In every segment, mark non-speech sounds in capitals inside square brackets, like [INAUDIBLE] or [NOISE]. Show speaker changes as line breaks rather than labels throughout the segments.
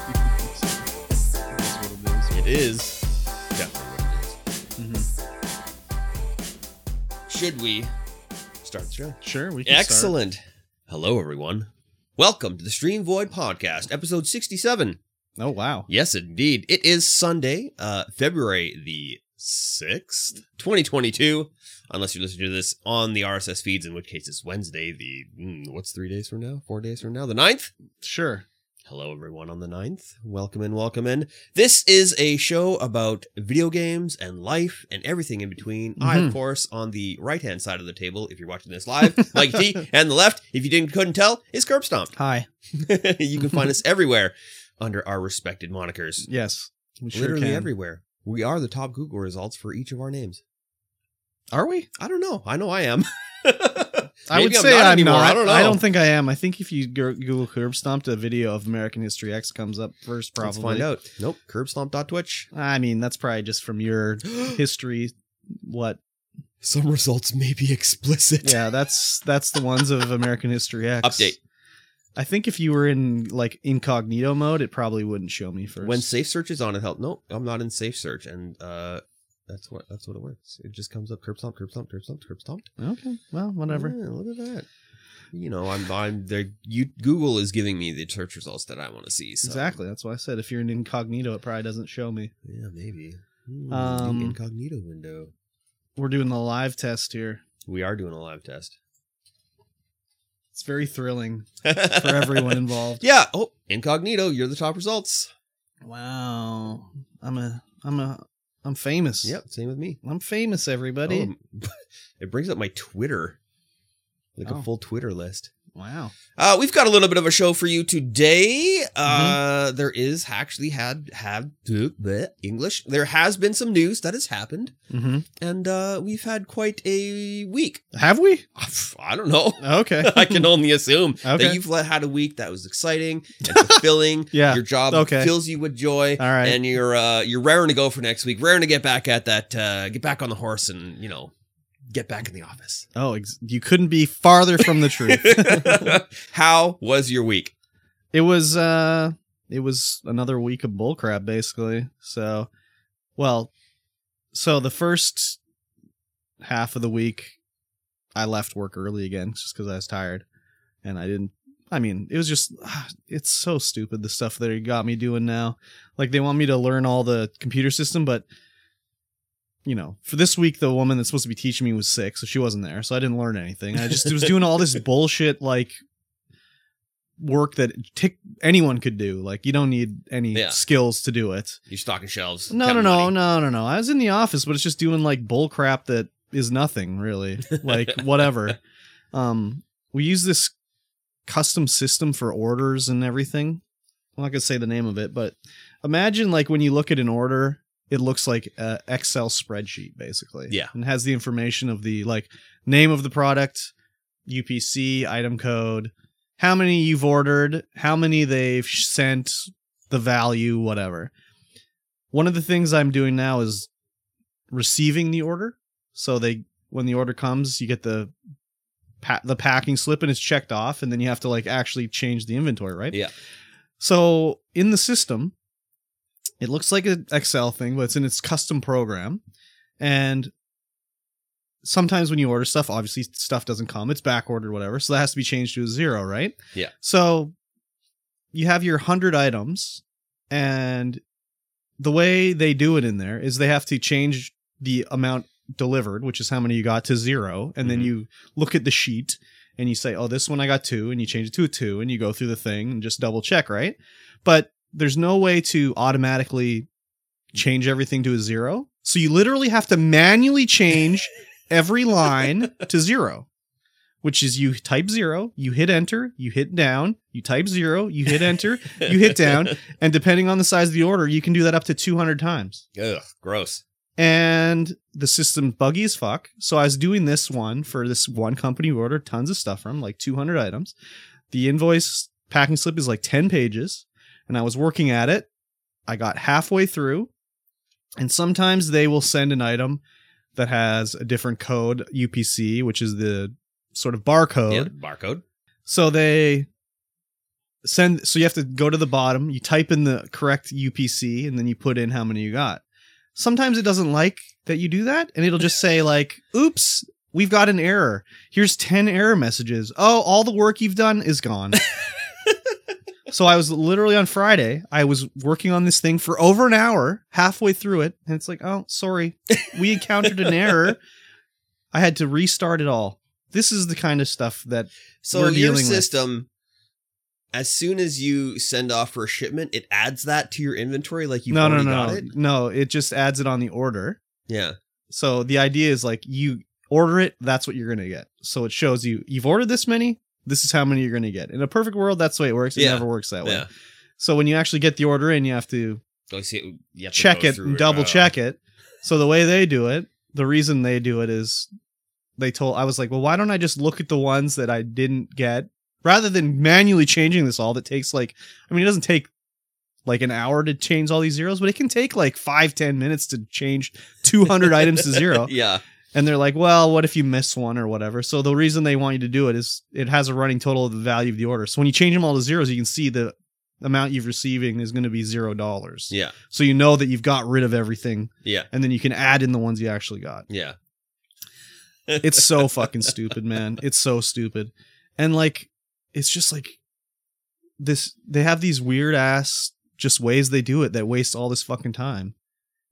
Mm-hmm. we start the show?
[LAUGHS] Sure, we can start.
Excellent. Hello, everyone. Welcome to the Stream Void Podcast, episode 67.
Oh wow.
Yes, indeed. It is Sunday, uh, February the 6th, 2022. Unless you're listening to this on the RSS feeds, in which case it's Wednesday, the, mm, what's three days from now? Four days from now? The 9th?
Sure.
Hello, everyone on the 9th. Welcome in, welcome in. This is a show about video games and life and everything in between. I, of
Mhm.
course, on the right hand side of the table, if you're watching this live, like
[LAUGHS]
T, and the left, if you didn't couldn't tell, is Curb Stomp. [LAUGHS]
Hi.
you can find us
[LAUGHS]
everywhere under our respected monikers.
Yes. We sure
Literally
can.
everywhere. We are the top Google results for each of our names.
Are we?
I don't know. I know I am. [LAUGHS]
I
Maybe
would
I'm
say
not
I'm
anymore.
not.
I don't know.
think I am. I think if you go- Google curb stomped, a video of American History X comes up first. Probably.
Let's find out. Nope.
[GASPS]
Curbstomp.twitch.
I mean, that's probably just from your history. What?
Some results may be explicit.
Yeah, that's that's the ones of American History X.
Update.
I think if you were in like incognito mode, it probably wouldn't show me first.
When safe search is on, it helps. No, I'm not in safe search, and uh, that's what that's what it works. It just comes up curb stomp, curb stomp, curb stomp, curb stomp.
okay, well, whatever.
Yeah, look at that. You know, I'm I'm there. You Google is giving me the search results that I want to see. So.
Exactly. That's why I said if you're in incognito, it probably doesn't show me.
Yeah, maybe. Hmm, the
Um,
incognito window.
We're doing the live test here.
We are doing a live test
It's very thrilling
for [LAUGHS]
for everyone involved.
Yeah. Oh, incognito. You're the top results.
Wow. I'm a I'm a I'm famous.
Yep. Same with me.
I'm famous, everybody.
Oh, [LAUGHS] it brings up my Twitter, like
Oh.
a full Twitter list.
Wow.
Uh, we've got a little bit of a show for you today. Uh,
Mm-hmm.
there is actually had had bleh, English. There has been some news that has happened,
hmm
and uh, we've had quite a week. [LAUGHS]
Have we?
I don't know. [LAUGHS]
Okay.
I can only assume that
Okay.
you've le- had a week that was
[LAUGHS]
exciting and fulfilling. [LAUGHS]
Yeah.
Your job
Okay.
fills you with joy,
All right.
and you're uh, you're raring to go for next week. Raring to get back at that, uh, get back on the horse, and you know, get back in the
[LAUGHS]
office. [LAUGHS]
Oh, ex- you couldn't be farther from the truth. [LAUGHS]
How was your week?
it was uh it was another week of bullcrap basically so well so the first half of the week i left work early again just because i was tired and i didn't i mean it was just [SIGHS] ah, it's so stupid the stuff they got me doing now like they want me to learn all the computer system but you know for this week the woman that's supposed to be teaching me was sick so she wasn't there so i didn't learn anything i just was doing all this bullshit like work that tick anyone could do like you don't need any
Yeah.
skills to do it
You're stocking shelves.
no, no,
counting
no,
money.
no, no, no. I was in the office, but it's just doing like bull crap that is
[LAUGHS]
nothing really. Like whatever. um, we use this custom system for orders and everything. I'm not gonna say the name of it, but imagine like when you look at an order, it looks like a Excel spreadsheet basically.
Yeah.
and has the information of the like name of the product, UPC, item code, how many you've ordered, how many they've sent, the value, whatever one of the things I'm doing now is receiving the order. So they when the order comes, you get the pa- the packing slip and it's checked off, and then you have to like actually change the inventory, right?
Yeah.
So in the system, it looks like an Excel thing, but it's in its custom program, and sometimes when you order stuff, obviously stuff doesn't come; it's back ordered, whatever. So that has to be changed to a zero, right?
Yeah.
So you have your hundred items, and the way they do it in there is they have to change the amount delivered, which is how many you got, to zero, and then
Mhm.
you look at the sheet and you say, "Oh, this one I got two, and you change it to a two, and you go through the thing and just double check, right? But there's no way to automatically change everything to a zero, so you literally have to manually change every line to zero. Which is you type zero, you hit enter, you hit down, you type zero, you hit enter, you hit [LAUGHS] down, and depending on the size of the order, you can do that up to 200 times.
Ugh, gross.
And the system's buggy as fuck. So I was doing this one for this one company who ordered tons of stuff from, like 200 items. The invoice packing slip is like 10 pages. And I was working at it. I got halfway through. And sometimes they will send an item that has a different code, UPC, which is the sort of barcode.
Yeah, barcode.
So they send so you have to go to the bottom, you type in the correct UPC and then you put in how many you got. Sometimes it doesn't like that you do that and it'll just say like oops, We've got an error. Here's 10 error messages. Oh, all the work you've done is gone. so I was literally on Friday, I was working on this thing for over an hour, halfway through it, and it's like, "Oh, sorry. We encountered an error." I had to restart it all. This is the kind of stuff that
So
We're
your
dealing with-
system, as soon as you send off for a shipment, it adds that to your inventory. Like you
No, no,
already
no.
got it.
No, it just adds it on the order.
Yeah.
So the idea is like you order it, that's what you're gonna get. So it shows you you've ordered this many, this is how many you're gonna get. In a perfect world, that's the way it works. It
Yeah.
never works that way.
Yeah.
So when you actually get the order in, you have to
Go see. You have to
check
go
it
through
and double
uh,
check it. So the way they do it, the reason they do it is they told I was like, well, why don't I just look at the ones that I didn't get rather than manually changing this all? That takes like, I mean, it doesn't take like an hour to change all these zeros, but it can take like five ten minutes to change two hundred items to zero.
[LAUGHS] Yeah.
And they're like, well, what if you miss one or whatever? So the reason they want you to do it is it has a running total of the value of the order. So when you change them all to zeros, you can see the amount you've receiving is going to be zero dollars.
Yeah.
So you know that you've got rid of everything,
Yeah.
and then you can add in the ones you actually got.
Yeah.
It's so fucking stupid, man. It's so stupid. And like it's just like this they have these weird ass just ways they do it that waste all this fucking time.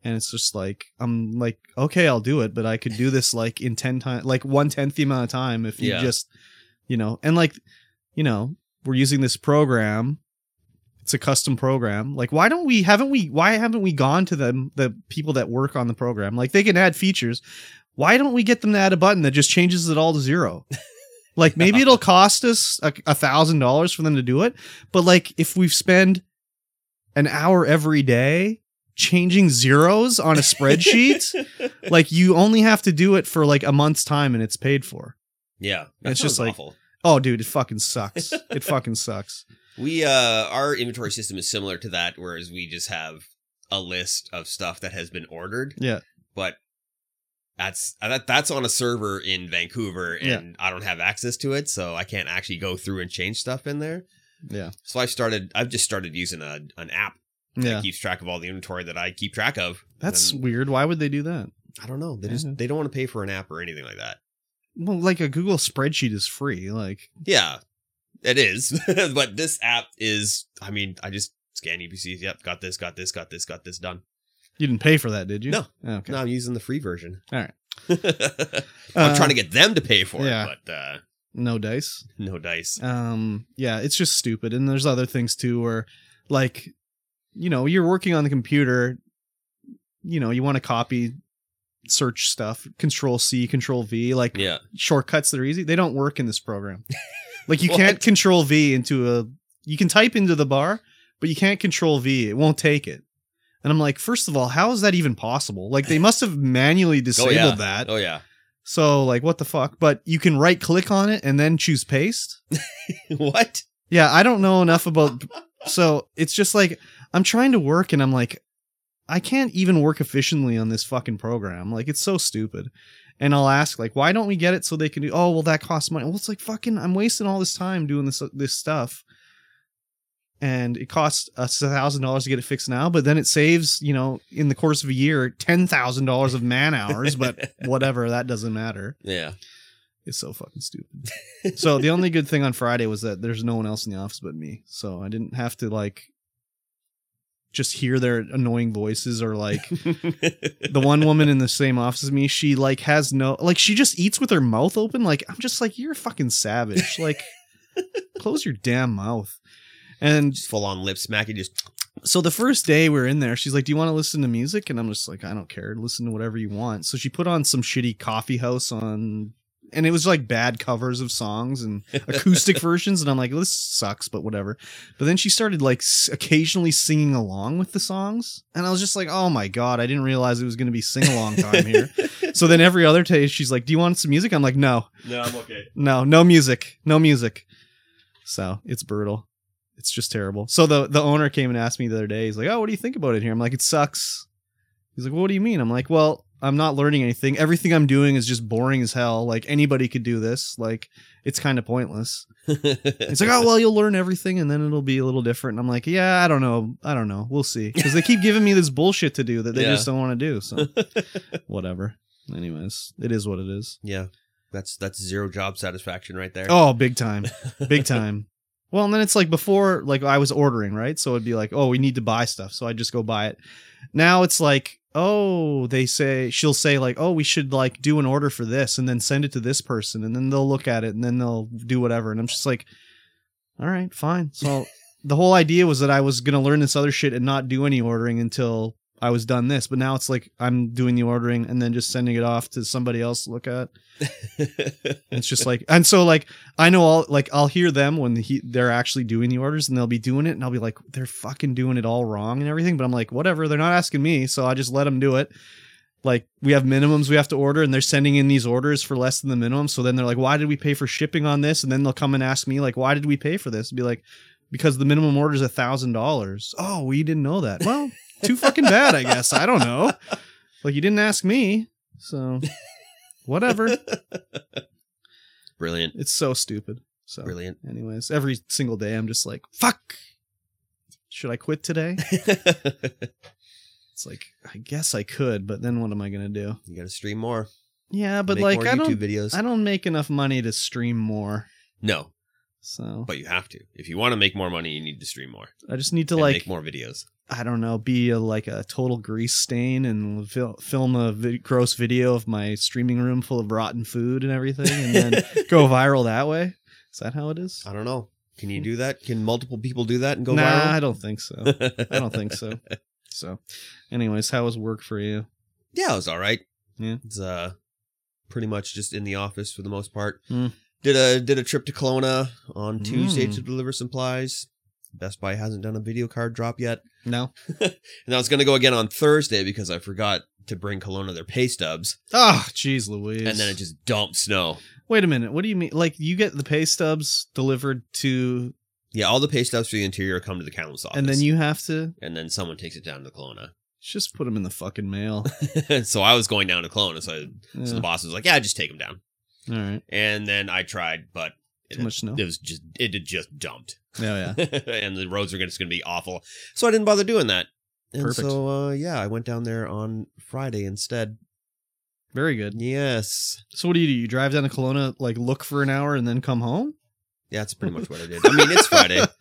And it's just like I'm like, okay, I'll do it, but I could do this like in ten times like one tenth the amount of time if you
Yeah.
just you know, and like you know, we're using this program. It's a custom program. Like, why don't we haven't we why haven't we gone to them the people that work on the program? Like they can add features. Why don't we get them to add a button that just changes it all to zero? Like maybe it'll cost us a a thousand dollars for them to do it, but like if we spend an hour every day changing zeros on
[LAUGHS]
a spreadsheet, like you only have to do it for like a month's time and it's paid for.
yeah. That
It's just
sounds
like-
awful.
Oh, dude, it fucking sucks. It fucking sucks.
We uh our inventory system is similar to that, whereas we just have a list of stuff that has been ordered.
Yeah.
But that's uh, that, that's on a server in Vancouver and I don't have access to it, so I can't actually go through and change stuff in there.
Yeah.
So I started I've just started using a an app
Yeah.
that keeps track of all the inventory that I keep track of.
That's
And
weird. Why would they do that?
I don't know. They just
Mhm.
they don't want to pay for an app or anything like that.
Well, like a Google spreadsheet is free. Like,
Yeah. It is. [LAUGHS] but this app is I mean, I just scan UPCs, yep, got this, got this, got this, got this done.
you didn't pay for that, did you?
No.
Oh, okay.
No, I'm using the free version.
All right.
[LAUGHS] I'm
Uh,
trying to get them to pay for
yeah.
it, but uh,
No dice.
no dice.
Um, yeah, it's just stupid. And there's other things too, where like, you know, you're working on the computer, you know, you want to copy, search stuff, Control C, Control V, like
Yeah.
shortcuts that are easy. They don't work in this
[LAUGHS]
program. like you
What?
can't Control V into a. You can type into the bar, but you can't Control V. It won't take it. And I'm like, first of all, how is that even possible? Like they must
[LAUGHS]
have manually disabled
yeah.
that.
Oh yeah.
So like, what the fuck? But you can right click on it and then choose paste. [LAUGHS]
what?
Yeah, I don't know enough about. So it's just like I'm trying to work, and I'm like, I can't even work efficiently on this fucking program. Like it's so stupid. And I'll ask like, why don't we get it so they can do? Oh, well, that costs money. Well, it's like fucking. I'm wasting all this time doing this uh, this stuff, and it costs us a thousand dollars to get it fixed now. But then it saves, you know, in the course of a year, ten thousand dollars of man
[LAUGHS]
hours. [LAUGHS] But whatever, that doesn't matter.
Yeah.
It's so fucking stupid. so the only good thing on Friday was that there's no one else in the office but me. So I didn't have to like just hear their annoying voices or like the one woman in the same office as me, she like has no like she just eats with her mouth open. Like I'm just like, you're a fucking savage. Like close your damn mouth.
[LAUGHS]
And
just full on lip smacking.
[LAUGHS]
Just
so the first day we were in there, she's like, "Do you want to listen to music?" And I'm just like, "I don't care. Listen to whatever you want." So she put on some shitty coffee house on, and it was like bad covers of songs and acoustic versions. And I'm like, "This sucks," but whatever. But then she started like s- occasionally singing along with the songs, and I was just like, "Oh my god!" I didn't realize it was going to be sing along
[LAUGHS]
time here. so then every other day, she's like, "Do you want some music?" I'm like, "No,
no, I'm okay. [LAUGHS]
no, no music, no music. So it's brutal. It's just terrible. So the the owner came and asked me the other day. He's like, "Oh, what do you think about it here?" I'm like, "It sucks." He's like, "What do you mean?" I'm like, "Well, I'm not learning anything. Everything I'm doing is just boring as hell. Like anybody could do this. Like it's kind of pointless." It's like, "Oh, well, you'll learn everything, and then it'll be a little different." And I'm like, "Yeah, I don't know. I don't know. We'll see." Because they keep giving me this bullshit to do that they
Yeah. [LAUGHS]
[LAUGHS] just don't want to do. So whatever. Anyways, it is what it is.
yeah. That's that's zero job satisfaction right there. [LAUGHS]
Oh, big time. Big time. well, and then it's like before, like I was ordering, right? So it'd be like, oh, we need to buy stuff. So I just go buy it. Now it's like, oh, they say, she'll say, like, oh, we should like do an order for this and then send it to this person. And then they'll look at it and then they'll do whatever. And I'm just like, all right, fine. So the whole idea was that I was going to learn this other shit and not do any ordering until I was done this. But now it's like I'm doing the ordering and then just sending it off to somebody else to look at. And it's just like, and so like I know all like I'll hear them when he, they're actually doing the orders and they'll be doing it and I'll be like they're fucking doing it all wrong and everything. But I'm like whatever, they're not asking me, so I just let them do it. Like we have minimums we have to order and they're sending in these orders for less than the minimum. So then they're like, why did we pay for shipping on this? And then they'll come and ask me like, why did we pay for this? And be like, because the minimum order is a thousand dollars. Oh, we didn't know that. Well, too fucking bad, I guess. I don't know. Like you didn't ask me, so whatever.
Brilliant.
It's so stupid. So,
Brilliant.
[LAUGHS] anyways, every single day I'm just like, fuck. Should I
[LAUGHS]
quit today?
you
It's like, I guess I could, but then what am I gonna do?
gotta stream more.
Yeah, but
Make
like
more
I
YouTube
don't,
videos.
I don't make enough money to stream more.
no,
So
but you have to. If you want to make more money, you need to stream more.
I just need to
and
like,
make more videos.
I don't know, be a, like a total grease stain and fil- film a vid- gross video of my streaming room full of rotten food and everything,
[LAUGHS]
and then go viral that way. Is that how it is?
I don't know. Can you do that? Can multiple people do that and Uh, go
nah, I
viral?
don't think so.
[LAUGHS]
I don't think so. So, anyways, how was work for you?
yeah, it was all right.
Yeah.
it's uh, pretty much just in the office for the most part.
Mm.
Did a did a trip to Kelowna on Tuesday
Mm.
to deliver supplies. Best Buy hasn't done a video card drop yet,
No.
and I was gonna go again on Thursday because I forgot to bring Kelowna their pay stubs,
Oh, jeez, Louise.
and then it just dumped snow.
Wait a minute. What do you mean? Like you get the pay stubs delivered to,
Yeah, all the pay stubs for the interior come to the accountant's office,
and then you have to
and then someone takes it down to Kelowna. [LAUGHS]
just put them in the fucking mail.
so I was going down to Kelowna, so, I, so the
Yeah.
boss was like, "Yeah, just take them down."
All right.
And then I tried, but
Too much snow.
it was just it had just dumped.
Oh yeah.
[LAUGHS] and the roads are gonna- just going to be awful. So I didn't bother doing that. And
Perfect.
so uh, yeah, I went down there on Friday instead.
Very good.
Yes.
So what do you do? You drive down to Kelowna, like look for an hour, and then come home.
Yeah, that's pretty much what I did. I mean, it's
[LAUGHS]
Friday. I went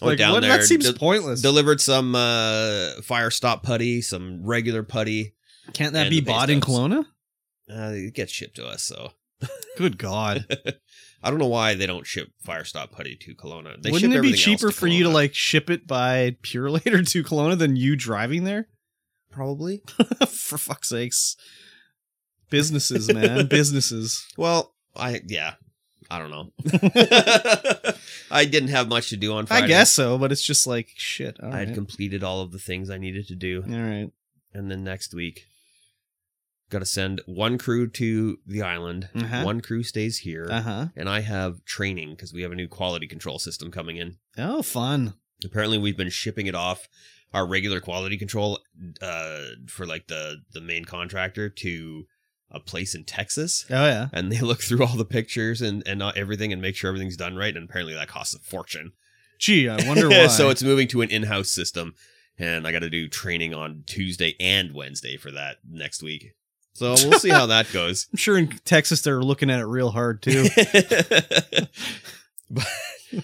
like
down
what?
there.
that seems
de-
pointless.
delivered some uh, fire stop putty, some regular putty.
Can't that
and
be
the pay
bought in
stubs.
Kelowna?
Uh, it gets shipped to us, so [LAUGHS]
Good God!
I don't know why they don't ship fire stop putty to Kelowna. They
Wouldn't
ship
it be
everything else
cheaper for you to
Kelowna.
like ship it by Pure Later [LAUGHS] to Kelowna than you driving there?
probably?
[LAUGHS] for fuck's sakes.
[LAUGHS]
Businesses, man. Businesses.
Well, I yeah, I don't
[LAUGHS]
know. [LAUGHS] I didn't have much to do on Friday.
I guess so, but it's just like shit. All
I had
right.
completed all of the things I needed to do,
All right.
and then next week, got to send one crew to the island.
Uh-huh.
One crew stays here,
Uh huh.
and I have training because we have a new quality control system coming in.
Oh, fun.
Apparently, we've been shipping it off our regular quality control uh, for like the the main contractor to a place in Texas.
Oh yeah.
and they [LAUGHS] look through all the pictures and and not everything and make sure everything's done right. And apparently that costs a fortune. [LAUGHS]
Gee, I wonder why.
so it's moving to an in-house system, and I got to do training on Tuesday and Wednesday for that next week. So we'll see how that
[LAUGHS]
goes.
I'm sure in Texas they're looking at it real
[LAUGHS]
hard too.
But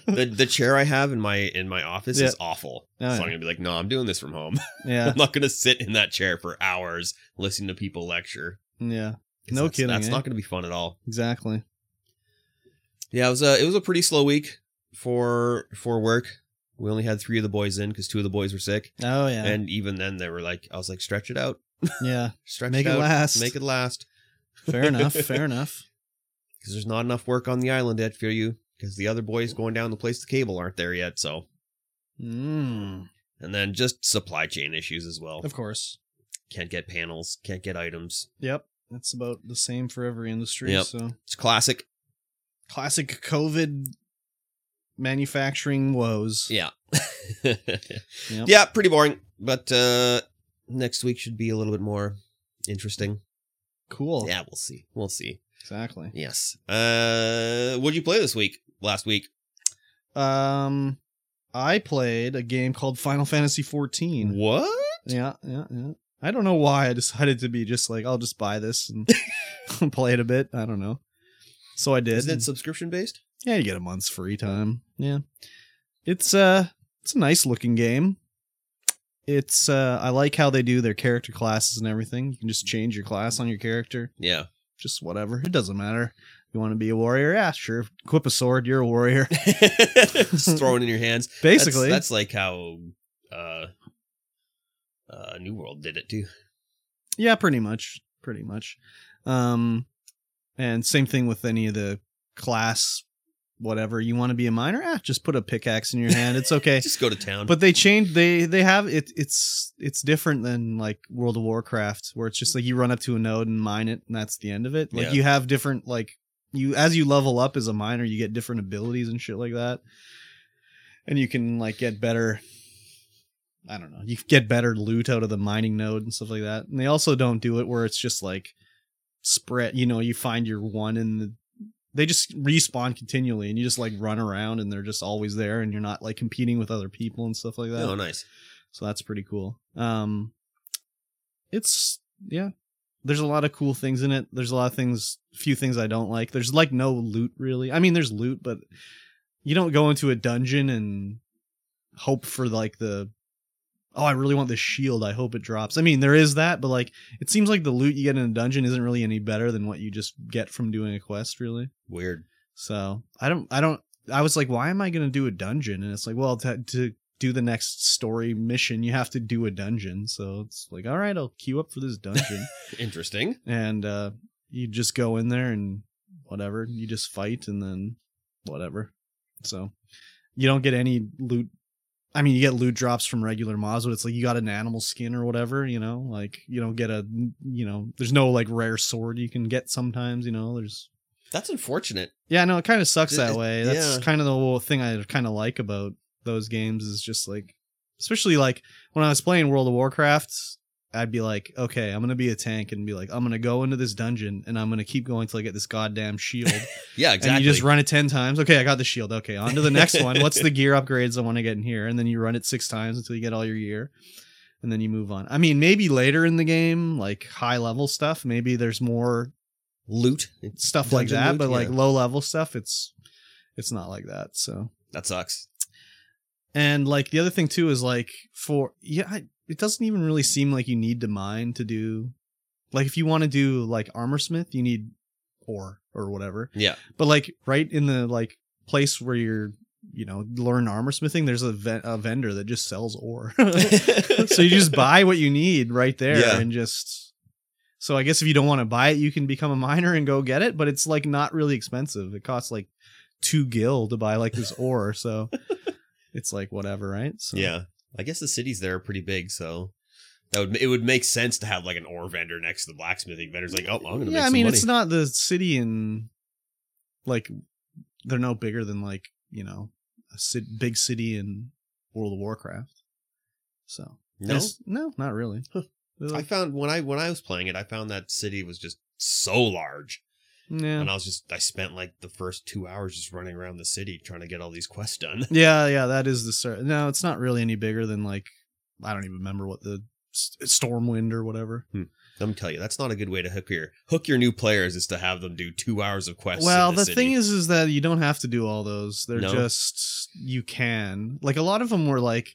the the chair I have in my in my office
Yeah.
is awful.
Oh,
so
yeah.
I'm gonna be like, no, I'm doing this from home. [LAUGHS]
yeah.
I'm not gonna sit in that chair for hours listening to people lecture.
Yeah.
'Cause
No
that's-
kidding,
That's
eh?
not gonna be fun at all.
Exactly.
Yeah, it was a it was a pretty slow week for for work. We only had three of the boys in because two of the boys were sick,
Oh yeah.
and even then they were like, I was like, stretch it out,
yeah.
stretch
Make
it,
it
out,
last.
make it last, [LAUGHS]
Fair enough. Fair enough.
because there's not enough work on the island yet for you, because the other boys going down to place the cable aren't there yet. So,
Mm.
and then just supply chain issues as well.
Of course.
Can't get panels, can't get items.
Yep. That's about the same for every industry.
Yep.
So
It's classic.
classic COVID manufacturing woes.
[LAUGHS] Yeah, yeah, pretty boring, but uh next week should be a little bit more interesting.
Cool.
Yeah, we'll see. We'll see.
Exactly.
Yes. Uh, what'd you play this week? Last week?
Um, I played a game called Final Fantasy 14.
What?
Yeah, yeah, yeah.
[LAUGHS]
[LAUGHS] I don't know why I decided to be just like I'll just buy this and play it a bit. I don't know. So I did.
Isn't it subscription based?
Yeah, you get a month's free time. Yeah. It's uh it's a nice looking game. It's uh I like how they do their character classes and everything. You can just change your class on your character. [LAUGHS]
Yeah.
Just whatever. It doesn't matter. You want to be a warrior? Yeah, sure. Equip a sword, you're a warrior. [LAUGHS]
Just throw it in your hands. That's-
Basically.
that's, like how uh, uh, New World did it too.
Yeah, pretty much. Pretty much. Um and same thing with any of the class whatever. You want to be a miner? Ah, just put a pickaxe
[LAUGHS]
in your hand. It's okay.
Just go to town.
Eh. But they changed. They they have it. It's it's different than like World of Warcraft, where it's just like you run up to a node and mine it, and that's the end of it. Like
Yeah.
you have different like you as you level up as a miner, you get different abilities and shit like that, and you can like get better. I don't know. You can get better loot out of the mining node and stuff like that. And they also don't do it where it's just like spread. You know, you find your one and the. They just respawn continually, and you just like run around, and they're just always there, and you're not like competing with other people and stuff like that.
oh, nice.
So that's pretty cool. Um it's yeah. There's a lot of cool things in it. There's a lot of things few things I don't like. There's like no loot really. I mean there's loot, but you don't go into a dungeon and hope for like the oh, I really want this shield. I hope it drops. I mean, there is that, but like it seems like the loot you get in a dungeon isn't really any better than what you just get from doing a quest, really.
Weird.
So I don't, I don't, I was like, why am I going to do a dungeon? And it's like, well, to, to do the next story mission, you have to do a dungeon. So it's like, all right, I'll queue up for this dungeon.
Interesting.
and uh, you just go in there and whatever, you just fight and then whatever. So you don't get any loot. I mean, you get loot drops from regular mobs, but it's like you got an animal skin or whatever, you know, like you don't get a, you know, there's no like rare sword you can get sometimes, you know, there's
That's unfortunate.
yeah, no, it kind of sucks
It-
that
it-
way. That's
yeah.
kind of the whole thing I kind of like about those games is just like, especially like when I was playing World of Warcraft, I'd be like, okay, I'm gonna be a tank and be like, I'm gonna go into this dungeon and I'm gonna keep going till I get this goddamn
[LAUGHS]
shield.
Yeah, exactly.
And you just run it ten times. Okay, I got the shield. Okay, on to the next one. What's
[LAUGHS]
the gear upgrades I want to get in here? And then you run it six times until you get all your gear, and then you move on. I mean, maybe later in the game, like high level stuff, maybe there's more
loot.
stuff like
Dungeon
that,
loot,
but like
yeah.
low level stuff, it's it's not like that. So
That sucks. [LAUGHS]
and like the other thing too is like for yeah, I, it doesn't even really seem like you need to mine to do like if you want to do like armor smith, you need ore or whatever.
Yeah.
But like right in the like place where you're you know learn armor smithing, there's a, ve- a vendor that just sells ore. [LAUGHS] [LAUGHS] so you just buy what you need right there
Yeah.
and just so i guess if you don't want to buy it you can become a miner and go get it but it's like not really expensive it costs like two gil to buy like this
[LAUGHS]
ore so it's like whatever right so
Yeah, I guess the cities there are pretty big, so that would it would make sense to have like an ore vendor next to the blacksmithing vendors. Like, oh, I'm gonna make
yeah i
some
mean
money.
it's not the city in like they're no bigger than like you know a cit- big city in world of warcraft so
no,
It's- no not really
Huh.
They're
I
like-
found when I when I was playing it, I found that city was just so large,
yeah.
and I was just I spent like the first two hours just running around the city trying to get all these quests done. [LAUGHS]
Yeah, yeah, that is the cer No, it's not really any bigger than like I don't even remember what the s- eh, Stormwind or whatever.
Let me tell you, that's not a good way to hook your hook your new players is to have them do two hours of quests.
well,
in
the
city.
thing is, is that you don't have to do all those. They're
No?
just you can. Like a lot of them were like,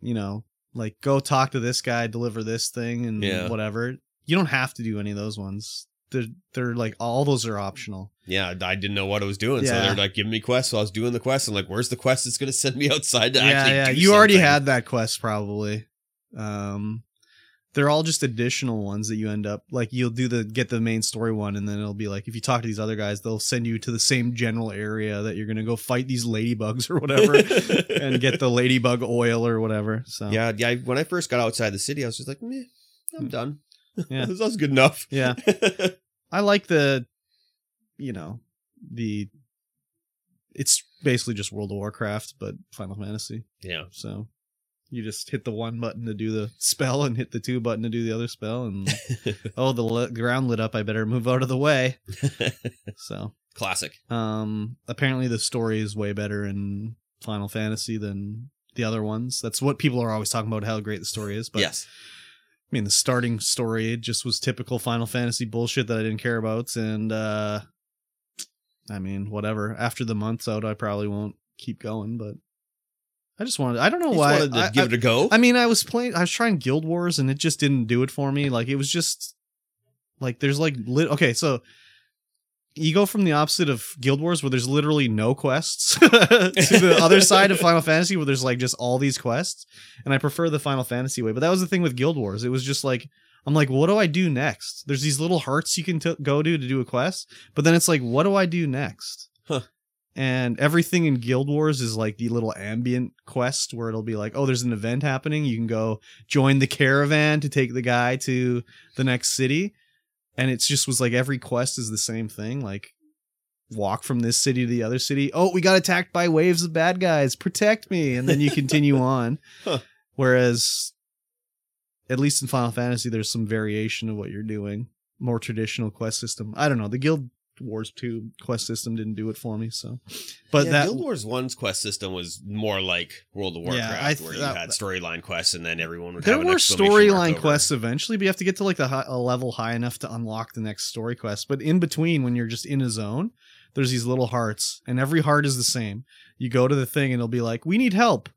you know, like go talk to this guy, deliver this thing, and
Yeah.
whatever. You don't have to do any of those ones. They're they're like all those are optional.
yeah, I didn't know what I was doing, so
Yeah.
they're like giving me quests. So I was doing the quests. I'm like, where's the quest that's gonna [LAUGHS] send me outside to
yeah,
actually
yeah.
do
You already
something?
had that quest probably. Um, they're all just additional ones that you end up like you'll do the get the main story one, and then it'll be like if you talk to these other guys, they'll send you to the same general area that you're gonna go fight these ladybugs [LAUGHS] or whatever,
[LAUGHS]
and get uh, the ladybug oil or whatever. So
Yeah, yeah. I- When I first got outside the city, I was just like, meh, I'm
Mm.
done. [LAUGHS]
Yeah.
that was good enough.
yeah. I like the, you know, the. It's basically just World of Warcraft, but Final Fantasy.
[LAUGHS] yeah.
So you just hit the one button to do the spell and hit the two button to do the other
[LAUGHS]
spell. And oh, the li- ground lit up. I better move out of
[LAUGHS]
the way. So
Classic.
um, apparently the story is way better in Final Fantasy than the other ones. That's what people are always talking about how great the story is. But
yes.
I mean, the starting story just was typical Final Fantasy bullshit that I didn't care about, and uh I mean, whatever. After the month's out, I probably won't keep going, but I just wanted. I don't know
You just
why.
wanted to
I,
give
I-
it a go.
I mean, I was playing. I was trying Guild Wars, and it just didn't do it for me. Like it was just like there's like lit. Okay, so you go from the opposite of Guild Wars, where there's literally no quests, [LAUGHS] to the other side of Final Fantasy, where there's like just all these quests. And I prefer the Final Fantasy way. But that was the thing with Guild Wars. It was just like. I'm like, what do I do next? There's these little hearts you can t- go to to do a quest, but then it's like, what do I do next?
Huh.
And everything in Guild Wars is like the little ambient quest where it'll be like, oh, there's an event happening. You can go join the caravan to take the guy to the next city. And it's just was like every quest is the same thing. Like, walk from this city to the other city. Oh, we got attacked by waves of bad guys. Protect me. And then
[LAUGHS]
you continue on.
Huh.
Whereas, at least in Final Fantasy, there's some variation of what you're doing. More traditional quest system. I don't know. The Guild Wars 2 quest system didn't do it for me. So, but
Yeah,
that.
Guild Wars One's quest system was more like World of
Yeah,
Warcraft,
I th-
where you
that-
had storyline quests, and then everyone would.
there
have an
were
exclamation mark
storyline
over.
quests eventually, but you have to get to like the high, a level high enough to unlock the next story quest. But in between, when you're just in a zone, there's these little hearts, and every heart is the same. You go to the thing, and it'll be like, "We need help,"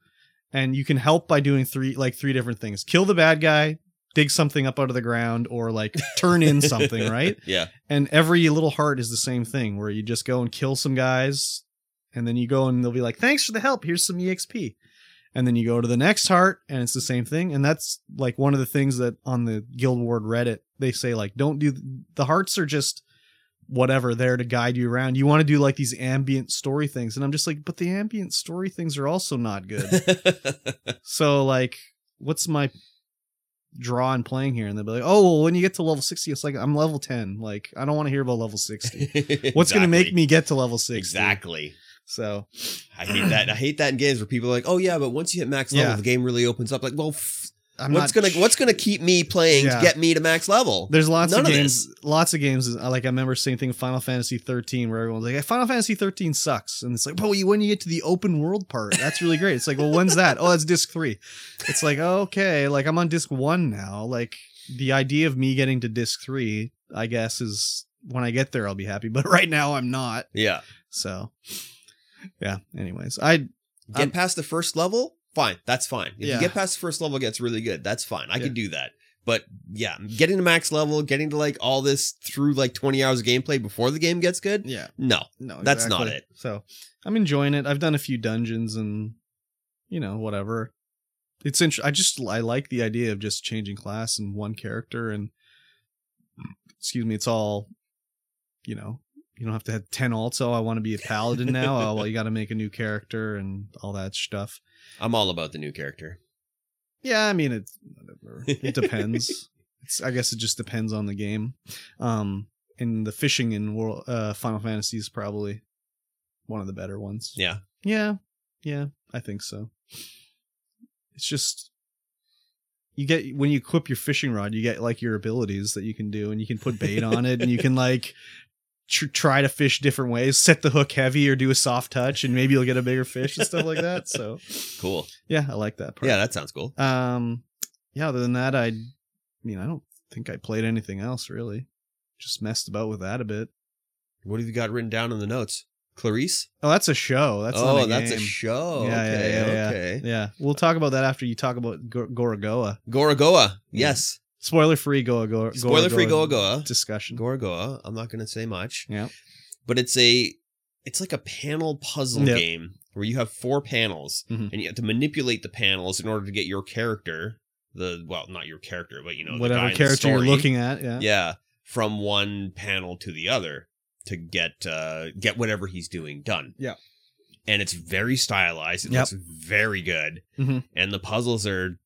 and you can help by doing three like three different things: kill the bad guy, dig something up out of the ground, or like turn in something.
[LAUGHS]
[LAUGHS] Right?
Yeah,
and every little heart is the same thing where you just go and kill some guys and then you go and they'll be like thanks for the help here's some exp and then you go to the next heart and it's the same thing and that's like one of the things that on the guild ward reddit they say like don't do the hearts are just whatever there to guide you around you want to do like these ambient story things and i'm just like but the ambient story things are also not good so like, what's my draw in playing here? And they'll be like, oh, well, when you get to level sixty, it's like I'm level ten. Like I don't want to hear about
[LAUGHS]
level sixty. What's going to make me get to level sixty?
exactly?
So
I hate that. I hate that in games where people are like, "Oh yeah, but once you hit max level,
Yeah.
the game really opens up." Like, well, f-
I'm
what's
not
gonna what's gonna keep me playing
Yeah.
to get me to max level?
There's lots
None
of
of
games. lots of games. uh, Like I remember same thing. with Final Fantasy 13, where everyone's like, "Final Fantasy 13 sucks," and it's like, "Well, you- when you get to the open world part, that's really great." It's like, "Well, when's that?" Oh, that's disc three. It's like, okay, like I'm on disc one now. Like the idea of me getting to disc three, I guess, is when I get there, I'll be happy. But [LAUGHS] right now, I'm not.
yeah,
So, yeah. Anyways, I
get
I'm-
past the first level, fine, that's fine. If
Um, Yeah.
you get past the first level, it gets really good. That's fine. I
Yeah.
can do that. But yeah, getting to max level, getting to like all this through like 20 hours of gameplay before the game gets good,
yeah.
no.
no
That's not it.
so i'm enjoying it i've done a few dungeons and you know whatever it's int- i just i like the idea of just changing class and one character and excuse me it's all you know you don't have to have 10 alts oh i want to be a paladin now oh well you got to make a new character and all that stuff
I'm all about the new character.
yeah, I mean it. Whatever. It depends. It's, I guess it just depends on the game. Um, and the fishing in World uh, Final Fantasy is probably one of the better ones.
Yeah.
Yeah. Yeah. I think so. It's just you get when you equip your fishing rod, you get like your abilities that you can do, and you can put bait on it, and you can like tr- try to fish different ways, set the hook heavy, or do a soft touch, and maybe you'll get a bigger fish and stuff like that. So
Cool.
yeah, I like that part.
Yeah, that sounds cool.
Um, yeah. Other than that, I, I mean, I don't think I played anything else really. Just messed about with that a bit.
What have you got written down in the notes? Clarice?
Oh, that's a show. That's
oh,
not a
that's a
game.
show.
Yeah, yeah,
okay,
yeah,
okay.
yeah. We'll talk about that after you talk about Gor- Goragoa.
Goragoa.
Yeah.
Yes.
Spoiler free Goa Goa.
Spoiler free Goragoa.
discussion.
Goragoa. I'm not going to say much.
Yeah.
But it's a it's like a panel puzzle
Yep.
game where you have four panels
Mhm.
and you have to manipulate the panels in order to get your character, the well, not your character, but you know, the guy
Whatever
in the
character you're
story.
looking at. Yeah.
Yeah, from one panel to the other to get uh get whatever he's doing done.
Yeah.
And it's very stylized. It
Yep.
looks very good.
Mhm.
And the puzzles are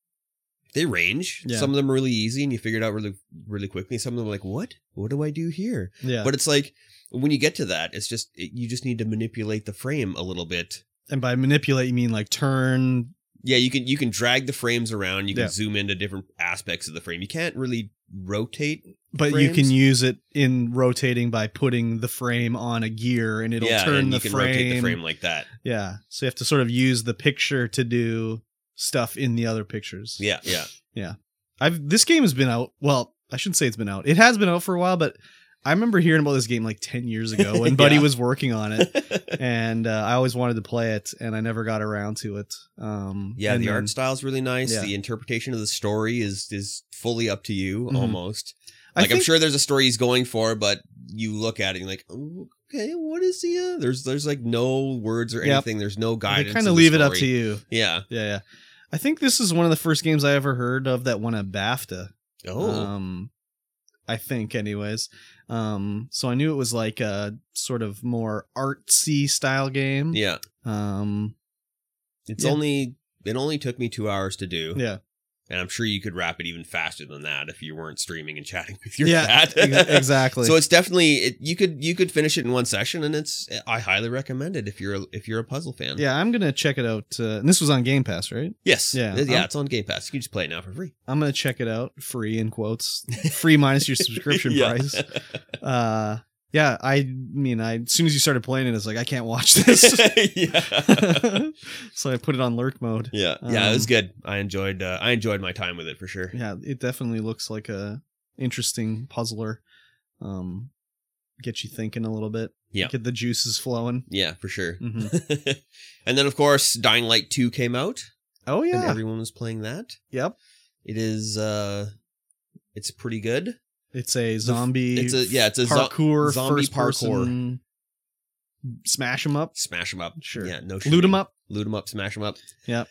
they range.
Yeah.
Some of them are really easy and you figure it out really really quickly. Some of them are like, "What? What do I do here?"
Yeah.
But it's like when you get to that, it's just it, you just need to manipulate the frame a little bit.
and by manipulate, you mean like turn.
Yeah, you can you can drag the frames around. You can
Yeah.
zoom into different aspects of the frame. You can't really rotate
But you can
Frames?
use it in rotating by putting the frame on a gear, and it'll turn
and
the
you can
frame.
rotate the frame like that.
Yeah. So you have to sort of use the picture to do stuff in the other pictures. [LAUGHS]
Yeah, yeah,
Yeah. I've this game has been out. Well, I shouldn't say it's been out. It has been out for a while, but I remember hearing about this game like ten
[LAUGHS]
years ago when Buddy
Yeah.
was working on it, and uh, I always wanted to play it, and I never got around to it. Um,
[LAUGHS] yeah,
and
the
then-
art style's really nice.
Yeah.
The interpretation of the story is is fully up to you
Mhm.
almost.
I
Like I'm
think-
sure there's a story he's going for, but you look at it and you're like, "Oh, okay, what is he? Uh? There's there's like no words or
Yep.
anything. There's no guidance.
They kind
in
of
the
leave it up to
story.
you.
Yeah.
Yeah, yeah. I think this is one of the first games I ever heard of that won a BAFTA.
Oh,
Um, I think, anyways. Um, so I knew it was like a sort of more artsy style game.
yeah.
Um,
It's
yeah.
only it only took me two hours to do.
yeah.
And I'm sure you could wrap it even faster than that if you weren't streaming and [LAUGHS] chatting with your
Yeah,
dad. [LAUGHS]
ex- exactly.
So it's definitely it, you could you could finish it in one session, and it's I highly recommend it if you're a, if you're a puzzle fan.
yeah, I'm gonna check it out. Uh, and this was on Game Pass, right?
Yes.
Yeah.
Yeah.
Um,
it's on Game Pass. You can just play it now for free. [LAUGHS]
I'm gonna check it out free in quotes, free minus your
[LAUGHS]
subscription
Yeah.
price. [LAUGHS] Uh, yeah. I mean, I as soon as you started playing it, it's like I can't
[LAUGHS]
watch this. [LAUGHS]
yeah.
so I put it on lurk mode.
Yeah. Yeah. it was
Um,
good. I enjoyed uh, I enjoyed my time with it for sure.
Yeah, it definitely looks like a interesting puzzler. Um, get you thinking a little bit.
Yeah.
get the juices flowing.
Yeah, for sure.
Mhm.
[LAUGHS] and then of course, Dying Light Two came out,
Oh yeah.
and everyone was playing that.
yep.
It is uh, it's pretty good.
It's a zombie.
It's a yeah, it's a zo-
parkour
zombie
first person. Smash 'em up.
smash 'em up.
Sure.
Yeah. No.
Loot 'em
shooting.
up.
loot 'em up, smash 'em up.
Yep.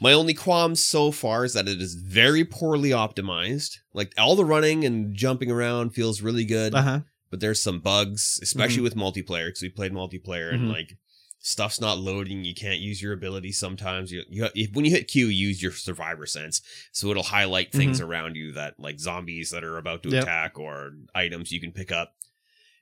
My only qualm so far is that it is very poorly optimized. Like all the running and jumping around feels really good,
Uh huh.
but there's some bugs, especially
Mm-hmm.
with multiplayer because we played multiplayer and
Mhm.
like stuff's not loading. You can't use your ability sometimes. You, you if, when you hit Q, you use your survivor sense, so it'll highlight things around you that like zombies that are about to
Mm-hmm. Yep.
attack or items you can pick up.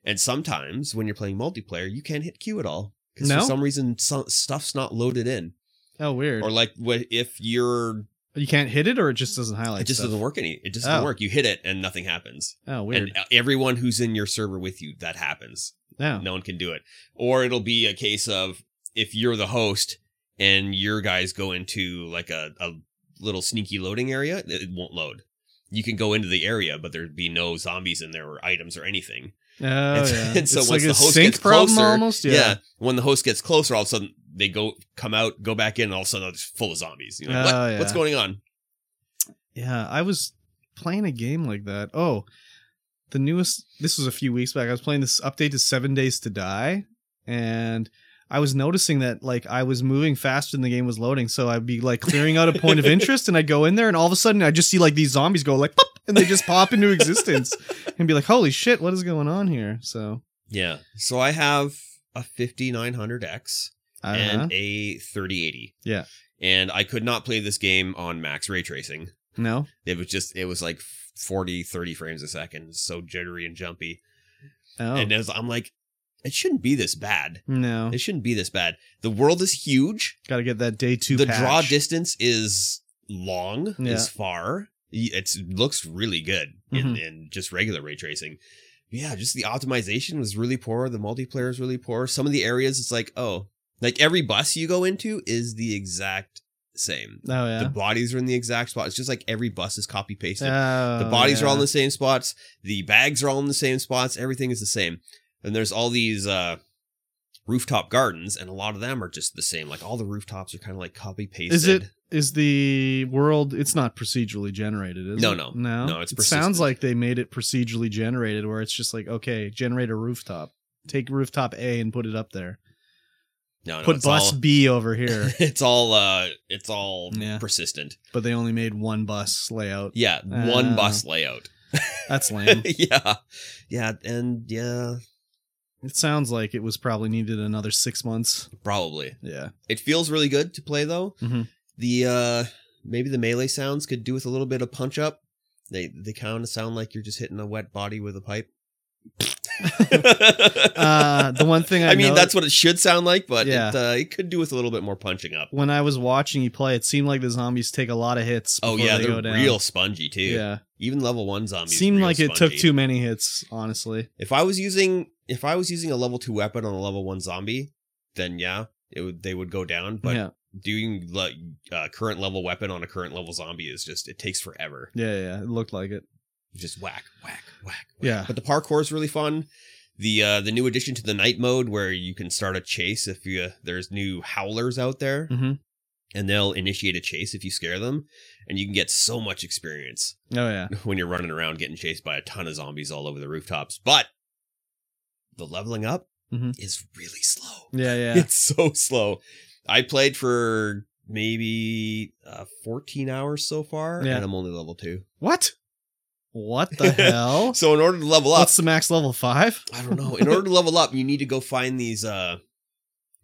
And sometimes when you're playing multiplayer, you can't hit Q at all because for
No?
some reason so, stuff's not loaded in
Oh weird.
or like what if you're
you can't hit it, or it just doesn't highlight.
it just
stuff?
doesn't work any it just doesn't
Oh.
work you hit it and nothing happens
Oh weird.
and everyone who's in your server with you that happens [LAUGHS]
no.
no one can do it or it'll be a case of if you're the host and your guys go into like a, a little sneaky loading area it won't load you can go into the area but there'd be no zombies in there or items or anything
Oh
And [LAUGHS] so-
yeah.
and so once
it's like
the
a
host
sync
gets
problem
closer,
almost.
yeah. when the host gets closer all of a sudden they go come out go back in and all of a sudden it's full of zombies You're like, what?
Oh, yeah.
what's going on
Yeah, I was playing a game like that. Oh, the newest. This was a few weeks back. I was playing this update to Seven Days to Die, and I was noticing that like I was moving faster than the game was loading. So I'd be like clearing out a
[LAUGHS]
point of interest, and I'd go in there, and all of a sudden I just see like these zombies go like, pop, and they just pop into
[LAUGHS]
existence, and be like, "Holy shit, what is going on here?" So
Yeah. So I have a 5900X
uh
and a 3080.
Yeah.
And I could not play this game on max ray tracing.
no,
It was just, it was like 40, 30 frames a second. So jittery and jumpy.
oh
And it was, I'm like, it shouldn't be this bad.
no,
It shouldn't be this bad. The world is huge.
got to get that day two.
the
patch.
draw distance is long,
Yeah.
is far. It looks really good in,
Mhm.
in just regular ray tracing. Yeah, just the optimization was really poor. The multiplayer is really poor. Some of the areas, it's like, oh, like every bus you go into is the exact same.
Oh yeah.
The bodies are in the exact spot. It's just like every bus is copy pasted.
Oh,
the bodies are all in
yeah.
the same spots. The bags are all in the same spots. Everything is the same. And there's all these uh, rooftop gardens, and a lot of them are just the same. Like all the rooftops are kind of like copy pasted.
Is it is the world it's not procedurally generated is
No,
it?
no.
no
No, it's
it
persistent.
sounds like they made it procedurally generated where it's just like okay generate a rooftop take rooftop a and put it up there
No, no,
put
it's [LAUGHS]
bus
all,
b over here [LAUGHS]
it's all uh, it's all
Yeah.
persistent.
but they only made one
[LAUGHS]
bus layout
Yeah, one
Oh.
bus layout.
that's lame
[LAUGHS] yeah, yeah, and yeah,
it sounds like it was probably needed another six months
probably. [LAUGHS]
yeah
It feels really good to play though.
Mhm.
The uh maybe the melee sounds could do with a little bit of punch up. They they kind of sound like you're just hitting a wet body with a
[LAUGHS]
pipe. [LAUGHS]
uh the one thing i,
I mean,
know-
that's what it should sound like, but
Yeah.
it, uh, it could do with a little bit more punching up.
when i was watching you play it seemed like the zombies take a lot of hits
Oh
before
yeah,
they
they
go
are
down
real spongy too.
yeah
Even level one zombies
seemed
real
like it took
spongy.
too many hits honestly
If I was using if I was using a level two weapon on a level one zombie, then yeah, it would they would go down. But
yeah
doing like uh, current level weapon on a current level zombie is just it takes forever.
Yeah, yeah, yeah, it looked like it.
Just whack, whack, whack. whack.
Yeah.
But the parkour is really fun. The uh, the new addition to the night mode where you can start a chase if you there's new howlers out there
Mhm.
and they'll initiate a chase if you scare them and you can get so much experience [LAUGHS]
Oh yeah,
when you're running around getting chased by a ton of zombies all over the rooftops. But the leveling up
Mhm.
is really slow.
yeah, yeah.
It's so slow. I played for maybe uh, 14 hours so far,
Yeah.
and I'm only level two.
what? What
[LAUGHS]
the hell?
So in order to level up,
[LAUGHS] What's the max level five?
I don't know. In order to level up, you need to go find these uh,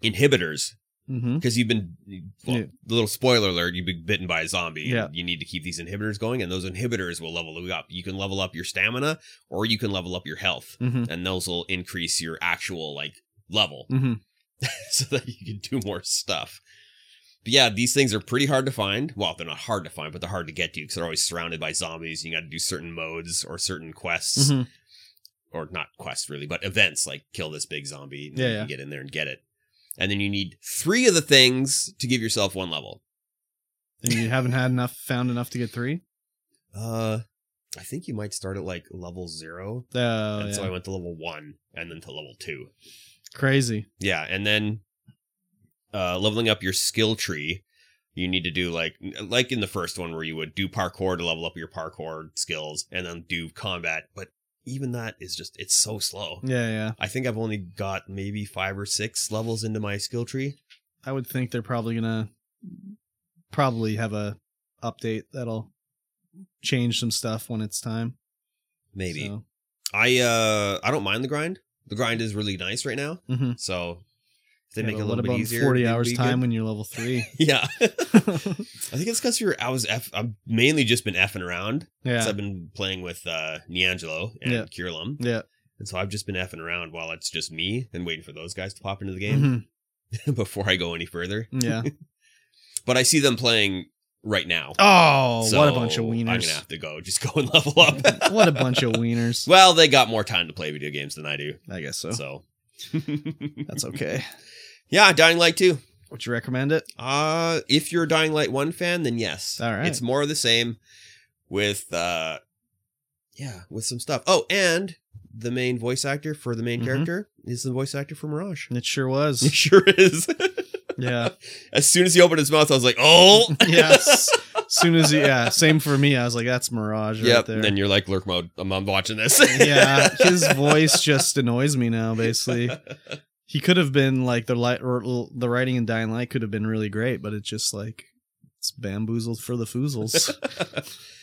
inhibitors
Mm-hmm.
because you've been well,
Yeah.
little spoiler alert you've been bitten by a zombie and
Yeah.
you need to keep these inhibitors going and those inhibitors will level you up you can level up your stamina or you can level up your health
Mm-hmm.
and those will increase your actual like level
Mm-hmm.
[LAUGHS] so that you can do more stuff but yeah these things are pretty hard to find well they're not hard to find but they're hard to get to because they're always surrounded by zombies you got to do certain modes or certain quests
Mhm.
or not quests really, but events like kill this big zombie. And
Yeah,
you can
yeah.
get in there and get it. And then you need three of the things to give yourself one level.
And you haven't had enough, found enough to get three.
Uh, I think you might start at like level zero.
Oh,
and so
yeah.
I went to level one and then to level two.
crazy.
Yeah, and then uh, leveling up your skill tree, you need to do like like in the first one where you would do parkour to level up your parkour skills, and then do combat. But even that is just it's so slow.
Yeah, yeah.
I think I've only got maybe five or six levels into my skill tree.
I would think they're probably gonna probably have a update that'll change some stuff when it's time.
Maybe
So,
I uh I don't mind the grind. The grind is really nice right now.
mhm.
So if they
Yeah,
make it
but
a
what
little bit
about in
easier.
Forty
it'd
hours
be
time
good.
when you're level three.
[LAUGHS]
[LAUGHS]
Yeah, I think it's because you're. I was. F, I've mainly just been effing around. So
yeah,
I've been playing with uh Niangelo and
Yeah. Mm.
Kirilum,
yeah.
and so I've just been effing around while it's just me and waiting for those guys to pop into the game [LAUGHS]
Mhm.
before I go any further. [LAUGHS]
Mm-hmm. Yeah.
But I see them playing right now.
Oh, what a
So
bunch of
I'm
wieners! Mm-hmm.
gonna have to go just go and [LAUGHS] level up.
[LAUGHS] what a bunch of
[LAUGHS]
wieners!
Well, they got more time to play video games than I do,
I guess so.
so.
That's okay.
yeah, Dying Light 2.
Would you recommend it?
Uh if you're a Dying Light 1 fan, then yes.
All right.
It's more of the same with uh yeah, with some stuff. Oh, and the main voice actor for the main
Mhm.
character is the voice actor for Mirage.
It
[LAUGHS]
sure
It
was.
sure is.
Yeah.
as soon as he opened his mouth, I was like,
[LAUGHS]
"Oh."
Yes. Soon as he, yeah, same for me. I was like, that's Mirage right
yep.
there.
And then you're like, "Lurk mode. I'm, I'm watching this."
yeah,
[LAUGHS]
his voice just annoys me now. Basically, he could have been like the light or l- the writing in Dying Light could have been really great, but it's just like it's bamboozled for the foozles.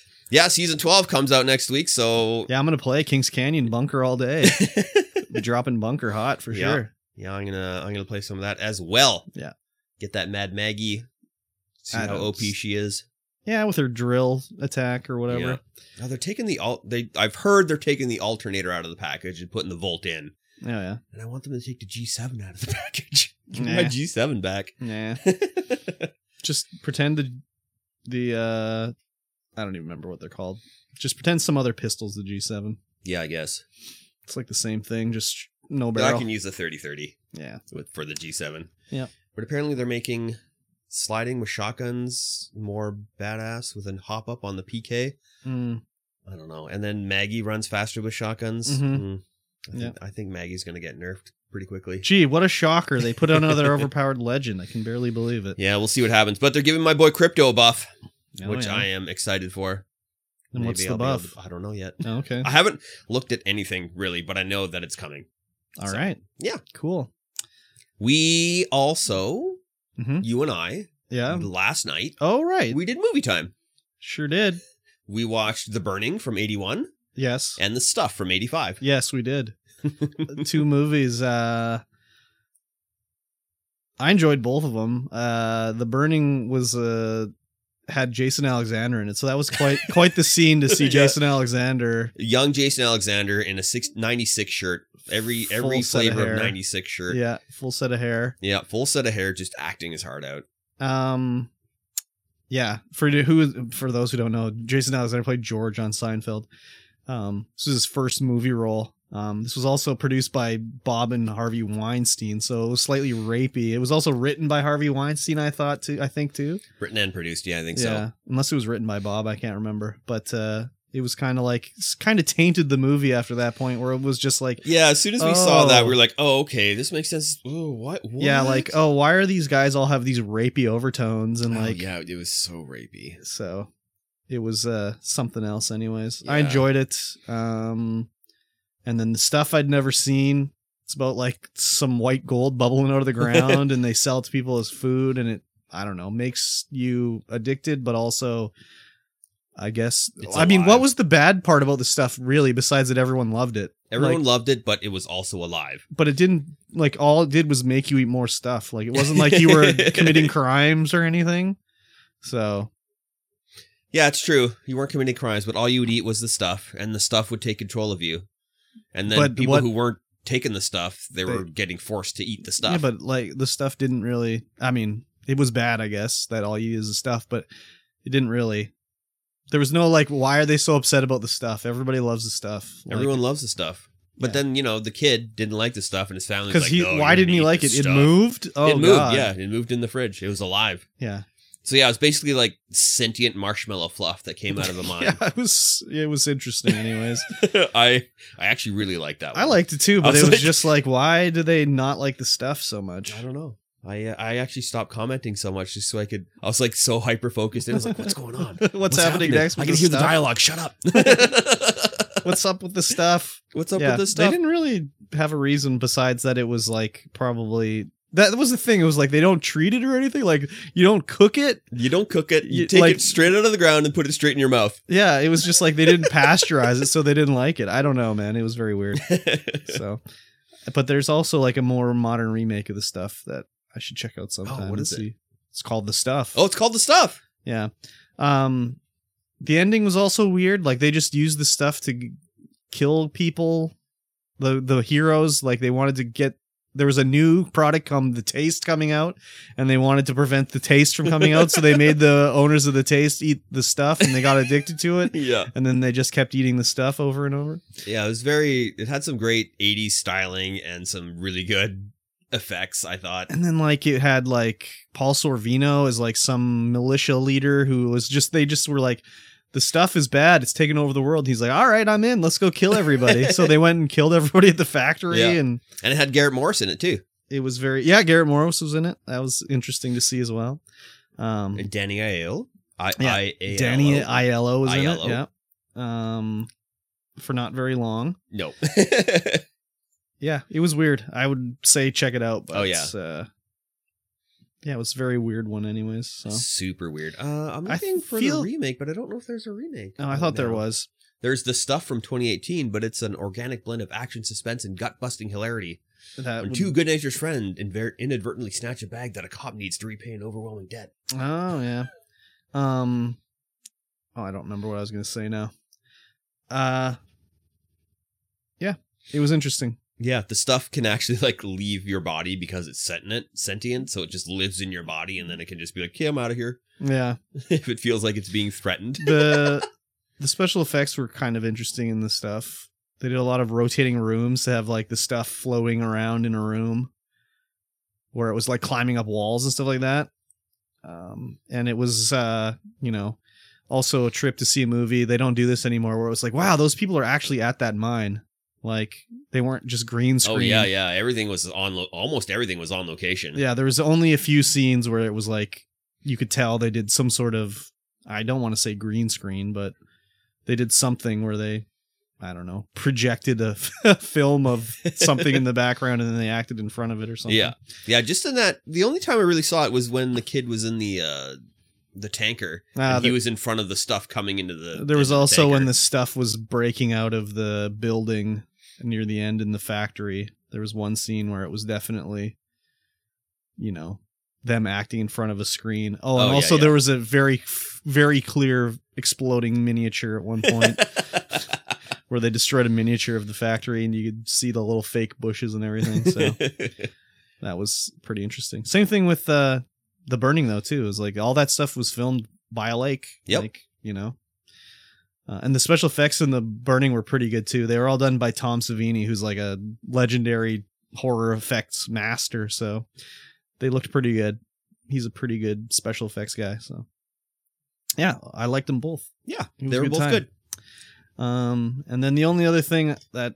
[LAUGHS] yeah, season 12 comes out next week, so
yeah, I'm gonna play Kings Canyon Bunker all day.
yeah.
Be dropping Bunker hot
[LAUGHS]
for
Yeah.
sure.
I'm going to I'm going to play some of that as well.
Yeah.
Get that Mad Maggie. See
I
how
don't-
OP she is.
Yeah, with her drill attack or whatever.
Yeah. Now they're taking the alt. They I've heard they're taking the alternator out of the package and putting the volt in.
Oh yeah,
And I want them to take the G7 out of the [LAUGHS] package. Give me
Nah.
my G7 back. [LAUGHS]
nah. Just pretend the the uh, I don't even remember what they're called. Just pretend some other pistol's the G7.
yeah, I guess.
It's like the same thing, just no
But I
barrel.
can use the 3030
yeah.
with for the G7.
Yeah.
But apparently they're making sliding with shotguns more badass with a hop up on the PK.
Mm.
I don't know. And then Maggie runs faster with shotguns.
Mhm.
Mm. I, think,
Yeah.
I think Maggie's going to get nerfed pretty quickly.
Gee, what a shocker. They put out
[LAUGHS]
another overpowered legend. I can barely believe it.
Yeah, we'll see what happens. But they're giving my boy Crypto a buff,
Oh,
which
yeah.
I am excited for.
And what's
Maybe
the
I'll be able
buff?
to- I don't know
[LAUGHS]
yet.
Oh, okay.
I haven't looked at anything really, but I know that it's coming.
All
so,
right.
yeah.
Cool.
We also,
hmm
you and I,
Yeah.
last night,
Oh, right.
we did movie time.
sure did.
We watched The Burning from 81
Yes.
and The Stuff from 85.
Yes, we did. Two movies. Uh, I enjoyed both of them. Uh, the Burning was uh, had Jason Alexander in it, so that was quite quite the scene to see
Yeah.
Jason Alexander.
Young Jason Alexander in a six, 96 shirt, every
Full
every
set of
flavor of,
hair.
96 shirt.
Yeah, full set of hair.
Yeah, full set of hair, just acting his heart out.
Um, yeah. For who for those who don't know, Jason Alexander played George on Seinfeld. Um, this was his first movie role. Um, this was also produced by Bob and Harvey Weinstein, so it was slightly rapey. It was also written by Harvey Weinstein, I thought too. I think too.
Written and produced. Yeah, I think
yeah, unless it was written by Bob, I can't remember. But uh, it was kind of like kind of tainted the movie after that point, where it was just like,
so. Yeah, as soon as we saw that,
Oh.
we were like, oh, okay, this makes sense. Oh, what? what?
yeah, like oh, why are these guys all have these rapey overtones and
Oh,
like
yeah, it was so rapey.
so it was uh something else anyways i
Yeah.
enjoyed it um and then the stuff i'd never seen it's about like some white gold bubbling
[LAUGHS]
out of the ground and they sell it to people as food and it i don't know makes you addicted but also i guess
It's
i mean what
alive.
was the bad part about the stuff really besides that everyone loved it
Everyone
Like-
loved it, but it was also alive.
but it didn't like all it did was make you eat more stuff like it wasn't like you
[LAUGHS]
were committing crimes or anything so
Yeah, it's true. You weren't committing crimes, but all you would eat was the stuff, and the stuff would take control of you. And then
But
people
what-
who weren't taking the stuff, they, were
They-
getting forced to eat the stuff.
Yeah, but like the stuff didn't really. I mean, it was bad, I guess, that all you use is the stuff, but it didn't really. There was no like, why are they so upset about the stuff? Everybody loves the stuff. Like,
Everyone loves the stuff. But
Yeah.
then, you know, the kid didn't like the stuff, and his family was
because
like,
he,
"No,
why
you're
didn't he
gonna eat
like it?
this
It
stuff."
moved. Oh
it moved,
God.
yeah. It moved in the fridge. It was alive.
yeah.
So, yeah, it was basically like sentient marshmallow fluff that came out
[LAUGHS]
of the mine.
yeah, it was it was
[LAUGHS]
interesting. Anyways,
I I actually really liked that one.
I liked it too, but
I was
it was
like-
just like, why do they not like the stuff so much?
I don't know. I uh, I actually stopped commenting so much just so I could. I was like so hyper focused. and I was like, what's going on?
[LAUGHS] What's, happening, next?
I
with
can
the
hear the
stuff?
dialogue. Shut
[LAUGHS]
up. [LAUGHS]
What's up with the stuff?
what's up
Yeah,
with this
They
stuff?
didn't really have a reason besides that it was like probably that was the thing. It was like they don't treat it or anything. Like you don't cook it.
You don't cook it. You
You-
take
like-
it straight out of the ground and put it straight in your mouth. [LAUGHS]
Yeah, it was just like they didn't pasteurize it, so they didn't like it. I don't know, man. It was very weird.
Oh,
So, but there's also like a more modern remake of the stuff that I should check out sometime.
Oh, what
and
is it?
see. It's called The Stuff.
oh, it's called the stuff.
yeah. Um, the ending was also weird. Like they just used the stuff to g- kill people. The the heroes like they wanted to get there was a new product come the taste coming out and they wanted to prevent the taste from coming out so they made the owners of the taste eat the stuff and they got addicted to it
Yeah,
and then they just kept eating the stuff over and over
yeah. It was very. It had some great '80s styling and some really good effects. I thought.
and then like it had like Paul Sorvino is like some militia leader who was just they just were like the stuff is bad it's taking over the world he's like all right I'm in let's go kill everybody
[LAUGHS]
so they went and killed everybody at the factory
Yeah.
and
And it had Garrett Morris in it too,
it was very yeah Garrett Morris was in it that was interesting to see as well um
and Danny Aiello. I,
Yeah,
I, A L O.
Danny Aiello was in it yeah
Aiello.
um for not very long
No. [LAUGHS]
yeah it was weird I would say check it out but
Oh, yeah.
uh, yeah it was a very weird one anyways so.
Super weird. Uh, I'm
Oh. I
looking for
feel-
the remake, but I don't know if there's a remake.
Oh, I
right
thought there
now.
was.
There's the stuff from 2018, but it's an organic blend of action, suspense, and gut-busting hilarity.
That
When
would-
two good natured friends inver- inadvertently snatch a bag that a cop needs to repay an overwhelming debt.
Oh yeah. Um. Oh, I don't remember what I was gonna say now. Uh. Yeah, it was interesting.
Yeah, the stuff can actually [LAUGHS] like leave your body because it's sentient, sentient, so it just lives in your body, and then it can just be like, "Okay, I'm out of here." [LAUGHS]
Yeah.
if it feels like it's being threatened.
The [LAUGHS] the special effects were kind of interesting in this stuff. They did a lot of rotating rooms to have like the stuff floating around in a room, where it was like climbing up walls and stuff like that. Um, and it was uh, you know, also a trip to see a movie. They don't do this anymore. Where it was like, wow, those people are actually at that mine. Like they weren't just green screen.
Oh yeah, yeah. Everything was on. Lo- almost everything was on location.
Yeah, there was only a few scenes where it was like you could tell they did some sort of I don't want to say green screen, but they did something where they I don't know, projected a [LAUGHS] film of
[LAUGHS]
something in the background and then they acted in front of it or something.
Yeah. Yeah, just in that the only time I really saw it was when the kid was in the uh the tanker.
Ah,
and he
there-
was in front of the stuff coming into the
there was
into the
also when
tanker.
the stuff was breaking out of the building near the end in the factory. There was one scene where it was definitely, you know, them acting in front of a screen. Oh,
Oh,
and
yeah,
also
yeah.
there was a very, very clear exploding miniature
[LAUGHS]
at one point where they destroyed a miniature of the factory and you could see the little fake bushes
[LAUGHS]
and everything. So that was pretty interesting. Same thing with uh, the burning though too. Is like all that stuff was filmed by a lake.
Yep.
Like you know. Uh, and the special effects in the burning were pretty good too. They were all done by Tom Savini, who's like a legendary horror effects master. So they looked pretty good. He's a pretty good special effects guy. So yeah, I liked them both.
Yeah,
It was
they
a
were
good
both
time.
good.
Um, and then the only other thing that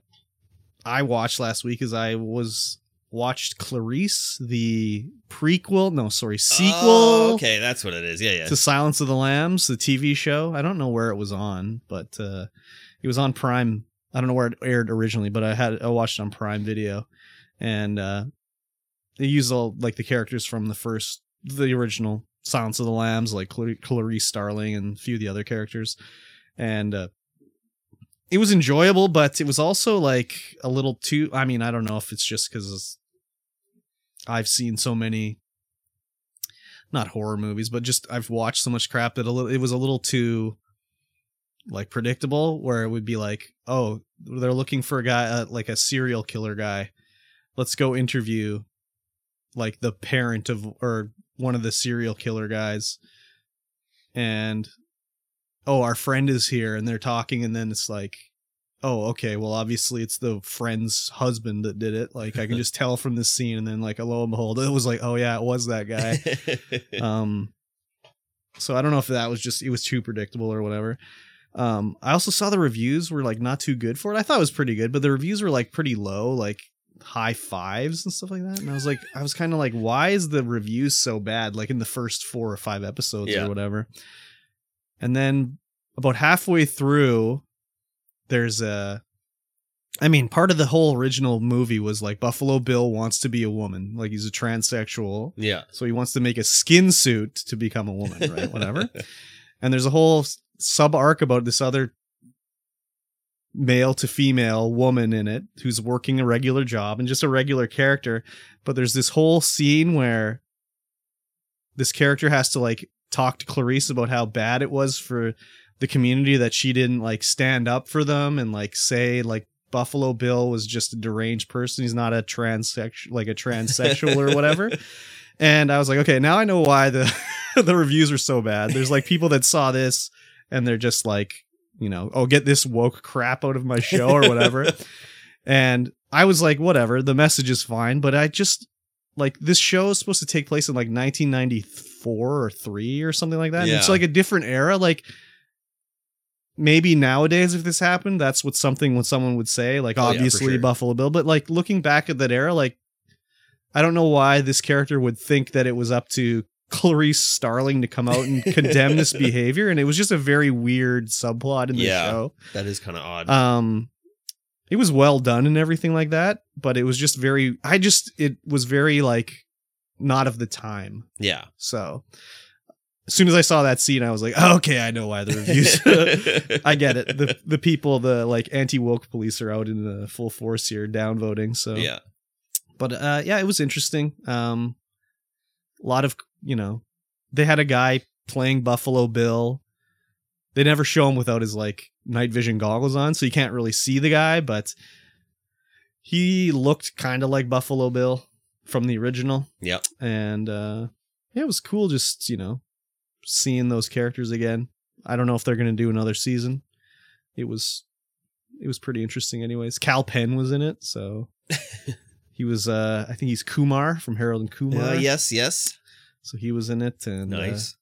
I watched last week is I was watched Clarice, the prequel, no, sorry, sequel
Oh, okay, that's what it is. Yeah, yeah.
to Silence of the Lambs, the TV show. I don't know where it was on, but uh, it was on Prime. I don't know where it aired originally, but I had I watched it on Prime Video, and uh, they used all like the characters from the first, the original Silence of the Lambs, like Clar- Clarice Starling and a few of the other characters, and uh, it was enjoyable, but it was also like a little too. I mean, I don't know if it's just because I've seen so many not horror movies, but just I've watched so much crap that a little it was a little too like predictable where it would be like, oh, they're looking for a guy uh, like a serial killer guy. Let's go interview like the parent of or one of the serial killer guys. And oh, our friend is here and they're talking and then it's like Oh, okay. Well, obviously it's the friend's husband that did it. Like I can just tell from this scene, and then like lo and behold, it was like, oh yeah, it was that guy um so i don't know if that was just it was too predictable or whatever um i also saw the reviews were like not too good for it i thought it was pretty good but the reviews were like pretty low like high fives and stuff like that and i was like i was kind of like why is the reviews so bad like in the first four or five episodes
Yeah.
or whatever and then about halfway through there's a I mean, part of the whole original movie was like Buffalo Bill wants to be a woman, like he's a transsexual,
[LAUGHS] yeah.
so he wants to make a skin suit to become a woman,
[LAUGHS]
right? Whatever. And there's a whole sub arc about this other male to female woman in it who's working a regular job and just a regular character. But there's this whole scene where this character has to like talk to Clarice about how bad it was for the community that she didn't like stand up for them and like say like Buffalo Bill was just a deranged person. He's not a transsexual, like a transsexual or whatever. And I was like, okay, now I know why the [LAUGHS] the reviews are so bad. There's like people that saw this and they're just like, you know, oh, get this woke crap out of my show or
[LAUGHS]
whatever. and I was like, whatever, the message is fine, but I just like this show is supposed to take place in like 1994 or 3 or something like that. And it's
Yeah.
like a different era like maybe nowadays if this happened, that's what something what someone would say like
Oh, yeah, for
obviously
sure.
Buffalo Bill, but like looking back at that era like I don't know why this character would think that it was up to Clarice Starling to come
[LAUGHS]
out and condemn this behavior, and it was just a very weird subplot in the
Yeah.
show.
That is kind of odd.
Um, it was well done and everything like that, but it was just very. I just it was very like not of the time.
yeah.
[LAUGHS] So as soon as I saw that scene, I was like, [LAUGHS] "Oh, okay, I know why
[LAUGHS]
the reviews. I get it. The the people, the like anti woke police are out in the full force here, downvoting. So
yeah.
but uh yeah it was interesting um a lot of you know they had a guy playing buffalo bill they never show him without his like night vision goggles on so you can't really see the guy but he looked kind of like buffalo bill from the original
Yep.
and uh yeah, it was cool just you know seeing those characters again i don't know if they're gonna do another season it was it was pretty interesting anyways cal penn was in
[LAUGHS]
it so he was uh i think he's kumar from harold and kumar
Uh, yes. Yes.
so he was in it and uh,
Nice.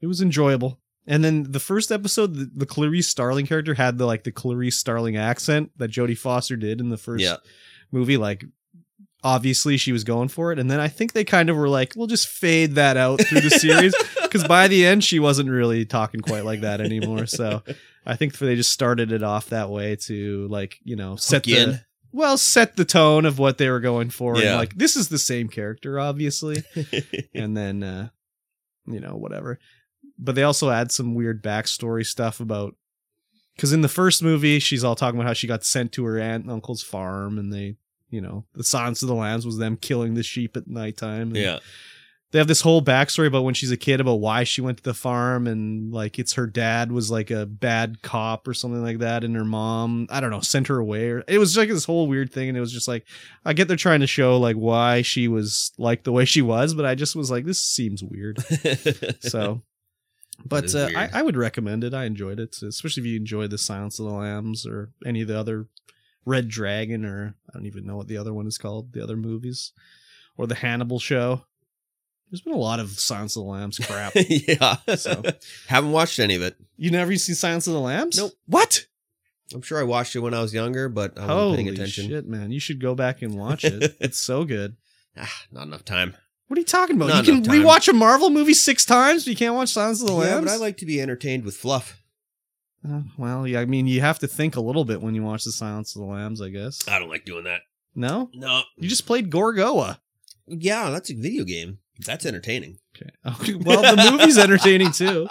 it was enjoyable and then the first episode the, the clarice starling character had the like the clarice starling accent that jodie foster did in the first
yeah.
movie like obviously she was going for it and then i think they kind of were like we'll just fade that out through
[LAUGHS]
the series because by the end she wasn't really talking quite like that
[LAUGHS]
anymore so i think they just started it off that way to like you know set
Hook you in.
the well set the tone of what they were going for and
Yeah.
like this is the same character obviously [LAUGHS] and then uh you know whatever but they also add some weird backstory stuff about because in the first movie she's all talking about how she got sent to her aunt and uncle's farm and they you know the silence of the lambs was them killing the sheep at nighttime
[LAUGHS]
and
yeah.
they have this whole backstory about when she's a kid about why she went to the farm and like it's her dad was like a bad cop or something like that and her mom i don't know sent her away or it was like this whole weird thing and it was just like i get they're trying to show like why
[LAUGHS]
she was like the way she was but i just was like this seems weird so
It
But
is
uh, I,
weird.
I would recommend it. I enjoyed it, especially if you enjoy the Silence of the Lambs or any of the other Red Dragon or I don't even know what the other one is called, the other movies, or the Hannibal show. There's been a lot of Silence of the Lambs
[LAUGHS]
crap.
yeah.
So.
Haven't watched any of it.
you never seen Silence of the Lambs?
Nope.
What?
I'm sure I watched it when I was younger, but I wasn't
Holy
paying attention.
shit, man! You should go back and
[LAUGHS]
watch it. it's so good.
Ah, not enough time.
What are you talking about?
Not
you can
enough time.
rewatch a Marvel movie six times, but you can't watch Silence of the
yeah,
Lambs.
but I like to be entertained with fluff.
Uh, well, yeah, I mean, you have to think a little bit when you watch The Silence of the Lambs, I guess.
I don't like doing that.
No,
No.
you just played Gorgoa.
Yeah, that's a video game. That's entertaining.
Okay. [LAUGHS] well, the movie's
[LAUGHS]
entertaining too.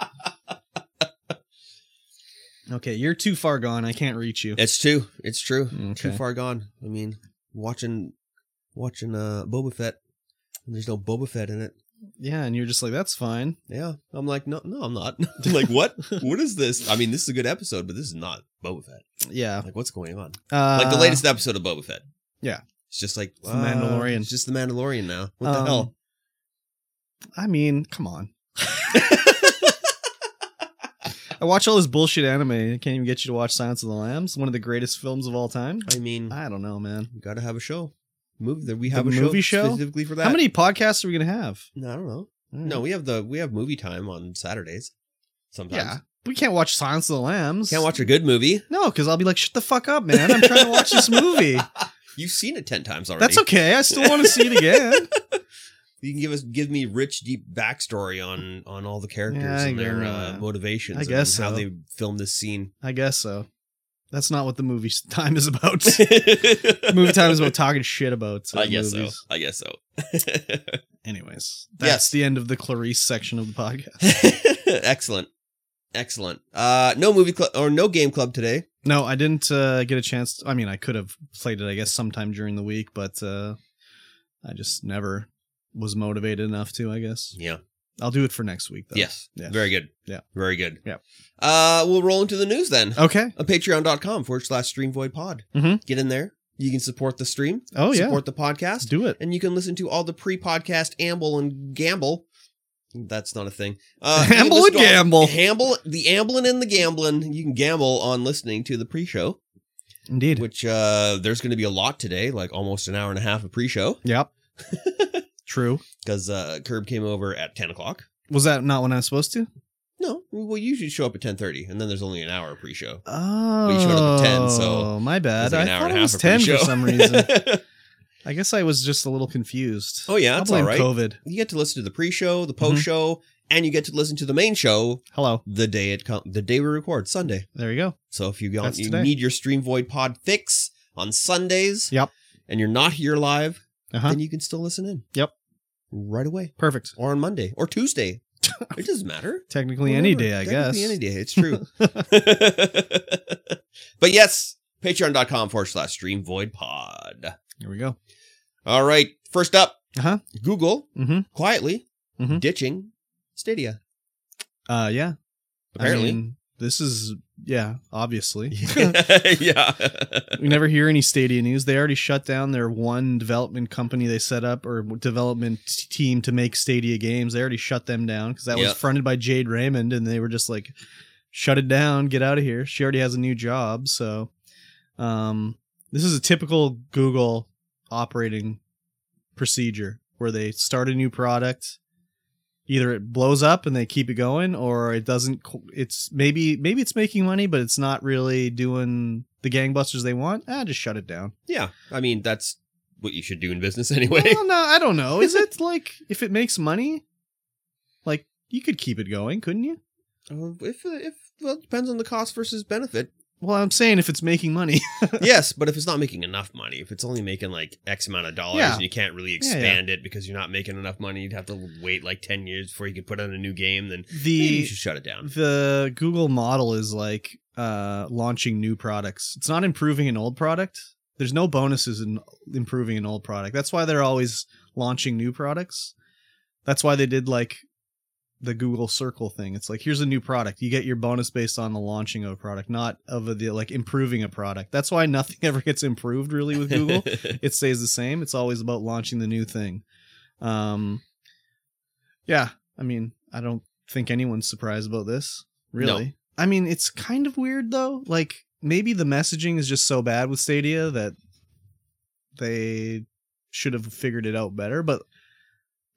Okay, you're too far gone. I can't reach you.
It's true. It's true. Too
Okay.
far gone. I mean, watching watching uh Boba Fett. And there's no Boba Fett in it.
Yeah, and you're just like, that's fine.
Yeah. I'm like, no, no, I'm not. I'm [LAUGHS] like, what? what is this? I mean, this is a good episode, but this is not Boba Fett.
Yeah,
Like, what's going on?
uh,
like the latest episode of Boba Fett.
yeah.
It's just like
the Mandalorian.
It's just the Mandalorian now. What the
um,
hell?
I mean,
[LAUGHS]
come on. I watch all this bullshit anime. I can't even get you to watch Silence of the Lambs, one of the greatest films of all time.
I mean,
I don't know, man.
we gotta have a show. Move that we have
The
a
movie
show,
show?
specifically for that.
How many podcasts are we gonna have? Hmm.
No, I don't know. No, we have the we have movie time on Saturdays. Sometimes
Yeah. We can't watch Silence of the Lambs.
can't watch a good movie.
No, because I'll be like, shut the fuck up, man. I'm trying to
[LAUGHS]
watch this movie.
You've seen it ten times already.
That's okay. I still want to see it again.
You can give us give me rich, deep backstory on on all the characters
Yeah, I
and their
agree.
uh, motivations.
I guess
and how
so.
they filmed this scene.
I guess so. That's not what the movie s- time
[LAUGHS]
is about. [LAUGHS] movie
movie
time is about talking shit about. uh,
I guess
movies.
so. I guess so. [LAUGHS]
Anyways, that's
Yes.
the end of the Clarice section of the podcast.
Excellent. Excellent. Uh no movie club or no game club today.
No, I didn't uh, get a chance. I mean, I could have played it, I guess, sometime during the week, but uh, I just never was motivated enough to. I guess
Yeah.
I'll do it for next week. Though.
Yes.
Yes.
Very good.
Yeah.
Very good.
Yeah. Oh.
Uh we'll roll into the news then. Uh,
Okay.
On patreon.com forward slash stream void pod.
Mhm.
Get in there. You can support the stream,
Oh yeah.
support the podcast,
do it.
and you can listen to all the pre-podcast amble and gamble. That's not a thing. Uh, you can
[LAUGHS] Amble
listen
and
to all-
gamble.
Hamble, the amblin' and the gamblin'. You can gamble on listening to the pre-show,
Indeed.
which uh, there's going to be a lot today, like almost an hour and a half of pre-show, [LAUGHS]
Yep. True.
because uh, Curb came over at 10 o'clock.
Was that not when I was supposed to?
No, well, you usually show up at 10.30, and then there's only an hour of pre-show.
Oh,
you showed up at 10, so
my
It's
bad.
like
I
an hour and
thought
a
it
half
was
of
ten for
pre-show.
some reason. I guess I was just a little confused.
[LAUGHS] oh, yeah,
I'll
that's all
blame
right.
COVID.
You get to listen to the pre-show,
Mm-hmm.
the post-show, and you get to listen to the main show
Hello,
the day it com- the day we record, Sunday.
there you go.
So if you, got,
That's
you
today.
need your Stream Void Pod fix on Sundays,
Yep.
and you're not here live,
Uh huh.
then you can still listen in.
Yep.
Right away,
Perfect.
or on Monday, or
[LAUGHS]
Tuesday. it doesn't matter.
Technically, any
Whatever.
day, I guess.
Technically Any day, it's true.
[LAUGHS]
[LAUGHS] but yes, patreon.com forward slash Stream Void Pod.
Here we go.
All right, first up,
Uh-huh.
Google
Mm-hmm.
quietly
Mhm.
ditching Stadia.
Uh, yeah. I
Apparently.
mean, this is yeah. Obviously,
[LAUGHS]
[LAUGHS]
yeah. [LAUGHS]
we never hear any Stadia news. They already shut down their one development company they set up or development team to make Stadia games. They already shut them down because that
Yeah.
was fronted by Jade Raymond, and they were just like, "Shut it down, get out of here." She already has a new job, so um, this is a typical Google operating procedure where they start a new product. Either it blows up and they keep it going, or it doesn't. co- It's maybe maybe it's making money, but it's not really doing the gangbusters they want. Ah, just shut
[LAUGHS]
it down.
Yeah, I mean that's what you should do in business anyway.
Well, no, I don't know. Is it like if it makes money, like you could keep it going, couldn't you?
Uh, if if well, it depends on the cost versus
[LAUGHS]
benefit.
Well, I'm saying if it's making money, [LAUGHS]
yes, but if it's not making enough money, if it's only making like X amount of dollars
Yeah.
and you can't really
yeah.
expand it because you're not making enough money, you'd have to wait like ten years before you could put out a new game. Then maybe you
the
should shut it down.
the Google model is like uh, launching new products. It's not improving an old product. There's no bonuses in improving an old product. That's why they're always launching new products. That's why they did like the Google Circle thing. It's like here's a new product. You get your bonus based on the launching of a product, not of the like improving a product. That's why nothing [LAUGHS] ever gets improved really
[LAUGHS]
with [LAUGHS] Google it stays the same. It's always about launching the new thing. Um, yeah, I mean, I don't think anyone's surprised about this, really. I mean, it's kind of weird though. Like maybe the messaging is just so bad with Stadia that they should have figured it out better, but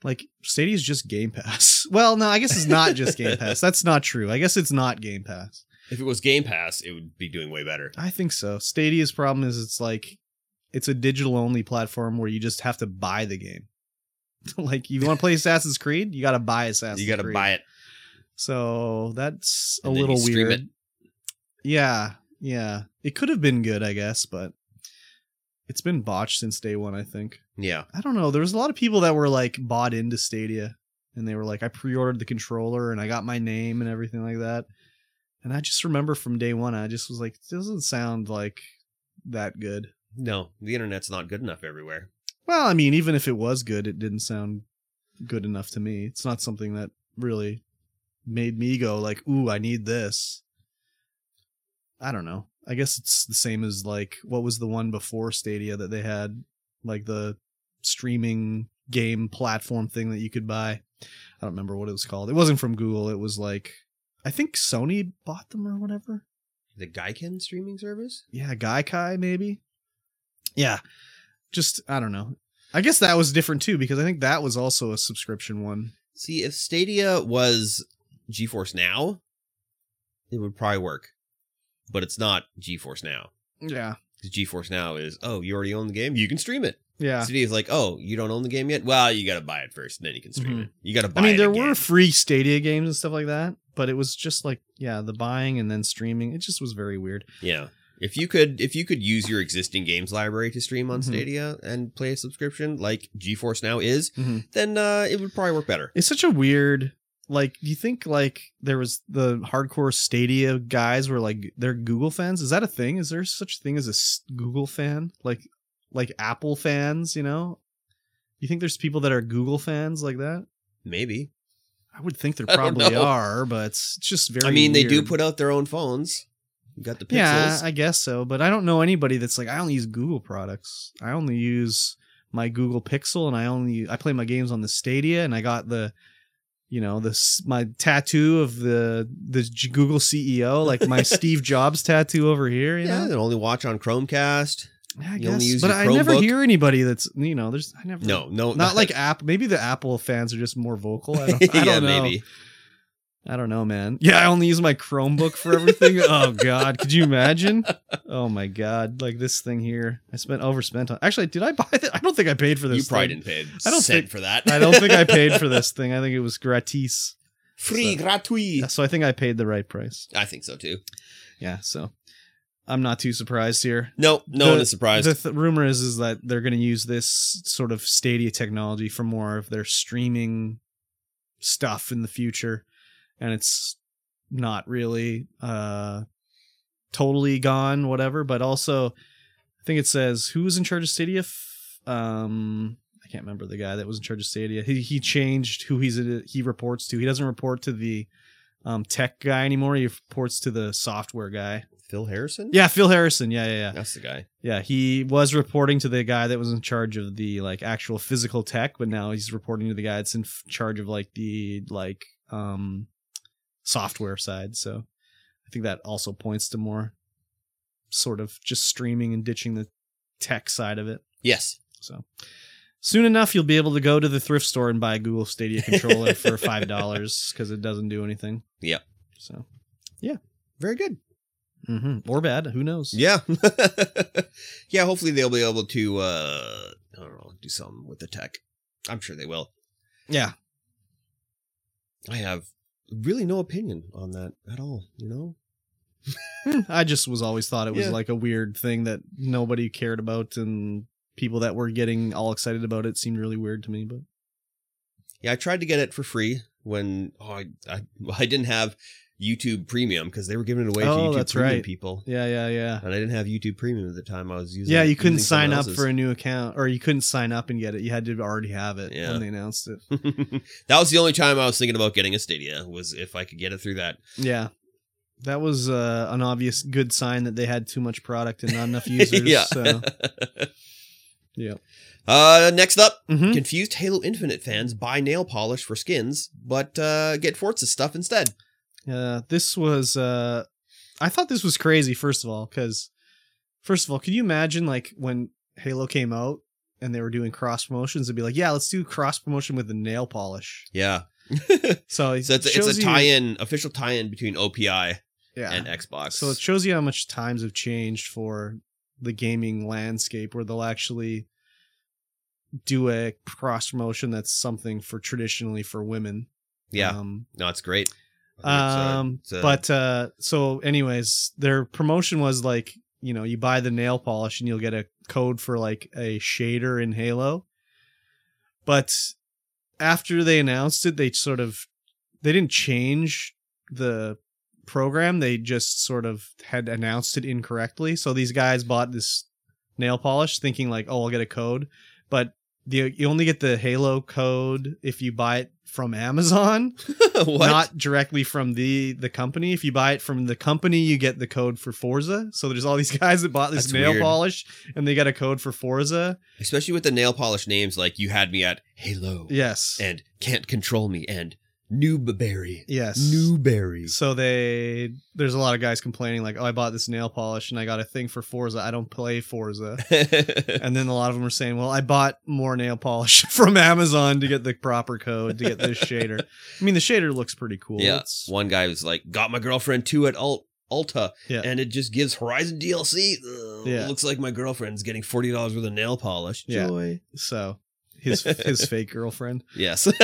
like Stadia's just Game Pass. [LAUGHS] Well, no, I guess it's not just Game Pass. That's not true. I guess it's not Game Pass.
If it was Game Pass, it would be doing way better.
I think so. Stadia's problem is it's like it's a digital only platform where you just have to buy the game. [LAUGHS] like you want to play Assassin's Creed, you got to buy Assassin's
you got to
Creed.
buy it.
So that's a
and then you
little
stream
weird.
it.
Yeah, yeah. It could have been good, I guess, but it's been botched since day one, I think.
Yeah.
I don't know. There was a lot of people that were like bought into Stadia and they were like, I pre ordered the controller and I got my name and everything like that. And I just remember from day one, I just was like, this doesn't sound like that good.
No, the internet's not good enough everywhere.
Well, I mean, even if it was good, it didn't sound good enough to me. It's not something that really made me go like, "Ooh, I need this." I don't know. I guess it's the same as like what was the one before Stadia that they had like the streaming game platform thing that you could buy. I don't remember what it was called. It wasn't from Google. It was like I think Sony bought them or whatever
The Gaiken streaming service?
yeah, Gaikai maybe. Yeah. Just I don't know. I guess that was different too because I think that was also a subscription one.
See, if Stadia was GeForce Now, it would probably work. But it's not GeForce Now.
Yeah.
Because GeForce Now is, oh, you already own the game? You can stream it.
Yeah.
Stadia is like, oh, you don't own the game yet? Well, you got to buy it first, and then you can stream
Mhm.
it. You got to buy
I mean
it
there
again.
were free Stadia games and stuff like that, but it was just like yeah, the buying and then streaming, it just was very weird.
Yeah. If you could if you could use your existing games library to stream on
Mhm.
Stadia and play a subscription like GeForce Now is,
Mhm.
then uh, it would probably work better.
It's such a weird like do you think like there was the hardcore Stadia guys were like they're Google fans? Is that a thing? Is there such thing as a s- Google fan? Like like Apple fans, you know? You think there's people that are Google fans like that?
Maybe.
I would think there
[LAUGHS] I don't
probably
know.
are, but it's just very.
I mean, they do
weird.
put out their own phones. You got the pixels.
Yeah, I guess so, but I don't know anybody that's like I only use Google products. I only use my Google Pixel, and I only I play my games on the Stadia, and I got the, you know, this my tattoo of the the G- Google CEO,
[LAUGHS]
like my Steve Jobs tattoo over here. You
yeah,
know,
they only watch on Chromecast.
yeah, I
you only
guess.
use
but
your
I never
Chromebook.
hear anybody that's you know. There's I never
No, no, [LAUGHS]
Not like Apple. Maybe the Apple fans are just more vocal. I don't, I
yeah,
don't know.
maybe.
I don't know, man. Yeah, I only use my Chromebook for everything. [LAUGHS] oh God, could you imagine? Oh my God, like this thing here. I spent overspent on. Actually, did I buy that? I don't think I paid for
You
this.
probably
thing.
didn't pay.
I
I
don't
don't cent
think-
for that.
I don't think I paid
[LAUGHS]
for this thing. I think it was gratis.
Free
So-
gratuit.
Yeah, So I think I paid the right price.
I think so too.
Yeah. So I'm not too surprised here.
No, no
The-
one is surprised.
The th- rumor is is that they're going to use this sort of Stadia technology for more of their streaming stuff in the future, and it's not really uh, totally gone, whatever. But also, I think it says who was in charge of Stadia. F- um, I can't remember the guy that was in charge of Stadia. He he changed who he's he reports to. He doesn't report to the um, tech guy anymore. He reports to the software guy.
Phil Harrison.
Yeah, Phil Harrison. Yeah, yeah, yeah.
that's the guy.
Yeah, he was reporting to the guy that was in charge of the like actual physical tech, but now he's reporting to the guy that's in f- charge of like the like um software side. So I think that also points to more sort of just streaming and ditching the tech side of it.
Yes.
So soon enough you'll be able to go to the thrift store and buy a Google Stadia controller for $5 cuz it doesn't do anything.
Yep.
So,
Very good.
mhm. or bad, who knows.
Yeah. [LAUGHS] yeah, hopefully they'll be able to uh I don't know, do something with the tech. I'm sure they will.
Yeah.
I have really no opinion on that at all, you know?
I just was always thought it was
Yeah.
like a weird thing that nobody cared about and people that were getting all excited about it seemed really weird to me, but
Yeah, I tried to get it for free when oh, I, I [LAUGHS] I didn't have YouTube Premium because they were giving it away to
Oh,
YouTube
that's
Premium
right.
people.
yeah, yeah, yeah.
And I didn't have YouTube Premium at the time I was using
Yeah, you couldn't
using someone
sign up
else's.
for a new account or you couldn't sign up and get it. You had to already have it
Yeah.
when they announced it.
[LAUGHS] that was the only time I was thinking about getting a Stadia was if I could get it through that.
Yeah. That was uh, an
[LAUGHS]
obvious good sign that they had too much product and not enough users.
yeah.
So, yeah.
Uh, next up,
Mhm.
confused Halo Infinite fans buy nail polish for skins, but uh, get Forza stuff instead.
Uh, this was uh, I thought this was crazy. First of all, because first of all, can you imagine like when Halo came out and they were doing cross promotions? It'd be like, yeah, let's do cross promotion with the nail polish. [LAUGHS]
Yeah,
So, it
so it's,
shows
it's a
you-
tie-in, official tie-in between OPI
Yeah.
and Xbox.
So it shows you how much times have changed for the gaming landscape where they'll actually do a cross promotion that's something for traditionally for women.
yeah,
Um,
no, it's great. I
um
think it's a- it's a-
but uh so anyways, their promotion was like, you know, you buy the nail polish and you'll get a code for like a shader in Halo. But after they announced it, they sort of they didn't change the program. They just sort of had announced it incorrectly. So these guys bought this nail polish thinking like, "Oh, I'll get a code." But the, you only get the Halo code if you buy it from Amazon
[LAUGHS] what?
not directly from the the company. If you buy it from the company, you get the code for Forza. So there's all these [LAUGHS] guys that bought this
That's
nail
weird.
polish and they got a code for Forza.
Especially with the nail polish names, like you had me at Halo
Yes.
and Can't Control Me and Noobberry.
yes.
Newberry.
So they there's a lot of guys complaining like, "Oh, I bought this nail polish and I got a thing for Forza. I don't
[LAUGHS]
play Forza." and then a lot of them are saying, "Well, I bought more nail polish [LAUGHS] from Amazon to get the proper code to get this shader." I mean, the shader looks pretty cool.
Yeah.
It's-
One guy was like, "Got my girlfriend too at Alt Alta,
Yeah.
and it just gives Horizon DLC. Ugh,
Yeah.
Looks like my girlfriend's getting forty dollars worth of nail polish.
Yeah.
Joy.
so his his fake girlfriend [LAUGHS]
Yes. [LAUGHS]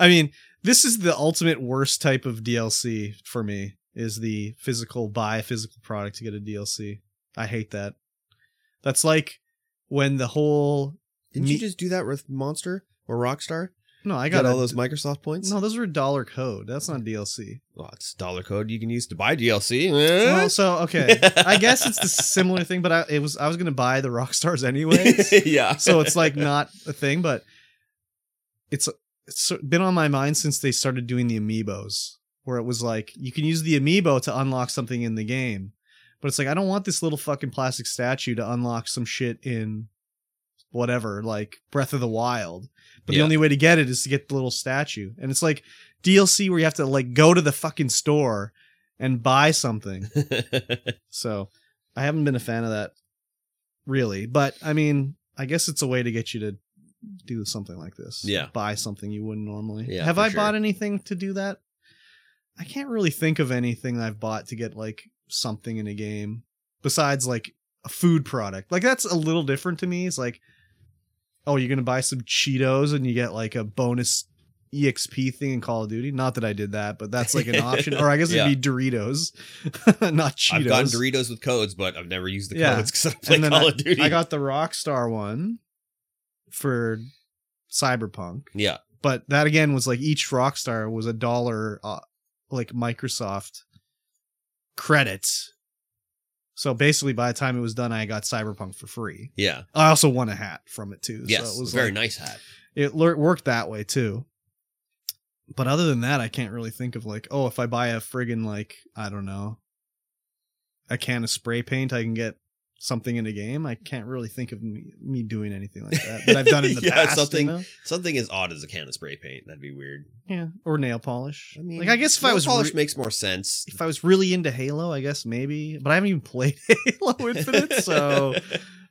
I mean, this is the ultimate worst type of DLC for me is the physical buy a physical product to get a DLC. I hate that. That's like when the whole
Didn't
Me-
you just do that with Monster or Rockstar?
no, I
I
got
got all
a-
those Microsoft points.
No, those were dollar code. That's not DLC.
Well, it's dollar code you can use to buy DLC. [LAUGHS]
Well, so okay, I guess it's the similar thing, but I it was I was gonna buy the [LAUGHS] Rockstars anyways,
yeah. [LAUGHS]
[LAUGHS] so it's like not a thing, but it's it's been on my mind since they started doing the amiibos where it was like you can use the amiibo to unlock something in the game but it's like i don't want this little fucking plastic statue to unlock some shit in whatever like breath of the wild but the
Yeah.
only way to get it is to get the little statue and it's like dlc where you have to like go to the fucking store and buy something so I haven't been a fan of that really, but I mean, I guess it's a way to get you to do something like this.
Yeah.
Buy something you wouldn't normally.
Yeah,
Have
for
I
sure.
bought anything to do that? I can't really think of anything I've bought to get like something in a game besides like a food product. Like that's a little different to me. It's like oh, you're going to buy some Cheetos and you get like a bonus EXP thing in Call of Duty. Not that I did that, but that's like an
[LAUGHS]
option. Or I guess
Yeah.
it'd be Doritos, [LAUGHS] not Cheetos.
I've gotten Doritos with codes, but I've never used the
Yeah.
codes because I play
And then
Call of Duty.
I got the Rockstar one for Cyberpunk,
yeah.
but that again was like each Rockstar was a dollar, uh, like Microsoft credits. So basically, by the time it was done, I got Cyberpunk for free.
Yeah.
I also won a hat from it too.
Yes.
so it was
very
like-
nice hat.
It lear- worked that way too. But other than that, I can't really think of like, oh, if I buy a friggin' like I don't know, a can of spray paint, I can get something in a game. I can't really think of me, me doing anything like that. But I've
[LAUGHS]
done it in the
Yeah,
past,
something-
you know?
Something as odd as a can of spray paint. That'd be weird.
yeah, or nail polish.
I mean,
like I guess if I
nail
was
polish
re-
makes more
[LAUGHS]
sense.
if I was really into Halo, I guess maybe. But I haven't even [LAUGHS] played Halo Infinite,
[LAUGHS]
so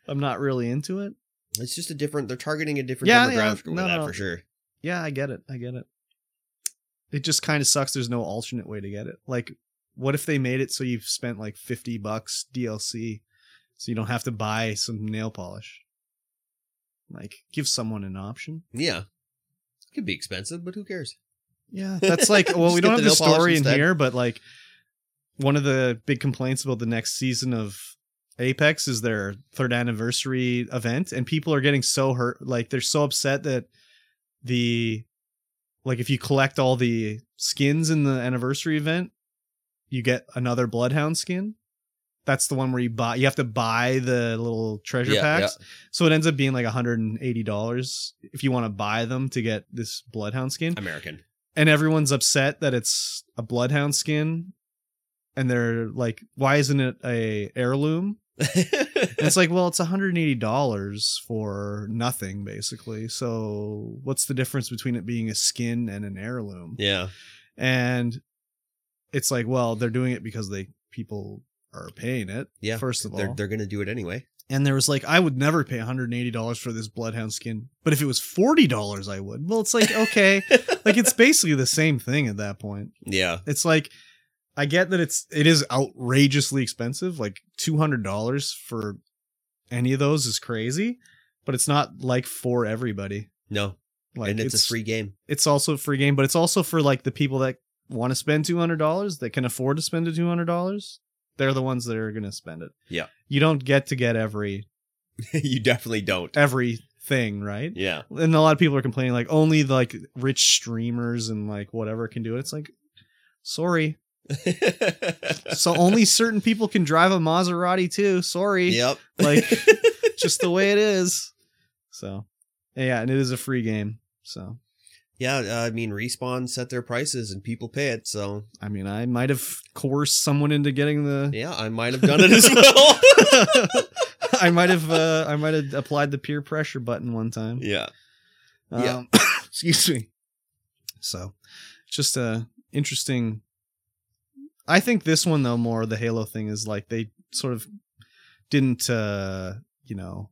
I'm not really into it.
it's just a different. They're targeting a different
Yeah, yeah,
demographic with
no,
that
no.
for sure.
Yeah, I get it. I get it. It just kind of sucks. There's no alternate way to get it. Like, what if they made it so you've spent like 50 bucks DLC so you don't have to buy some nail polish? Like, give someone an option.
Yeah, it could be expensive, but who cares?
Yeah.
[LAUGHS]
That's like, well,
Just
we don't
get the
have the
nail polish
story in
instead.
here, but like, one of the big complaints about the next season of Apex is their third anniversary event, and people are getting so hurt. Like, they're so upset that the like if you collect all the skins in the anniversary event, you get another Bloodhound skin. That's the one where you buy you have to buy the little treasure
Yeah,
packs. So it ends up being like $180 if you want to buy them to get this Bloodhound skin.
American.
And everyone's upset that it's a Bloodhound skin and they're like why isn't it a heirloom? And it's like, well, it's $180 for nothing, basically. So what's the difference between it being a skin and an heirloom?
[LAUGHS] yeah.
And it's like, well, they're doing it because they people are paying it.
Yeah.
First of all.
They're, they're going to do it anyway.
and there was like, I would never pay $180 for this bloodhound skin, but if it was $40, I would. Well, it's
[LAUGHS]
like, okay. [LAUGHS] like it's basically the same thing at that point.
Yeah.
It's like I get that it's it is outrageously expensive. Like two hundred dollars for any of those is crazy, but it's not like for everybody.
No.
Like
and it's, a free game. [LAUGHS]
It's also a free game, but it's also for like the people that want to spend two hundred dollars that can afford to spend the two hundred dollars. They're the ones that are going to spend it.
Yeah.
you don't get to get every
you definitely don't.
every thing right. [LAUGHS]
Yeah. [LAUGHS]
And a lot of people are complaining like only like rich streamers and like whatever can do it. It's like, sorry, so only certain people can drive a Maserati too. Sorry,
Yep. [LAUGHS]
Like- just the way it is. So, yeah, and it is a free game. So,
yeah, uh, I mean, Respawn set their prices and people pay it. So,
I mean, I might have coerced someone into getting the.
yeah, I might have done it
[LAUGHS]
as well. [LAUGHS]
I might have. Uh, I might have applied the peer pressure button one time.
yeah.
Um, excuse me. So, just a interesting. I think this one though more the Halo thing is like they sort of didn't uh you know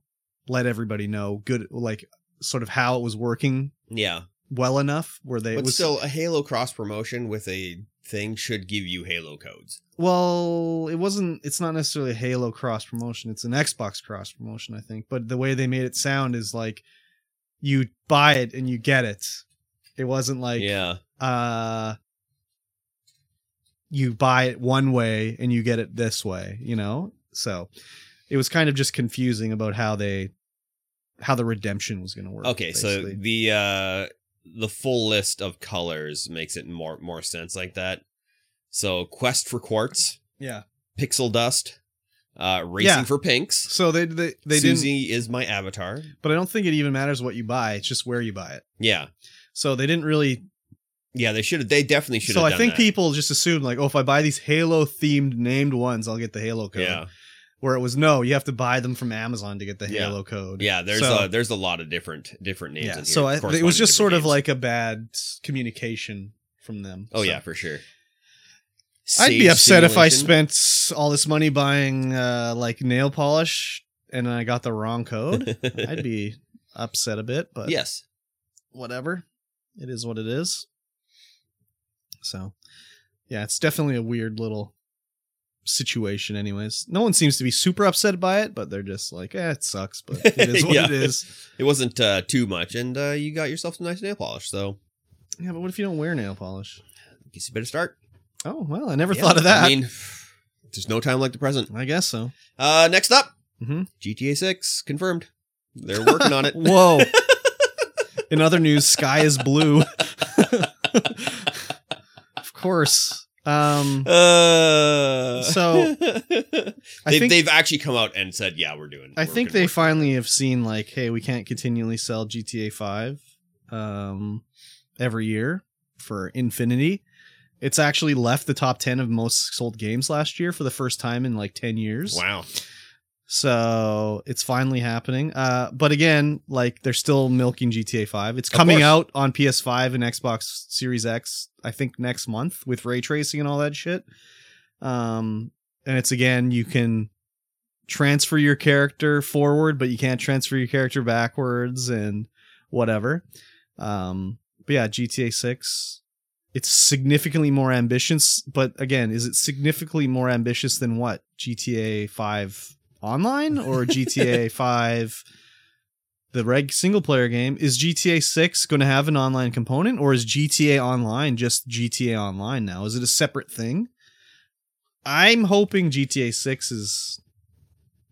let everybody know good like sort of how it was working
Yeah.
well enough where they
But
it was
still, a Halo cross promotion with a thing should give you Halo codes.
well it wasn't it's not necessarily a Halo cross promotion it's an Xbox cross promotion I think but the way they made it sound is like you buy it and you get it it wasn't like
yeah.
uh you buy it one way and you get it this way you know so it was kind of just confusing about how they how the redemption was going to work
Okay, so
basically.
the uh the full list of colors makes it more more sense like that. So quest for quartz,
yeah
pixel dust, uh racing
Yeah.
for pinks.
so they they, they didn't
Susie is my avatar.
but i don't think it even matters what you buy it's just where you buy it
Yeah.
so they didn't really
Yeah, they should have they definitely should have
so i
done
think
that.
people just assumed like oh if i buy these halo themed named ones i'll get the halo code
Yeah.
where it was no you have to buy them from amazon to get the
Yeah.
halo code
Yeah, there's
So-
a there's a lot of different different names in here.
So I, it
corresponding
was just
different
sort of
names.
like a bad communication from them.
Oh
So-
yeah, for sure.
I'd be
Sage
upset if I
simulation.
spent all this money buying uh, like nail polish and then I got the wrong
[LAUGHS]
code. I'd be upset a bit, but
Yes.
whatever. It is what it is. So, yeah, it's definitely a weird little situation. Anyways, no one seems to be super upset by it, but they're just like, eh, it sucks, but
[LAUGHS]
it is what
Yeah.
it is.
It wasn't uh, too much, and uh, you got yourself some nice nail polish. So
Yeah, but what if you don't wear nail polish?
I guess you better start.
Oh well, I never
Yeah,
thought of that.
I mean, there's no time like the present.
I guess so.
Uh, next up,
Mhm.
GTA 6 confirmed. They're working
[LAUGHS]
on it.
Whoa. In other news, sky is blue. [LAUGHS] of course. Um,
Uh, [LAUGHS]
So,
they,
I think
they've actually come out and said, "Yeah, we're doing."
I
we're
think
gonna
they
work.
finally have seen like, hey, we can't continually sell GTA Five um, every year for infinity. It's actually left the top ten of most sold games last year for the first time in like ten years.
Wow.
So it's finally happening. Uh, but again, like they're still milking GTA 5. It's coming
course.
out on PS5 and Xbox Series X, I think next month with ray tracing and all that shit. Um, and it's again, you can transfer your character forward, but you can't transfer your character backwards and whatever. Um, but yeah, GTA 6. It's significantly more ambitious, but again, is it significantly more ambitious than what? GTA 5 online or GTA 5 the reg single player game is GTA 6 going to have an online component or is GTA online just GTA online now is it a separate thing I'm hoping GTA 6 is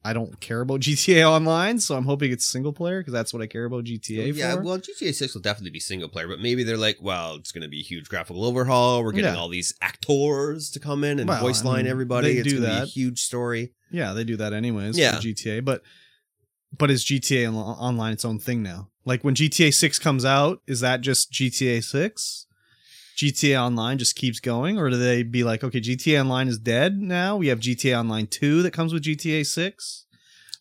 I don't care about [LAUGHS] GTA online so I'm hoping it's single player cuz that's what I care about GTA
Yeah,
for
well, GTA 6 will definitely be single player, but maybe they're like, "Well, it's going to be a huge graphical overhaul. We're getting
Yeah.
all these actors to come in and
Well,
voice
I
line
mean,
everybody.
they
It's
do
going to be a
that.
huge story."
yeah they do that anyways
Yeah.
yeah. GTA but but is GTA on- online its own thing now like when GTA 6 comes out is that just GTA 6 GTA Online just keeps going, or do they be like, okay, GTA Online is dead now? We have GTA Online 2 that comes with GTA 6.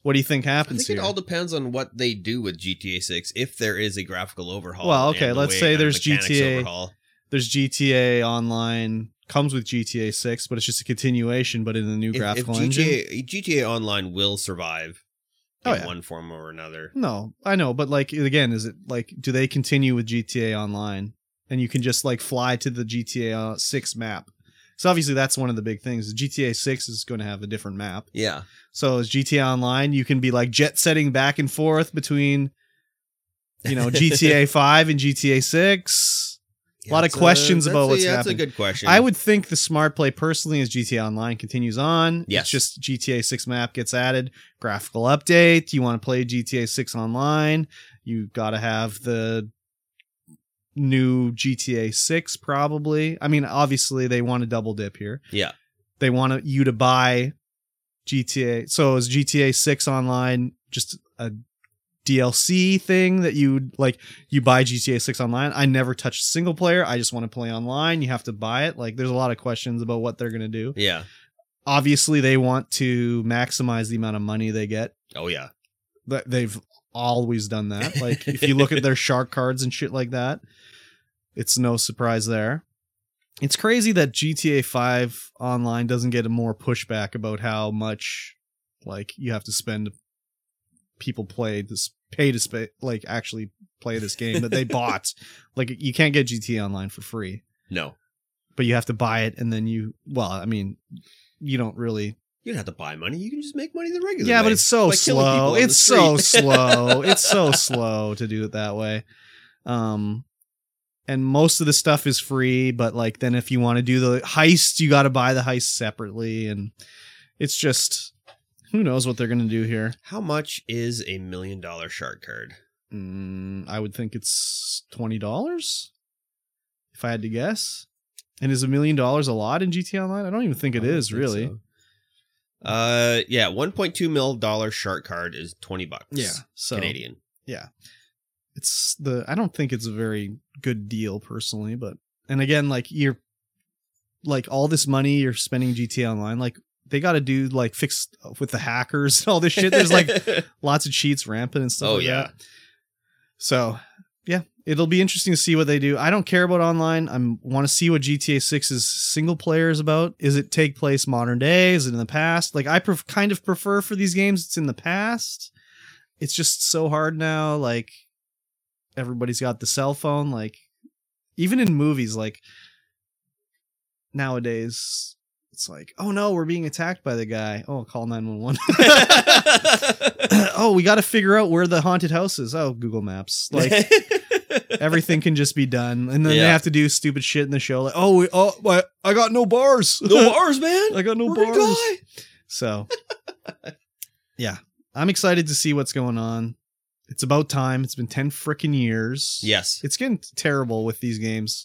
What do you
I think
think happens
it
here?
all depends on what they do with GTA 6 if there is a graphical overhaul.
Well, okay,
and the
let's
way
say
kind of
there's
mechanics
GTA.
overhaul.
There's GTA Online comes with GTA Six, but it's just a continuation, but in a new
If, if
graphical engine.
GTA, GTA Online will survive in
Oh, yeah.
one form or another.
No, I know, but like again, is it like do they continue with GTA Online and you can just like fly to the GTA uh, Six map? So obviously that's one of the big things. GTA Six is going to have a different map.
Yeah.
So as GTA Online, you can be like jet setting back and forth between,
[LAUGHS]
you know, GTA Five and GTA Six.
Yeah,
lot of
that's
questions
that's
about
a-
what's
yeah,
happening.
That's a good question.
I would think the smart play personally is GTA Online continues on.
Yes.
It's just GTA 6 map gets added, graphical update. You want to play GTA 6 online, you got to have the new GTA 6 probably. I mean, obviously they want to double dip here.
Yeah.
They want you to buy GTA. So is GTA 6 online just a DLC thing that you like you buy GTA 6 online. I never touched single player. I just want to play online. You have to buy it. Like there's a lot of questions about what they're going to do.
Yeah.
Obviously, they want to maximize the amount of money they get.
Oh yeah.
Th- They've always done that. Like if you look at their shark cards and shit like that, it's no surprise there. It's crazy that GTA 5 online doesn't get a more pushback about how much like you have to spend people play this pay to sp- like actually play this game that they bought. Like you can't get GTA online for free
No.
but you have to buy it and then you well i mean you don't really
You don't have to buy money. You can just make money the regular
yeah
way.
but it's so
By killing people
slow
on the
it's so
street. [LAUGHS]
slow it's so slow to do it that way um and most of the stuff is free but like then if you want to do the heist you got to buy the heist separately and it's just who knows what they're going to do here
How much is a million dollar shark card?
mm, i would think it's $20 if i had to guess and is a million dollars a lot in gt online i don't even think it
I don't
is
think
really
so. Uh, yeah, one point two mil dollar shark card is twenty bucks.
so
Canadian.
it's the I don't think it's a very good deal personally, but and again, like you're like all this money you're spending GTA online, like they got to do like fix with the hackers and all this shit.
[LAUGHS]
There's like lots of cheats rampant and stuff.
oh
like
yeah,
that. So yeah, it'll be interesting to see what they do. I don't care about online. I want to see what GTA 6's single player is about. Is it take place modern day? Is it in the past? Like I pref- kind of prefer for these games, it's in the past. It's just so hard now. Like everybody's got the cell phone. Like even in movies, like nowadays. It's like, oh no, we're being attacked by the guy. Oh, call 911. [CLEARS THROAT] oh, we got to figure out where the haunted house is. Oh,
[LAUGHS]
Google Maps. Like [LAUGHS] everything can just be done, and then they
Yeah.
have to do stupid shit in the show. Like, oh, we, oh, I, I got no bars. [LAUGHS]
no bars, man.
I
[LAUGHS]
got no
We're
bars.
gonna die. [LAUGHS]
So, yeah, I'm excited to see what's going on. It's about time. It's been ten frickin' years.
Yes,
it's getting terrible with these games.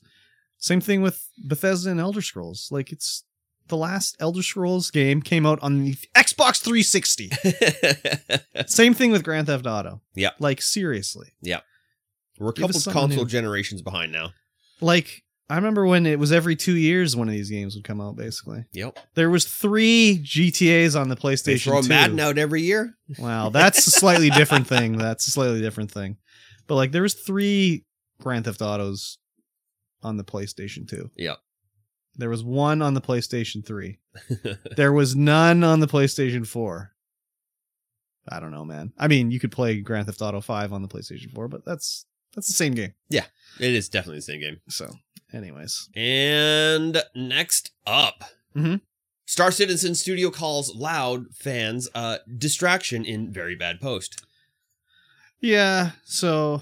Same thing with Bethesda and Elder Scrolls. Like it's the last Elder Scrolls game came out on the
[LAUGHS]
Xbox 360. Same thing with Grand Theft Auto.
Yeah.
Like seriously.
we're a
Give us
couple of
something
console
new.
generations behind now.
Like I remember when it was every 2 years one of these games would come out basically.
Yep,
There was 3 GTAs on the
they
PlayStation
throw
2.
Madden out every year.
[LAUGHS] Wow, that's a slightly different thing. That's a slightly different thing. But like there was 3 Grand Theft Autos on the PlayStation 2.
Yeah.
There was one on the PlayStation 3.
[LAUGHS]
There was none on the PlayStation 4. I don't know, man. I mean, you could play Grand Theft Auto 5 on the PlayStation 4, but that's that's the same game.
It is definitely the same game.
So, anyways,
And next up,
Mhm.
Star Citizen Studio calls loud fans uh, distraction in very bad post.
yeah. So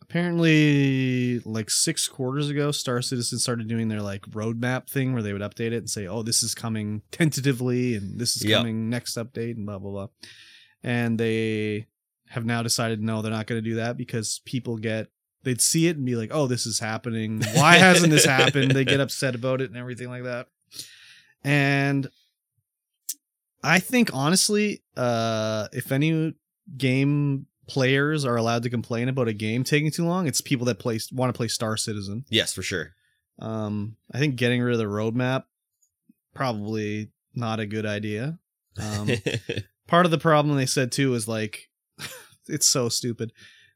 apparently, like six quarters ago, Star Citizen started doing their like roadmap thing where they would update it and say, "Oh, this is coming tentatively, and this is
Yeah.
coming next update, and blah blah blah." And they have now decided no, they're not going to do that because people get they'd see it and be like, "Oh, this is happening. Why hasn't this happened?" They get upset about it and everything like that. And I think honestly, uh, if any game players are allowed to complain about a game taking too long, it's people that play want to play Star Citizen.
Yes, for sure.
Um, I think getting rid of the roadmap probably not a good idea. Um, part of the problem they said too is like [LAUGHS] it's so stupid.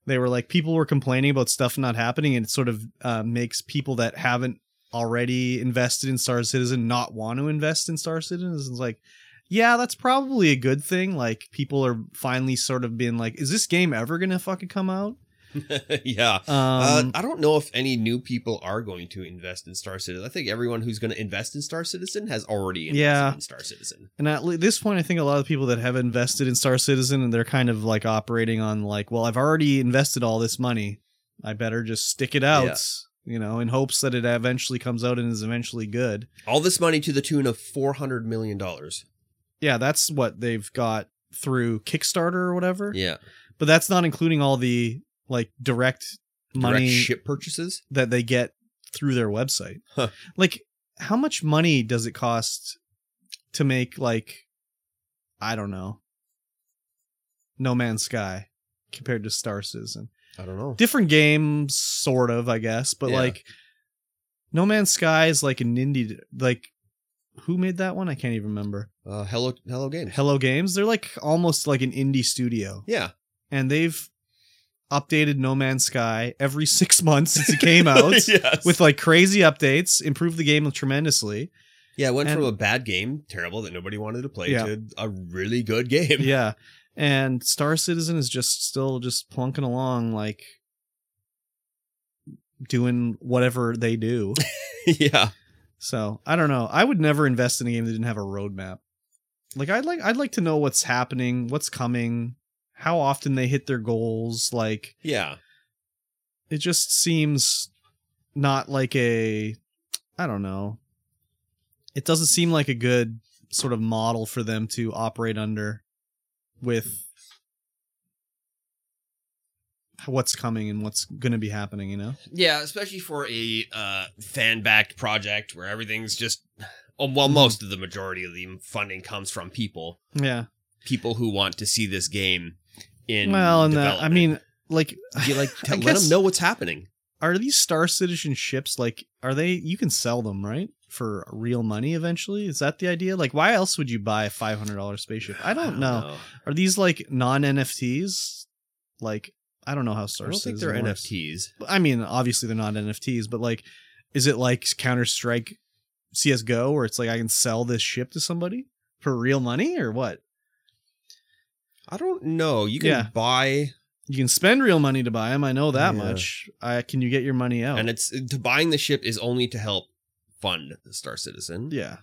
They were like people were complaining about stuff not happening, and it sort of uh, makes people that haven't already invested in Star Citizen not want to invest in Star Citizen. It's like, yeah, that's probably a good thing. Like people are finally sort of being like, is this game ever gonna fucking come out?
[LAUGHS] yeah.
Um,
uh, I don't know if any new people are going to invest in Star Citizen. I think everyone who's going to invest in Star Citizen has already invested
Yeah.
in Star Citizen.
And at le- this point, I think a lot of people that have invested in Star Citizen and they're kind of like operating on like, well, I've already invested all this money. I better just stick it out,
Yeah.
you know, in hopes that it eventually comes out and is eventually good.
All this money to the tune of four hundred million dollars.
Yeah, that's what they've got through Kickstarter or whatever.
Yeah,
But that's not including all the like direct money
direct ship purchases.
that they get through their website.
Huh.
Like, how much money does it cost to make like, I don't know, No Man's Sky compared to Star Citizen?
I don't know.
Different games, sort of, I guess, but
Yeah.
like, No Man's Sky is like an indie. Like, who made that one? I can't even remember.
Uh, hello, hello, game.
Hello Games. They're like almost like an indie studio, [LAUGHS]
yeah,
and they've updated No Man's Sky every [LAUGHS] six months since
[LAUGHS]
it came out
yes.
with like crazy updates, improved the game tremendously.
yeah, it went
and-
from a bad game, terrible that nobody wanted to play,
Yeah.
to a really good game.
yeah. And Star Citizen is just still just plunking along like doing whatever they do.
[LAUGHS] yeah.
so I don't know. I would never invest in a game that didn't have a roadmap. Like I'd like I'd like to know what's happening, what's coming, how often they hit their goals, like
Yeah.
it just seems not like a i don't know it doesn't seem like a good sort of model for them to operate under with what's coming and what's going to be happening you know
Yeah, especially for a uh, fan backed project where everything's just, oh, well,
Mhm.
most of the majority of the funding comes from people,
yeah
people who want to see this game in.
well and that,
development.
i mean
[LAUGHS]
like
you like
I
te- let
guess-
them know what's happening.
are these star citizen ships like are they you can sell them right for real money eventually is that the idea like why else would you buy a $500 spaceship i don't know Are these like non NFTs? Like I don't know how
I
Star
don't think
Citizen
they're
works.
NFTs.
I mean, obviously they're not NFTs, but like, is it like Counter Strike, CS:GO, where it's like I can sell this ship to somebody for real money or what?
I don't know. You can
Yeah.
buy,
You can spend real money to buy them. I know that
Yeah.
much. I can you get your money out?
and it's to buying the ship is only to help fund Star Citizen.
yeah.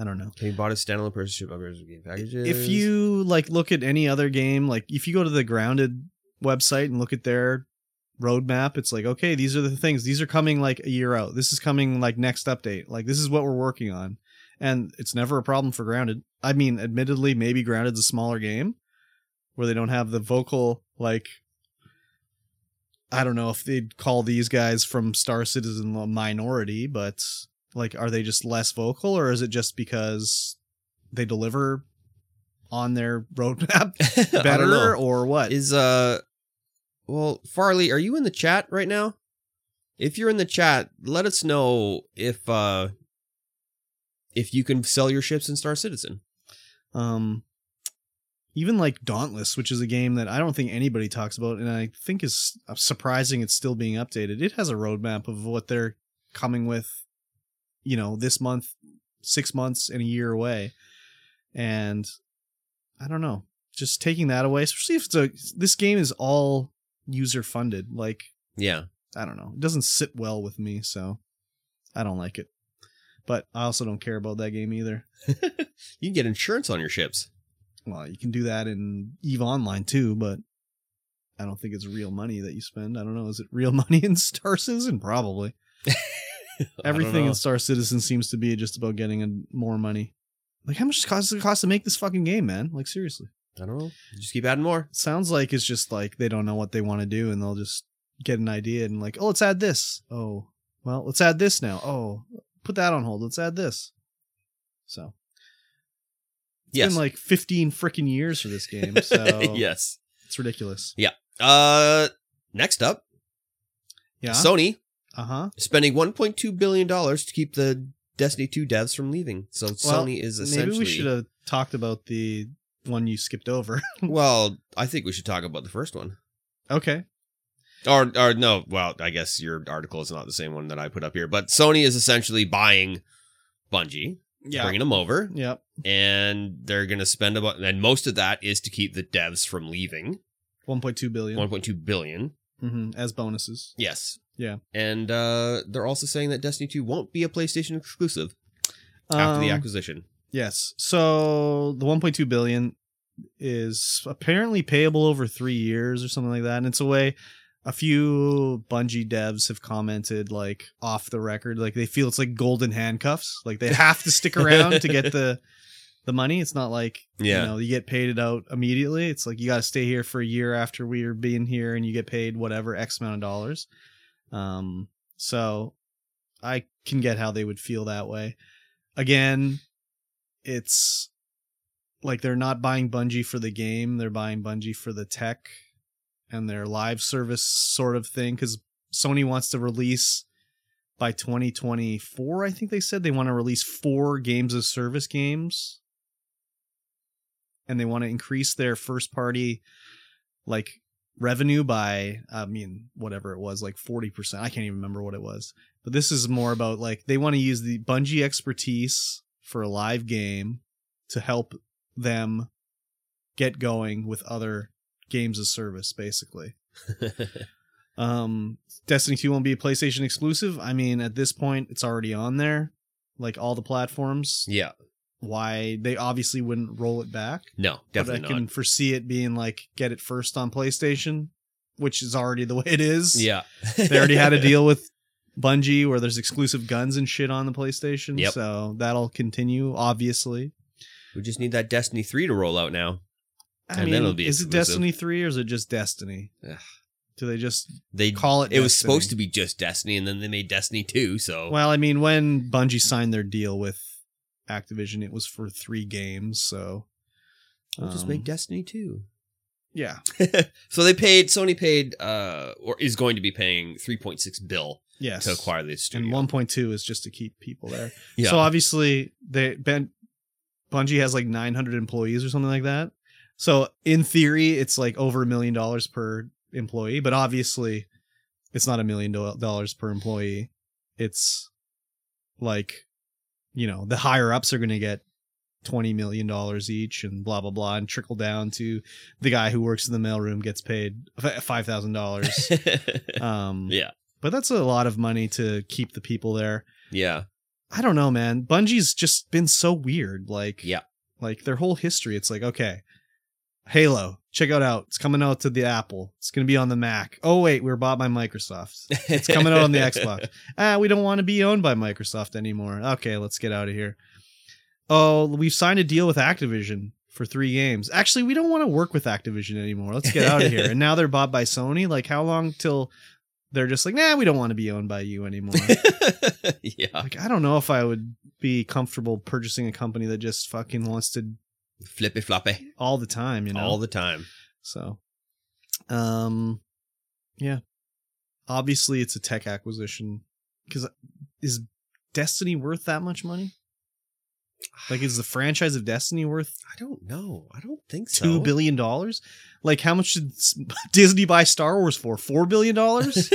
I don't know.
He bought a standalone purchase ship upgrades with game packages.
If you like look at any other game, like if you go to the grounded website and look at their roadmap, it's like, okay, these are the things. These are coming like a year out. This is coming like next update. Like this is what we're working on. And it's never a problem for grounded. I mean, admittedly, maybe grounded's a smaller game where they don't have the vocal like I don't know if they'd call these guys from Star Citizen a minority, but like are they just less vocal or is it just because they deliver on their
[LAUGHS]
roadmap
[LAUGHS] I don't
better
know.
or what?
is uh well, Farley, are you in the chat right now? If you're in the chat, let us know if uh if you can sell your ships in Star Citizen.
um even like Dauntless, which is a game that I don't think anybody talks about and I think is surprising it's still being updated. It has a roadmap of what they're coming with, you know, this month, 6 months and a year away. And I don't know. Just taking that away, especially if it's a this game is all user funded. Like
Yeah.
I don't know. It doesn't sit well with me, so I don't like it. But I also don't care about that game either.
You can get insurance on your ships.
Well, you can do that in Eve Online too, but I don't think it's real money that you spend. I don't know. Is it real [LAUGHS] money in Star
[LAUGHS]
Citizen? Probably.
I don't
Everything
know.
in Star Citizen seems to be just about getting a, more money. Like, how much does it cost to make this fucking game, man? Like, seriously.
I don't know. Just keep adding more.
It sounds like it's just like they don't know what they want to do and they'll just get an idea and like, oh, let's add this. Oh, well, let's add this now. Oh, put that on hold. Let's add this. So it's uh,
Yes.
been like 15 freaking years for this game. So
[LAUGHS] yes.
it's ridiculous.
Uh next up,
Yeah.
Sony
uh huh.
spending 1.2 billion dollars to keep the Destiny 2 devs from leaving. So
Well,
Sony is essentially.
Maybe we should have talked about the one you skipped over. [LAUGHS]
Well, I think we should talk about the first one.
okay.
Or, or no, well, I guess your article is not the same one that I put up here, but Sony is essentially buying Bungie, bringing them over,
Yep.
and they're going to spend about, and most of that is to keep the devs from leaving.
1.2 billion.
1.2 billion.
hmm as bonuses.
Yes.
Yeah.
And uh, they're also saying that Destiny 2 won't be a PlayStation exclusive after the
Um,
acquisition.
Yes. So the 1.2 billion is apparently payable over three years or something like that, and it's a way. A few Bungie devs have commented, like off the record, like they feel it's like golden handcuffs, like they have to stick around to get the the money. It's not like
Yeah.
you know you get paid it out immediately. It's like you got to stay here for a year after we are being here, and you get paid whatever X amount of dollars. Um, so I can get how they would feel that way. Again, it's like they're not buying Bungie for the game, they're buying Bungie for the tech and their live service sort of thing cuz Sony wants to release by 2024, I think they said they want to release four games of service games and they want to increase their first party like revenue by I mean whatever it was like 40%. I can't even remember what it was. But this is more about like they want to use the Bungie expertise for a live game to help them get going with other games of service basically. Um Destiny 2 won't be a PlayStation exclusive. I mean at this point it's already on there like all the platforms.
[LAUGHS] yeah.
Why they obviously wouldn't roll it back.
No,
but
definitely
I can
not.
foresee it being like get it first on PlayStation, which is already the [LAUGHS] way it is.
Yeah.
They already
[LAUGHS]
had a deal with Bungie where there's exclusive guns and shit on the PlayStation.
Yep.
So that'll continue, obviously.
We just need that Destiny 3 to roll out now.
I
And then
mean,
it'll be
is it
exclusive.
Destiny 3 or is it just Destiny?
Ugh.
Do they just
They
call it
it was supposed to be just Destiny and then they made Destiny 2, so
Well, I mean, when Bungie signed their deal with Activision, it was for three games. So
we'll just
um,
make Destiny 2.
Yeah.
so they paid Sony paid uh or is going to be paying 3.6 bill
Yes.
to acquire this studio.
and 1.2 is just to keep people there.
yeah.
So obviously they ben Bungie has like 900 employees or something like that. So in theory, it's like over a million dollars per employee, but obviously it's not a million do- dollars per employee. It's like, you know, the higher ups are going to get 20 million dollars each and blah blah blah and trickle down to the guy who works in the mailroom gets paid
[LAUGHS]
f- $5,000. Um [LAUGHS]
yeah.
but that's a lot of money to keep the people there.
Yeah.
I don't know, man. Bungie's just been so weird. Like,
Yeah.
like their whole history. It's like, okay, Halo, check it out. It's coming out to the Apple. It's gonna be on the Mac. Oh wait, we were bought by Microsoft.
It's
Coming out
[LAUGHS]
on the Xbox. Ah, we don't want to be owned by Microsoft anymore. Okay, let's get out of here. Oh, we've signed a deal with Activision for three games. Actually, we don't want to work with Activision anymore. Let's get out of here. And now they're bought by Sony. Like, how long till they're just like, nah, we don't want to be owned by you anymore.
yeah.
like I don't know if I would be comfortable purchasing a company that just fucking wants to
Flippy floppy
all the time, you know.
all the time.
so, um, yeah. Obviously, it's a tech acquisition because is Destiny worth that much money? Like, is the franchise of Destiny worth
I don't know. I don't think so.
two billion dollars? Like, how much did s- [LAUGHS] Disney buy Star Wars for? Four
[LAUGHS]
billion dollars?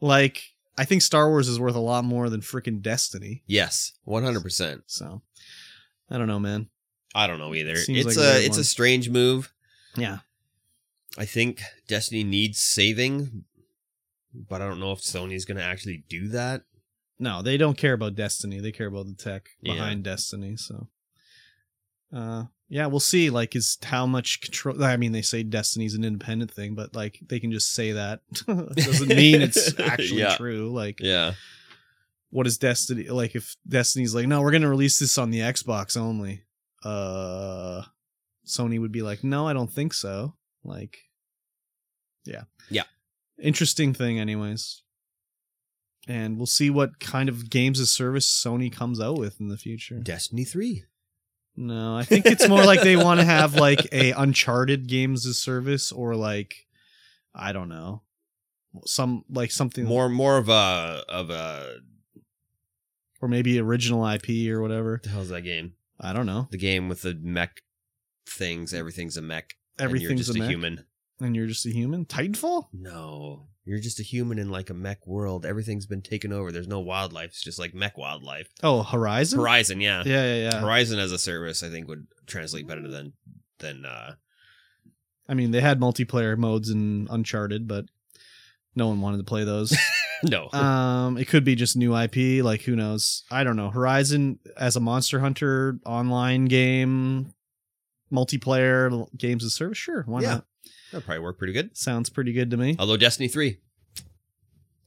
like, I think Star Wars is worth a lot more than freaking Destiny.
yes, 100%.
So, I don't know, man.
I don't know either.
Seems
it's
like a
a
weird
it's a
one.
strange move.
Yeah,
I think Destiny needs saving, but I don't know if Sony's going to actually do that.
no, they don't care about Destiny. They care about the tech
Yeah.
behind Destiny. So, uh, yeah, we'll see. Like, is how much control? I mean, they say Destiny's an independent thing, but like they can just say that [LAUGHS] It doesn't
[LAUGHS]
mean it's actually
Yeah.
true. Like,
Yeah.
what is Destiny? Like, if Destiny's like, no, we're gonna release this on the Xbox only. Uh, Sony would be like, no, I don't think so. Like, yeah,
Yeah.
interesting thing, anyways. And we'll see what kind of games of service Sony comes out with in the future.
Destiny 3.
No, I think it's more like they want to have like a Uncharted games as service or like I don't know some like something
More more of a of a
or maybe original IP or whatever.
the hell's that game?
I don't know.
The game with the mech things. Everything's a mech. and you're
Everything's
just
a, mech,
human.
and you're just a human. Titanfall.
No, you're just a human in like a mech world. Everything's been taken over. There's no wildlife. It's just like mech wildlife.
Oh, Horizon.
Horizon, yeah.
Yeah, yeah, yeah.
Horizon as a service, I think, would translate better than than uh [LAUGHS]
I mean, they had multiplayer modes in Uncharted, but no one wanted to play those. [LAUGHS]
no.
um, it could be just new IP. Like, who knows? I don't know. Horizon as a Monster Hunter online game, multiplayer l- games of service. Sure, why
Yeah.
not?
That'd probably work pretty good.
Sounds pretty good to me.
Although Destiny three,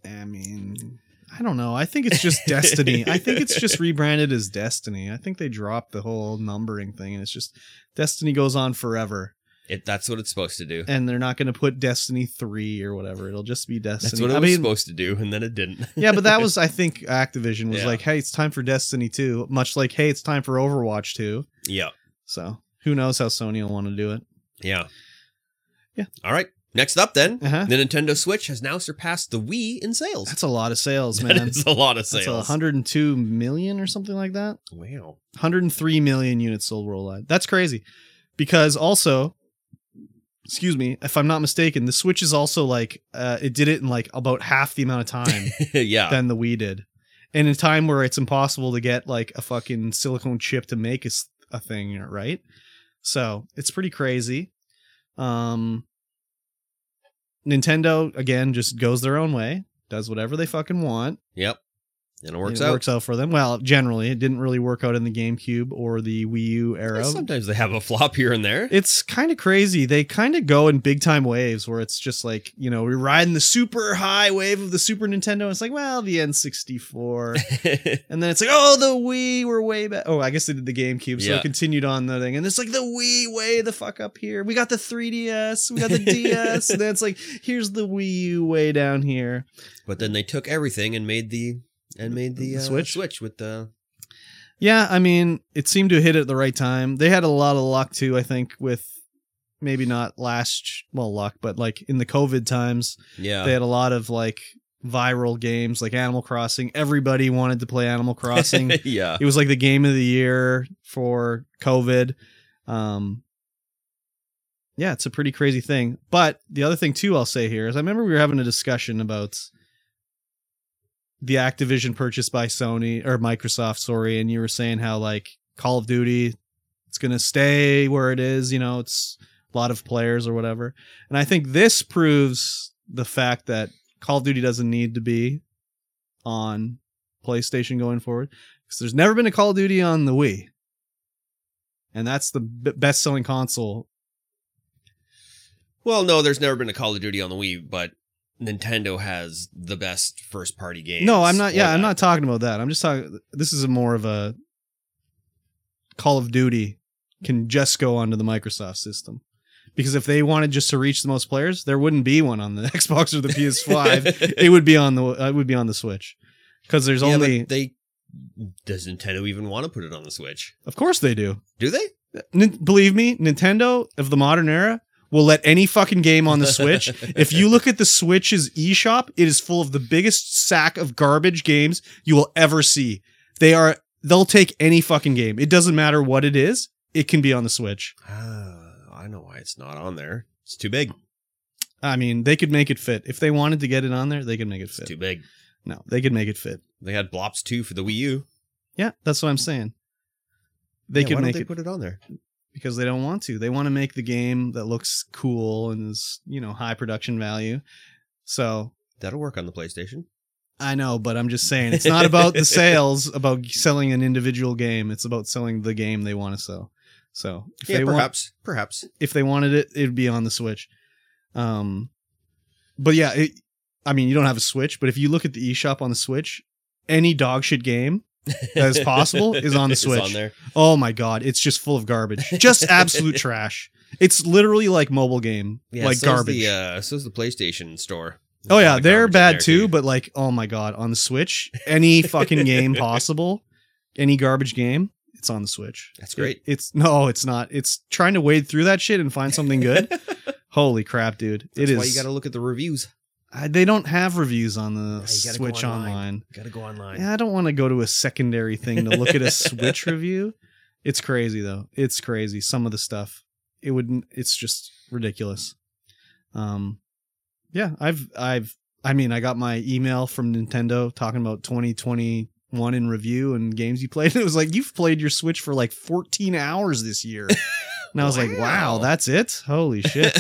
I mean, I don't know. I think
[LAUGHS]
it's just Destiny. I think it's just rebranded as Destiny. I think they dropped the whole numbering thing, and it's just Destiny goes on forever.
it that's what it's supposed to do.
And they're not going to put Destiny three or whatever. It'll just be Destiny.
That's what it
I
was
mean,
supposed to do, and then it didn't.
yeah, but that was I think Activision was
Yeah.
like, "Hey, it's time for Destiny 2," much like, "Hey, it's time for Overwatch 2."
[LAUGHS] yeah,
So, who knows how Sony will want to do it.
yeah,
Yeah.
All right. Next up, then [LAUGHS]
Uh-huh.
the Nintendo Switch has now surpassed the Wii in sales.
That's a lot of sales,
That
man.
is a lot of
That's a
sales.
102 million or something like that.
wow. [LAUGHS]
103 million units sold worldwide. That's crazy. Because also, excuse me, if I'm not mistaken, the Switch is also like uh, it did it in like about half the amount of time
yeah.
than the Wii did. And in a time where it's impossible to get like a fucking silicone chip to make a, s- a thing, right? So it's pretty crazy. Um, Nintendo again just goes their own way, does whatever they fucking want
yep. And it works
it
out.
works out for them. Well, generally, it didn't really work out in the GameCube or the Wii U era.
Sometimes they have a flop here and there.
It's kind of crazy. They kind of go in big time waves where it's just like, you know, we're riding the super high wave of the Super Nintendo. It's like, well,
[LAUGHS]
the N64. and then it's like, oh, the Wii, we're way back. Oh, I guess they did the GameCube. So
Yeah.
it continued on the thing. And it's like, the Wii, way the fuck up here. We got the 3DS, we got
[LAUGHS]
the DS. and then it's like, here's the Wii U, way down here.
but then they took everything and made the and made the uh,
Switch?
switch with the
Yeah, I mean, it seemed to hit at the right time. They had a lot of luck too, I think, with maybe not last well luck, but like in the COVID times,
yeah.
they had a lot of like viral games like Animal Crossing. Everybody wanted to play Animal Crossing.
[LAUGHS]
it
yeah.
was like the game of the year for COVID. Um yeah, it's a pretty crazy thing. But the other thing too I'll say here is I remember we were having a discussion about the Activision purchase by Sony or Microsoft, sorry, and you were saying how like Call of Duty, it's gonna stay where it is, you know, it's a lot of players or whatever. And I think this proves the fact that Call of Duty doesn't need to be on PlayStation going forward because there's never been a Call of Duty on the Wii, and that's the b- best-selling console.
Well, no, there's never been a Call of Duty on the Wii, but Nintendo has the best first party games.
No, I'm not.
for
Yeah, I'm
that. [LAUGHS]
not talking about that. I'm just talking. This is a more of a Call of Duty can just go onto the Microsoft system because if they wanted just to reach the most players, there wouldn't be one on the [LAUGHS] Xbox or
[LAUGHS]
the PS5. it would be on the. It would be on the Switch because there's
Yeah, but
only.
they does Nintendo even want to put it on the Switch?
Of course they do.
Do they?
Nin believe me, Nintendo of the modern era will let any fucking game on the Switch. if you look at the Switch's eShop, it is full of the biggest sack of garbage games you will ever see. They are they'll take any fucking game. It doesn't matter what it is. It can be on the Switch.
Ah, I know why it's not on there. It's too big.
I mean, they could make it fit. If they wanted to get it on there, they could make it
It's
fit.
too big.
No, they could make it fit.
They had Blops 2 for the Wii U.
Yeah, that's what I'm saying. They
Yeah,
could
why
make
don't they
it
put it on there.
because they don't want to. They want to make the game that looks cool and is, you know, high production value. So
That'll work on the PlayStation.
I know, but I'm just saying it's not about
[LAUGHS]
the sales, about selling an individual game. It's about selling the game they want to sell. So if
yeah,
they want,
perhaps. perhaps.
if they wanted it, it'd be on the Switch. Um, but yeah, it, I mean, you don't have a Switch, but if you look at the eShop on the Switch, any dog shit game, That is possible
[LAUGHS]
is on the
It's
Switch.
on there.
oh my god, it's just full of garbage, just
[LAUGHS]
absolute trash. It's literally like mobile game,
Yeah,
like
so's
garbage.
The, uh, so's the PlayStation store. There's
Oh
a
yeah,
lot of
they're
garbage in
bad
there,
too, but like, oh my god, on the Switch, any
[LAUGHS]
fucking game possible, any garbage game, it's on the Switch.
That's great.
It- it's no, it's not. It's
[LAUGHS]
trying to wade through that shit and find something good. Holy crap, dude!
That's
it is.
why you got to look at the reviews.
I, they don't have reviews on the
gotta go
Switch
online.
online.
Gotta go online.
Yeah, I don't want to go to a secondary thing to look at a Switch review. It's crazy though. It's crazy. Some of the stuff. It wouldn't. It's just ridiculous. Um, yeah. I've. I've. I mean, I got my email from Nintendo talking about 2021 in review and games you played. [LAUGHS] It was like you've played your Switch for like 14 hours this year. And I was like, wow,
Wow.
that's it?
[LAUGHS]
Holy [LAUGHS] shit.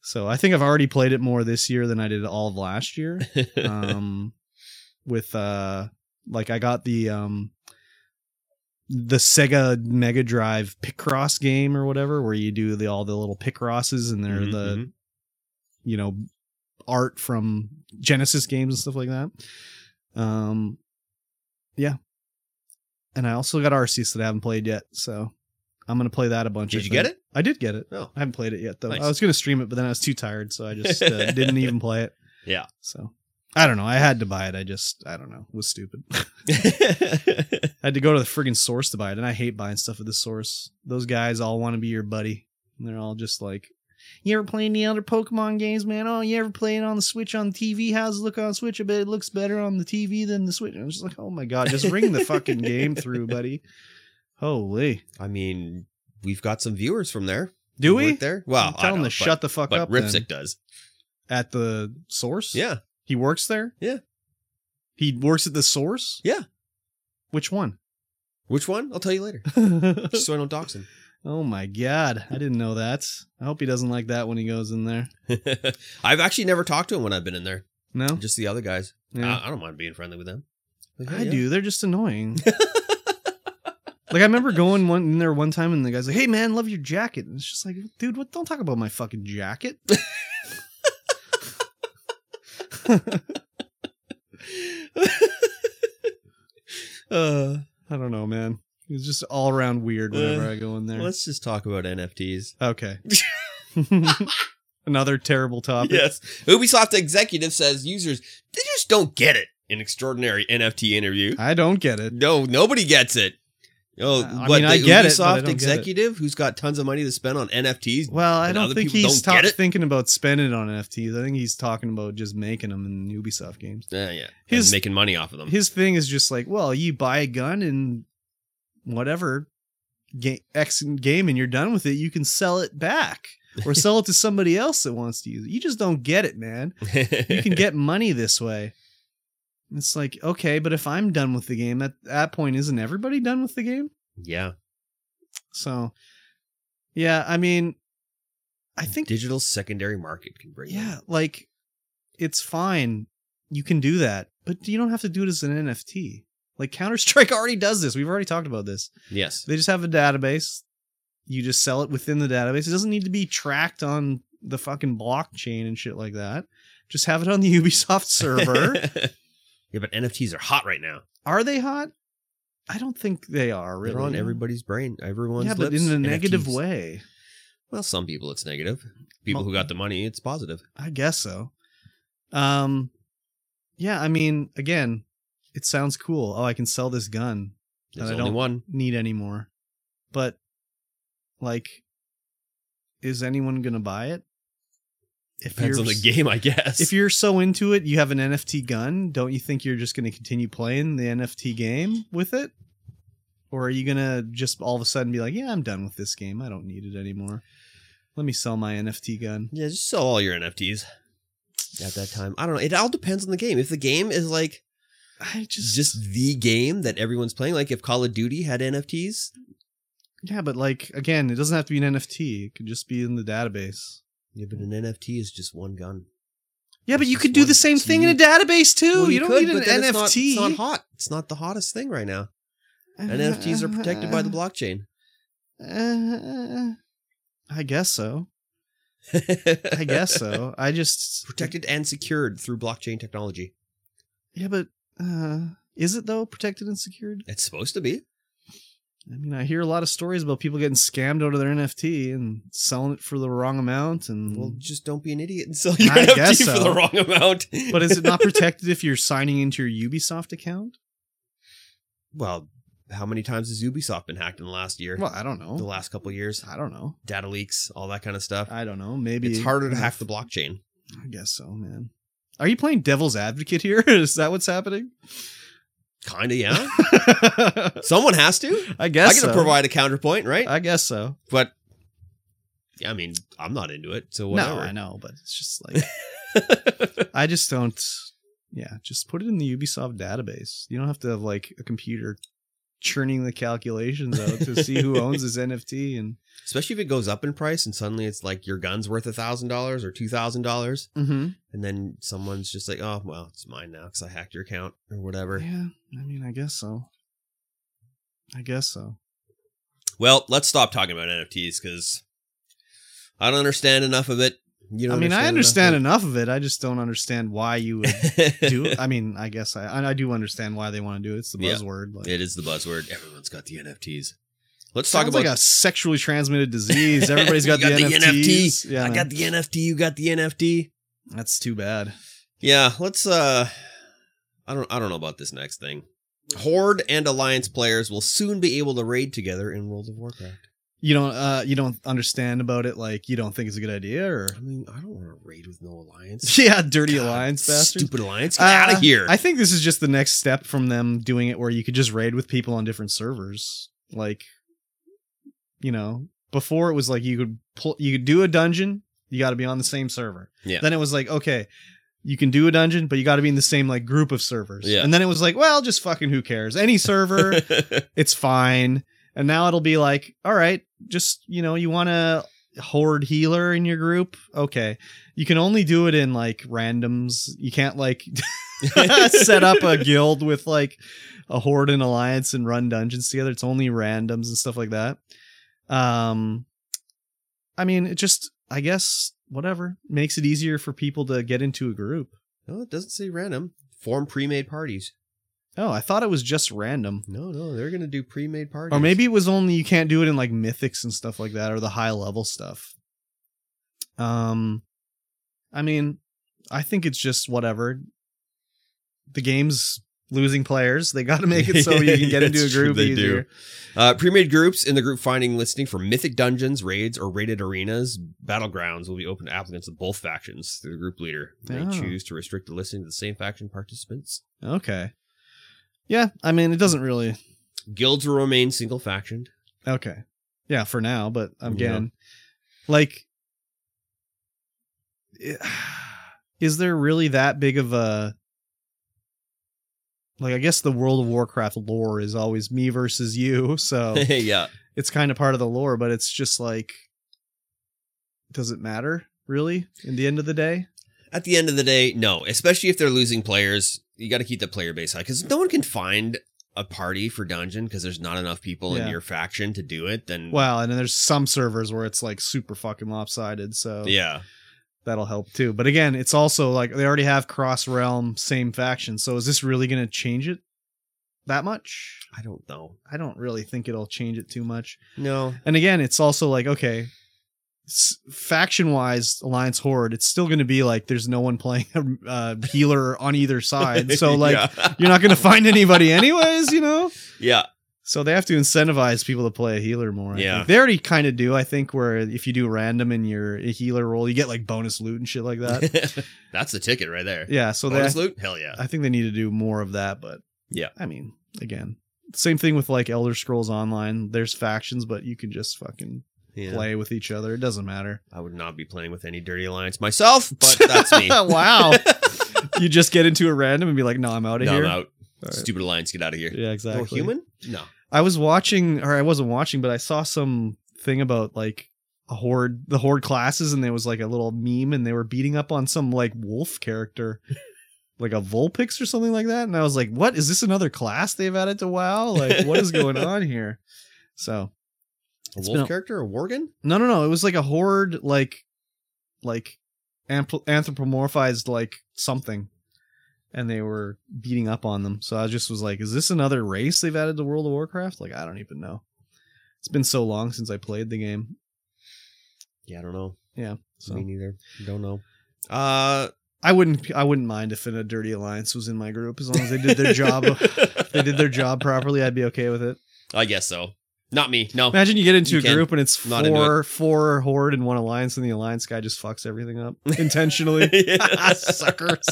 so I think I've already played it more this year than I did all of last year
[LAUGHS]
um with uh like I got the um the Sega Mega Drive Picross game or whatever where you do the all the little Picrosses and they're
Mhm,
the
mhm.
you know art from Genesis games and stuff like that. Um yeah. And I also got Arceus that I haven't played yet, so I'm going to play that a bunch. I
Did you
think.
get it?
I did get it.
Oh.
I haven't played it yet though.
Nice.
I was going to stream it, but then I was too tired, so I
[LAUGHS]
just uh, didn't even play it.
Yeah.
So I don't know. I had to buy it. I just I don't know. It was stupid. I had to go to the friggin' source to buy it, and I hate buying stuff at the source. Those guys all want to be your buddy, and they're all just like, "You ever play any other Pokemon games, man? Oh, you ever play it on the Switch on TV? How's it look on Switch? I bet it looks better on the TV than the Switch." And I'm just like, "Oh my god, just ring the fucking
[LAUGHS]
game through, buddy." Holy,
I mean, we've got some viewers from there.
do
Who
we?
work there? Well,
Tell him to
know, but-
shut the fuck
But
up.
Ripsick
then.
does.
at the source.
Yeah,
He works there?
Yeah.
He works at the source?
Yeah.
Which
[LAUGHS]
one?
which one? I'll tell you
[LAUGHS]
later. Just
oh
so I don't dox him.
my god. I didn't know that. I hope he doesn't like that when he goes in there.
[LAUGHS] I've actually never talked to him when I've been in there.
No?
Just the other guys.
Oh. Yeah.
I, I don't mind being friendly with them. Like,
I
yeah.
do. They're just
[LAUGHS]
annoying. like I remember going one in there one time and the guy's like, Hey man, love your jacket. And it's just like, dude, what don't talk about my
[LAUGHS]
fucking jacket.
uh,
I don't know, man. It's just all around weird whenever I go in there.
let's just talk about NFTs. [LAUGHS]
Okay. [LAUGHS] Another terrible topic.
Yes. Ubisoft executive says users, they just don't get it. An extraordinary NFT interview.
I don't get it.
No, nobody gets it. Oh,
Uh, I
but
mean, I
the
get it, but I
Ubisoft
don't get it.
executive who's got tons of money to spend on NFTs.
Well, I
And
don't
other
think
people
he's
don't get
ta-
it?
thinking about spending it on NFTs. I think he's talking about just making them in Ubisoft games.
Yeah, Uh, yeah.
His-
He's making money off of them.
His thing is just like, well, you buy a gun and whatever ga- X game, and you're done with it. You can sell it back or sell it to somebody else that wants to use it. You just don't get it, man. You
[LAUGHS]
can get money this way. It's like, okay, but if I'm done with the game, at that point, isn't everybody done with the game?
yeah.
So, yeah, I mean, I think
Digital secondary market can bring
Yeah, like it's fine. You can do that, but you don't have to do it as an NFT. Like Counter Strike [LAUGHS] already does this. We've already talked about this.
that. Yes.
They just have a database. You just sell it within the database. It doesn't need to be tracked on the fucking blockchain and shit like that. Just have it on the [LAUGHS] Ubisoft
[LAUGHS]
server.
yeah, but NFTs are hot right now.
Are they hot? I don't think they are really.
They're on everybody's brain, everyone's
Yeah, but
lips,
in a negative
NFTs.
way.
Well, some people it's negative. People who got the money, it's positive.
I guess so. Um, yeah, I mean, again, it sounds cool. Oh, I can sell this gun.
There's
I
only
don't-
one.
Need any more? But, like, is anyone gonna buy it? If
Depends on the
s-
game, I guess.
If you're so into it, you have an NFT gun. Don't you think you're just gonna continue playing the NFT game with it? Or are you gonna just all of a sudden be like, yeah, I'm done with this game. I don't need it anymore. Let me sell my NFT gun.
Yeah, just sell all your NFTs at that time. I don't know. It all depends on the game. If the game is like
I just
just the game that everyone's playing, like if Call of Duty had NFTs,
Yeah, but like again, it doesn't have to be an NFT. It could just be in the database.
yeah, but an NFT is just one gun.
Yeah, but
It's
you
just
could do one the same thing in a
key.
database too.
Well,
you, don't
could,
need an
but then it's not-
NFT.
It's not, hot. It's not the hottest thing right now. NFTs are protected
[LAUGHS]
by the blockchain.
Uh, I guess so. I guess so. I just
[LAUGHS] protected and secured through blockchain technology.
Yeah, but uh, is it though protected and secured?
It's supposed to be.
I mean, I hear a lot of stories about people getting scammed out of their NFT and selling it for the wrong amount. And [LAUGHS]
Well, just don't be an idiot and sell your
Mm. I
NFT
guess
for
so.
the wrong amount.
but is it not protected if you're signing into your Ubisoft account?
[LAUGHS] well, how many times has Ubisoft been hacked in the last year?
Well, I don't
the
know.
last couple of years,
I don't know.
data leaks, all that kind of stuff.
I don't know. Maybe
It's harder to
have
hack the blockchain.
I guess so, man. Are you playing devil's advocate here? [LAUGHS] Is that what's happening? [LAUGHS]
Kinda, yeah. [LAUGHS]
I
Someone has to. I
guess
got to
so.
provide a counterpoint, right?
I guess so.
but yeah, I mean, I'm not into it, so
No,
whatever.
I know, but it's just like I just don't. Yeah, just put it in the Ubisoft database. You don't have to have like a computer churning the calculations out to
[LAUGHS]
see who owns this NFT and
[LAUGHS] Especially if it goes up in price and suddenly it's like your gun's worth a thousand dollars or two thousand dollars, and then someone's just like, "Oh, well, it's mine now because I hacked your account or whatever."
Yeah, I mean, I guess so. I guess so.
Well, let's stop talking about NFTs because I don't understand enough of it. You
I
don't
mean, I understand
enough
enough of it. I just don't understand why
[LAUGHS]
you would
of it.
do. it. I mean, I guess I and I do understand why they want to do it. It's the
Yeah.
buzzword. Like,
It is the buzzword. Everyone's got the NFTs. Let's
sounds
talk about.
like a sexually
[LAUGHS]
transmitted disease. Everybody's got,
You
the,
got the NFT.
NFTs. Yeah,
I
man.
got the NFT. You got the NFT.
that's too bad.
Yeah, let's uh I don't I don't know about this next thing. Horde and Alliance players will soon be able to raid together in World of Warcraft.
You don't. Uh, you don't understand about it. Like you don't think it's a good idea, or [LAUGHS]
I mean, I don't want to raid with no alliance.
yeah, dirty
God,
alliance bastards.
Stupid alliance. Get out
Uh,
of here. [LAUGHS]
I think this is just the next step from them doing it where you could just raid with people on different servers. Like, you know, before it was like you could pull, you could do a dungeon, you got to be on the same server.
Yeah.
Then it was like, okay, you can do a dungeon, but you got to be in the same like group of servers.
Yeah.
And then it was like, well, just fucking who cares?
[LAUGHS]
Any server, it's fine. And now it'll be like, all right, just you know, you want to horde healer in your group? Okay. You can only do it in like randoms. You can't like [LAUGHS] [LAUGHS] set
[LAUGHS]
up a guild with like a horde and alliance and run dungeons together. It's only randoms and stuff like that. Um I mean, it just I guess whatever makes it easier for people to get into a group.
No, it doesn't say random. Form pre-made parties.
Oh, I thought it was just random.
No, no, they're gonna do pre-made parties.
Or maybe it was only you can't do it in like mythics and stuff like that or the high level stuff. Um I mean, I think it's just whatever. The game's losing players. They got to make it so you can
[LAUGHS]
get
That's
into a
true,
group
they do.
easier.
Uh, pre-made groups in the group finding listing for mythic dungeons, raids, or raided arenas, battlegrounds will be open to applicants of both factions through the group leader. They
Oh.
choose to restrict the listing to the same faction participants.
Okay. Yeah, I mean, it doesn't really.
Guilds will remain single factioned.
Okay. Yeah, for now, but again, like, i- [SIGHS] is there really that big of a. Like, I guess the World of Warcraft lore is always me versus
[LAUGHS]
you, [LAUGHS] so
yeah.
it's kind of part of the lore, but it's just like. Does it matter, really, in the end of the day?
At the end of the day, no. Especially if they're losing players, you got to keep the player base high because no one can find a party for dungeon because there's not enough people in
Yeah.
your faction to do it. Then
Well, and then there's some servers where it's like super fucking lopsided, so.
yeah,
that'll help too. But again, it's also like they already have cross realm same faction. So is this really going to change it that much?
I don't know.
I don't really think it'll change it too much.
[LAUGHS] No,
And again, it's also like okay, faction wise, Alliance Horde, it's still going to be like there's no one playing [LAUGHS] a uh, healer on either side. So like
[LAUGHS] yeah.
you're not going to find anybody anyways, you know.
yeah,
So they have to incentivize people to play a healer more. I
Yeah.
think. they already kind of do. I think where if you do random in your healer role, you get like bonus loot and shit
[LAUGHS]
like that.
that's the ticket right there.
yeah, so they
Bonus loot? Hell yeah.
I think they need to do more of that, but
Yeah.
I mean, again, same thing with like Elder Scrolls Online. There's factions, but you can just fucking
Yeah.
play with each other. It doesn't matter.
I would not be playing with any dirty alliance myself, but that's me. [LAUGHS]
[LAUGHS] wow. you just get into a random and be like, "No, I'm out of
no,
here."
I'm out.
All right.
Stupid alliance, get out of here.
Yeah, exactly.
No human? No.
I was watching, or I wasn't watching, but I saw some thing about like a horde, the horde classes, and there was like a little meme, and they were beating up on some like wolf character, like a Vulpix or something like that. And I was like, "What is this? Another class they've added to WoW? Like, what is going on here?" So
A
It's
wolf
been a-
character? A worgen?
no, no, no, it was like a horde, like, like ampl- anthropomorphized like something. And they were beating up on them. So I just was like, is this another race they've added to World of Warcraft? Like, I don't even know. It's been so long since I played the game.
Yeah, I don't know.
So
Me neither. Don't know.
[LAUGHS]
Uh
I wouldn't I wouldn't mind if a dirty alliance was in my group as long as they did their job. if they did their job properly, I'd be okay with it.
[LAUGHS] I guess so. Not me. No.
Imagine you get into
You
a
can.
group and it's
Not into
four four horde and one alliance, and the alliance guy just fucks
[LAUGHS]
everything up intentionally. [LAUGHS] Suckers.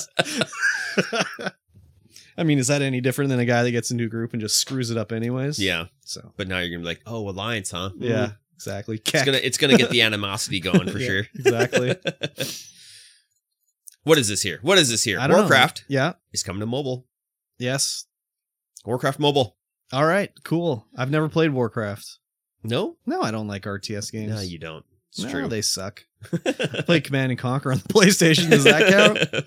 I mean, is that any different than a guy that gets into a group and just screws it up anyways?
yeah,
So
but now you're gonna be like, oh, alliance, huh? Mm.
yeah, exactly.
It's
Keck.
gonna it's gonna get the animosity going for
[LAUGHS] Yeah,
sure.
exactly.
What is this here? What is this [LAUGHS] here?
I don't know.
Warcraft
Yeah.
is coming to mobile.
Yes.
Warcraft mobile.
All right. Cool. I've never played Warcraft.
No,
No, I don't like RTS games.
no, you don't. It's
No,
true.
They suck.
[LAUGHS]
I played Command and Conquer on the [LAUGHS] PlayStation. [LAUGHS] Does that count?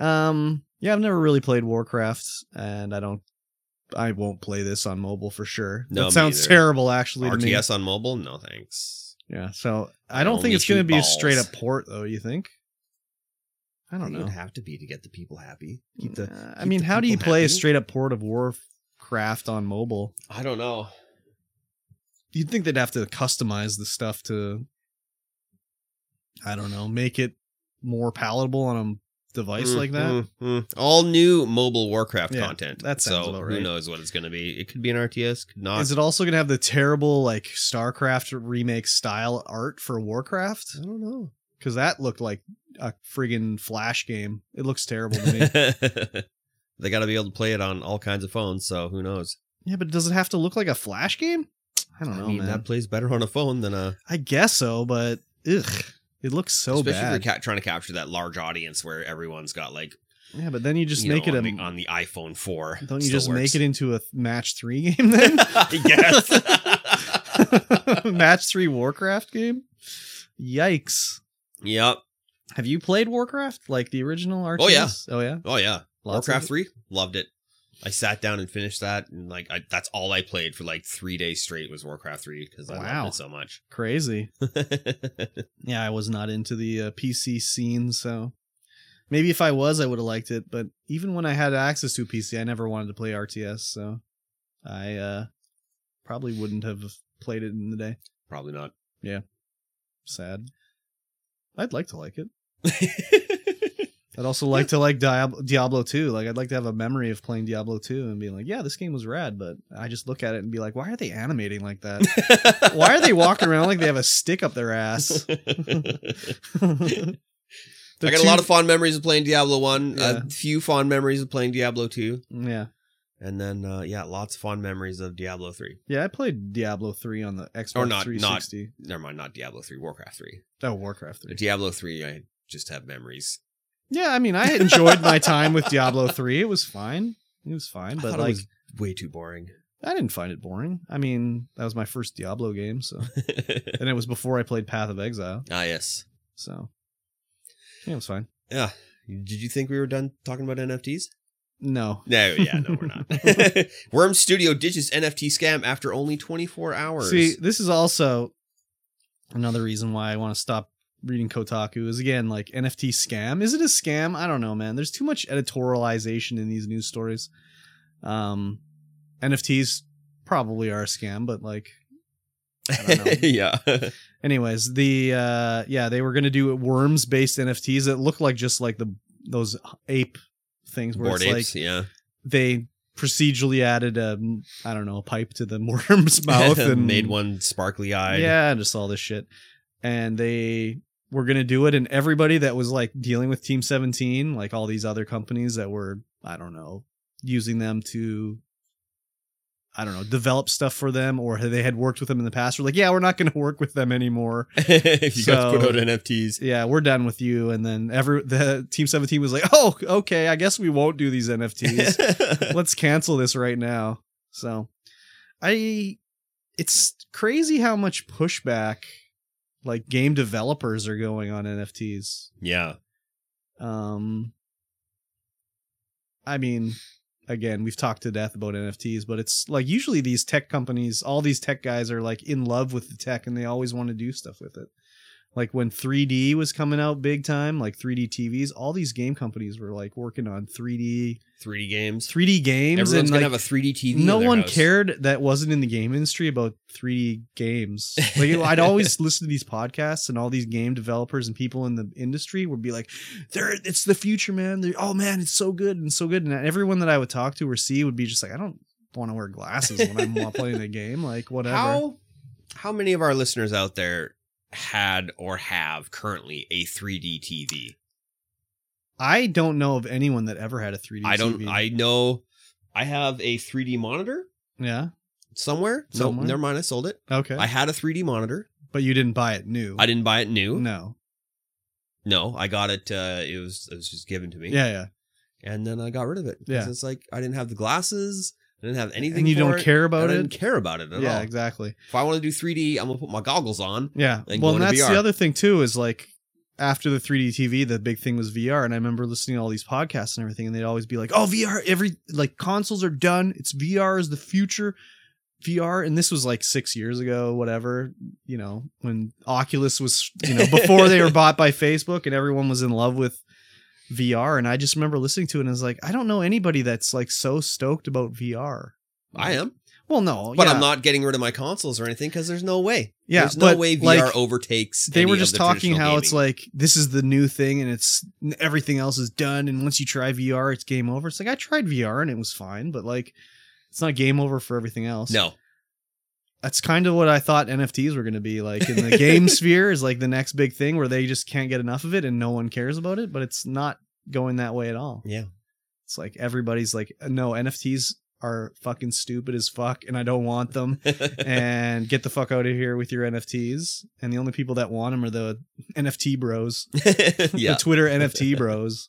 Um, yeah, I've never really played Warcraft, and I don't. I won't play this on mobile for sure.
No, me
that sounds
either.
terrible, actually. to me.
RTS on mobile? No, thanks.
Yeah, so I don't
Only
think it's going to
shoot
be
balls.
a straight up port, though. You think? I don't
It
know.
would have to be to get the people happy. Keep the.
Uh, I
keep
mean,
the
how do you
people
play a
happy.
straight up port of Warcraft on mobile?
I don't know.
You'd think they'd have to customize the stuff to, I don't know, make it more palatable on a device
Mm,
like that.
mm, mm. All new mobile Warcraft
Mm-hmm. Yeah,
content.
that sounds
so
about
who
right.
knows what it's going to be? It could be an RTS, could not.
Is it also going to have the terrible like StarCraft remake style art for Warcraft?
I don't
[LAUGHS]
know.
Because that looked like a friggin' Flash game. It looks terrible to me.
[LAUGHS] they got to be able to play it on all kinds of phones. So who knows?
yeah, but does it have to look like a Flash game? I don't
I
know,
mean,
man.
that plays better on a phone than a.
I guess so, but ugh, it looks so
especially
bad.
if you're ca- trying to capture that large audience where everyone's got like
yeah, but then you just
you
make
know,
it a.
on, the, on the iPhone four.
don't you just make it into a th- match three
[LAUGHS]
game then? [LAUGHS]
I guess. [LAUGHS]
match three Warcraft game. Yikes!
yep.
Have you played Warcraft like the original RTS?
Oh, yeah.
oh yeah.
Oh yeah.
Lots of
Warcraft
it?
three, loved it. I sat down and finished that, and like I, that's all I played for like three days straight was Warcraft three because I
Wow.
loved it so
[LAUGHS]
much.
Crazy. yeah, I was not into the uh, PC scene, so maybe if I was, I would have liked it. But even when I had access to a PC, I never wanted to play RTS, so I uh, probably wouldn't have played it in the day.
Probably not.
Sad. I'd like to like it. I'd also like to like Diablo, Diablo 2. Like, I'd like to have a memory of playing Diablo 2 and being like, yeah, this game was rad, but I just look at it and be like, why are they animating like that? [LAUGHS] why are
[LAUGHS]
they [LAUGHS] walking around like they have a stick up their ass? [LAUGHS]
I got a lot of fond memories of playing Diablo one.
Yeah.
A few fond memories of playing Diablo two,
Yeah.
and then uh, yeah, lots of fond memories of Diablo three.
Yeah, I played Diablo 3 on the Xbox
Or not-
360.
Never mind, not Diablo three, Warcraft three.
Oh, Warcraft 3.
Diablo three, I just have memories.
Yeah, I mean, I enjoyed my time with Diablo 3. It was fine. It was fine,
I
but
thought
like
it was way too boring.
I didn't find it boring. I mean, that was my first Diablo
[LAUGHS]
game, so and it was before I played Path of Exile,
ah yes.
so yeah, it was fine.
Yeah. Did you think we were done talking about NFTs?
No.
No, yeah, no, we're
[LAUGHS]
not. [LAUGHS] Worm Studio ditches NFT scam after only 24 hours.
See, this is also another reason why I want to stop reading Kotaku is again like NFT scam. Is it a scam? I don't know, man. There's too much editorialization in these news stories. Um NFTs probably are a scam, but like I [LAUGHS]
[LAUGHS]
don't know.
yeah.
anyways, the uh yeah, they were going to do worms based NFTs that look like just like the those ape things where
Bored
it's
apes,
like
yeah.
they procedurally added a I don't know, a pipe to the [LAUGHS] worm's mouth and
[LAUGHS] made one sparkly eyed.
yeah, and just all this shit. And they were gonna do it, and everybody that was like dealing with Team Seventeen, like all these other companies that were, I don't know, using them to, I don't know, develop stuff for them, or they had worked with them in the past, were like, yeah, we're not gonna [LAUGHS] work with them anymore.
if [LAUGHS] you guys put
So-
out NFTs.
Yeah, we're done with you. And then every the Team Seventeen was like, oh, okay, I guess we won't do these NFTs let's cancel this right now. So I it's crazy how much pushback like game developers are going on NFTs.
[LAUGHS] yeah.
Um I mean, again, we've talked to death about NFTs, but it's like usually these tech companies, all these tech guys are like in love with the tech and they always want to do stuff with it. Like when 3D was coming out big time, like 3D TVs, all these game companies were like working on 3D
3D games.
3D games
Everyone's
and
going
like
to have a 3D TV. in
no
their
one
house.
cared that wasn't in the game industry about 3D
[LAUGHS]
games. Like I'd always listen to these podcasts, and all these game developers and people in the industry would be like, "There, it's the future, man. They're, oh man, it's so good and so good." And everyone that I would talk to or see would be just like, "I don't want to wear glasses when I'm playing a game. Like whatever.
How how many of our listeners out there had or have currently a 3D TV?
I don't know of anyone that ever had a 3D.
I don't.
TV.
I know. I have a 3D monitor
yeah.
somewhere. No,
Somewhere.
never mind. I sold it.
Okay.
I had a 3D monitor.
but you didn't buy it new.
I didn't buy it new. No,
No.
I got it. Uh, it was it was just given to me.
Yeah. Yeah.
And then I got rid of it. 'Cause
Yeah.
It's like I didn't have the glasses. I didn't have anything.
and you
for
don't
it,
care about
and I
it.
didn't care about it at
yeah.
all.
Exactly.
If I want to do 3D, I'm gonna put my goggles on.
Yeah.
and
well,
go
and
into
that's
VR.
the other thing too is like after the 3D TV, the big thing was VR, and I remember listening to all these podcasts and everything, and they'd always be like, "Oh, VR, every like consoles are done. It's VR is the future." VR, and this was like six years ago, whatever. You know, when Oculus was, you know,
[LAUGHS]
before they were bought by Facebook, and everyone was in love with VR. And I just remember listening to it, and I was like, I don't know anybody that's like so stoked about VR.
I am,
Mm. Well, no,
but
yeah.
I'm not getting rid of my consoles or anything because there's no way.
Yeah,
there's no
but,
way VR
like,
overtakes.
they
any
were
of
just
the
talking
traditional
how it's
gaming.
like this is the new thing and it's everything else is done and once you try VR it's game over. It's like I tried VR and it was fine, but like it's not game over for everything else.
no.
That's kind of what I thought NFTs were going to be like in the
[LAUGHS]
game sphere is like the next big thing where they just can't get enough of it and no one cares about it, but it's not going that way at all.
Yeah.
It's like everybody's like no, NFTs are fucking stupid as fuck and I don't want them [LAUGHS] and get the fuck out of here with your NFTs. And the only people that want them are the NFT bros,
[LAUGHS]
[LAUGHS]
yeah.
the Twitter NFT bros.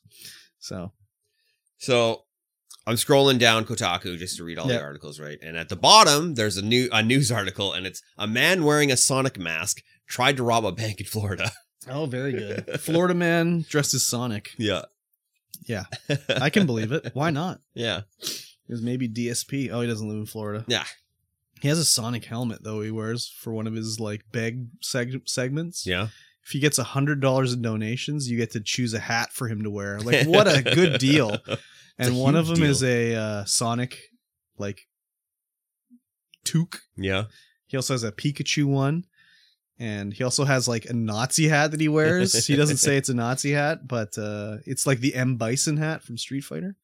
So
So I'm scrolling down Kotaku just to read all
Yeah.
the articles, right? And at the bottom, there's a new a news article, and it's a man wearing a Sonic mask tried to rob a bank in Florida. [LAUGHS]
oh, very good. Florida man dressed as Sonic.
Yeah, [LAUGHS]
Yeah, I can believe it. Why not?
yeah,
It was maybe DSP. Oh, he doesn't live in Florida.
Yeah.
He has a Sonic helmet though. He wears for one of his like beg seg- segments.
yeah.
If he gets a hundred dollars in donations, you get to choose a hat for him to wear.
[LAUGHS]
Like what a good deal.
a
and one of
huge
them
deal.
is a uh, Sonic like toque.
[LAUGHS] Yeah,
He also has a Pikachu one, and he also has like a Nazi hat that he wears. he doesn't say it's a Nazi hat, but uh, it's like the M Bison hat from Street Fighter.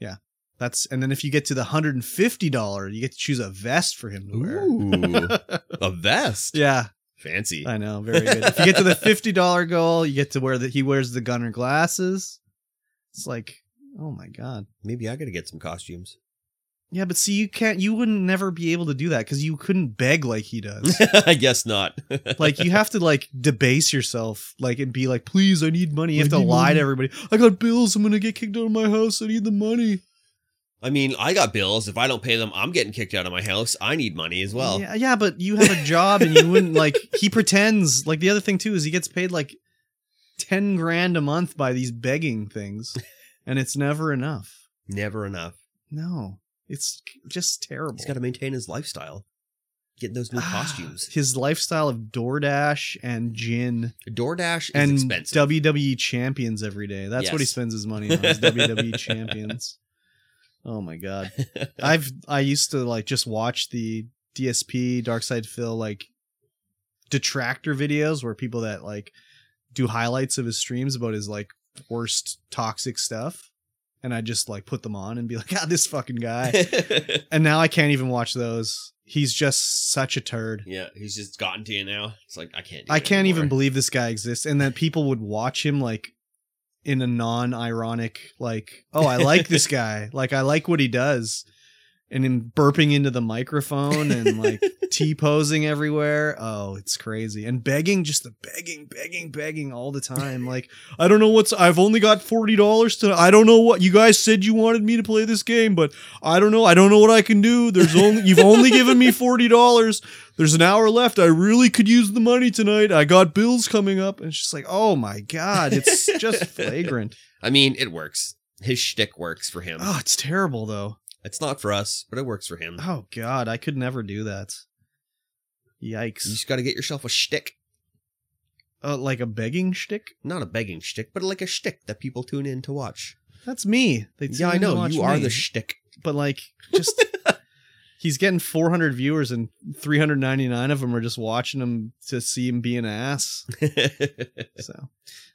Yeah, that's and then if you get to the hundred and fifty dollar, you get to choose a vest for him to
Ooh.
wear.
a vest.
yeah,
Fancy.
I know, very good. If you get to the fifty dollar goal, you get to wear the he wears the gunner glasses. It's like, oh my god.
Maybe I got to get some costumes. [LAUGHS]
Yeah, but see, you can't. You wouldn't never be able to do that because you couldn't beg like
[LAUGHS]
he does.
I guess not.
like you have to like debase yourself, like and be like, please, I need money. You have
I
to
need
lie
money.
to everybody. I got bills. I'm gonna get kicked out of my house. I need the money.
[LAUGHS] I mean, I got bills. If I don't pay them, I'm getting kicked out of my house. I need money as well.
yeah, yeah, but you have a job and you wouldn't like. [LAUGHS] He pretends. Like the other thing too is he gets paid like ten grand a month by these begging
[LAUGHS]
things, and it's never enough.
Never enough.
No, it's just terrible. Ah,
He's got to maintain his lifestyle. Getting those new costumes.
[SIGHS] His lifestyle of DoorDash and gin.
DoorDash is
and
expensive.
WWE champions every day. That's what he
Yes.
spends his
[LAUGHS]
money on. Is WWE champions. Oh my god.
[LAUGHS]
I've I used to like just watch the DSP Dark Side Phil like detractor videos where people that like do highlights of his streams about his like worst toxic stuff and I just like put them on and be like, [LAUGHS] "Ah, this fucking guy."
[LAUGHS]
and now I can't even watch those. He's just such a turd.
yeah, he's just gotten to you now. It's like I can't. Do
I
it
can't even
anymore.
believe this guy exists, and that people would watch him like in a non-ironic, like, "Oh, I like this guy. Like, I like what he does," and him burping into the microphone and like t posing everywhere. Oh, it's crazy, and begging, just the begging, begging, begging all the time. Like, I don't know what's. I've only got forty dollars to. I don't know what you guys said you wanted me to play this game, but I don't know. I don't know what I can
[LAUGHS]
do. There's only you've only given me forty dollars. There's an hour left. I really could use the money tonight. I got bills coming up, and she's like, "Oh my
[LAUGHS]
god, it's just flagrant."
I mean, it works. His shtick works for him.
Oh, it's terrible though.
It's not for us, but it works for him.
Oh god, I could never do that.
You
Yikes!
just got to get yourself a shtick,
Uh, like a begging shtick.
not a begging shtick, but like a shtick that people tune in to watch.
That's me. They
yeah, I
tune in to
know
watch
you are
me.
the shtick. [LAUGHS]
but like just he's getting 400 viewers and 399 of them are just watching him to see him be
[LAUGHS]
an ass so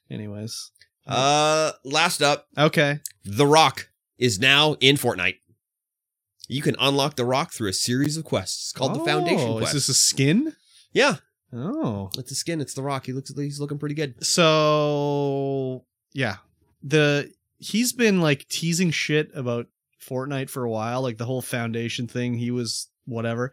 anyways
uh, last up,
okay
The Rock is now in Fortnite. You can unlock the rock through a series of quests. It's called the Foundation
Oh,
Quest.
Is this a skin?
yeah,
Oh.
it's the skin. It's the rock. He looks. He's looking pretty good.
So yeah, the he's been like teasing shit about Fortnite for a while, like the whole foundation thing. He was whatever.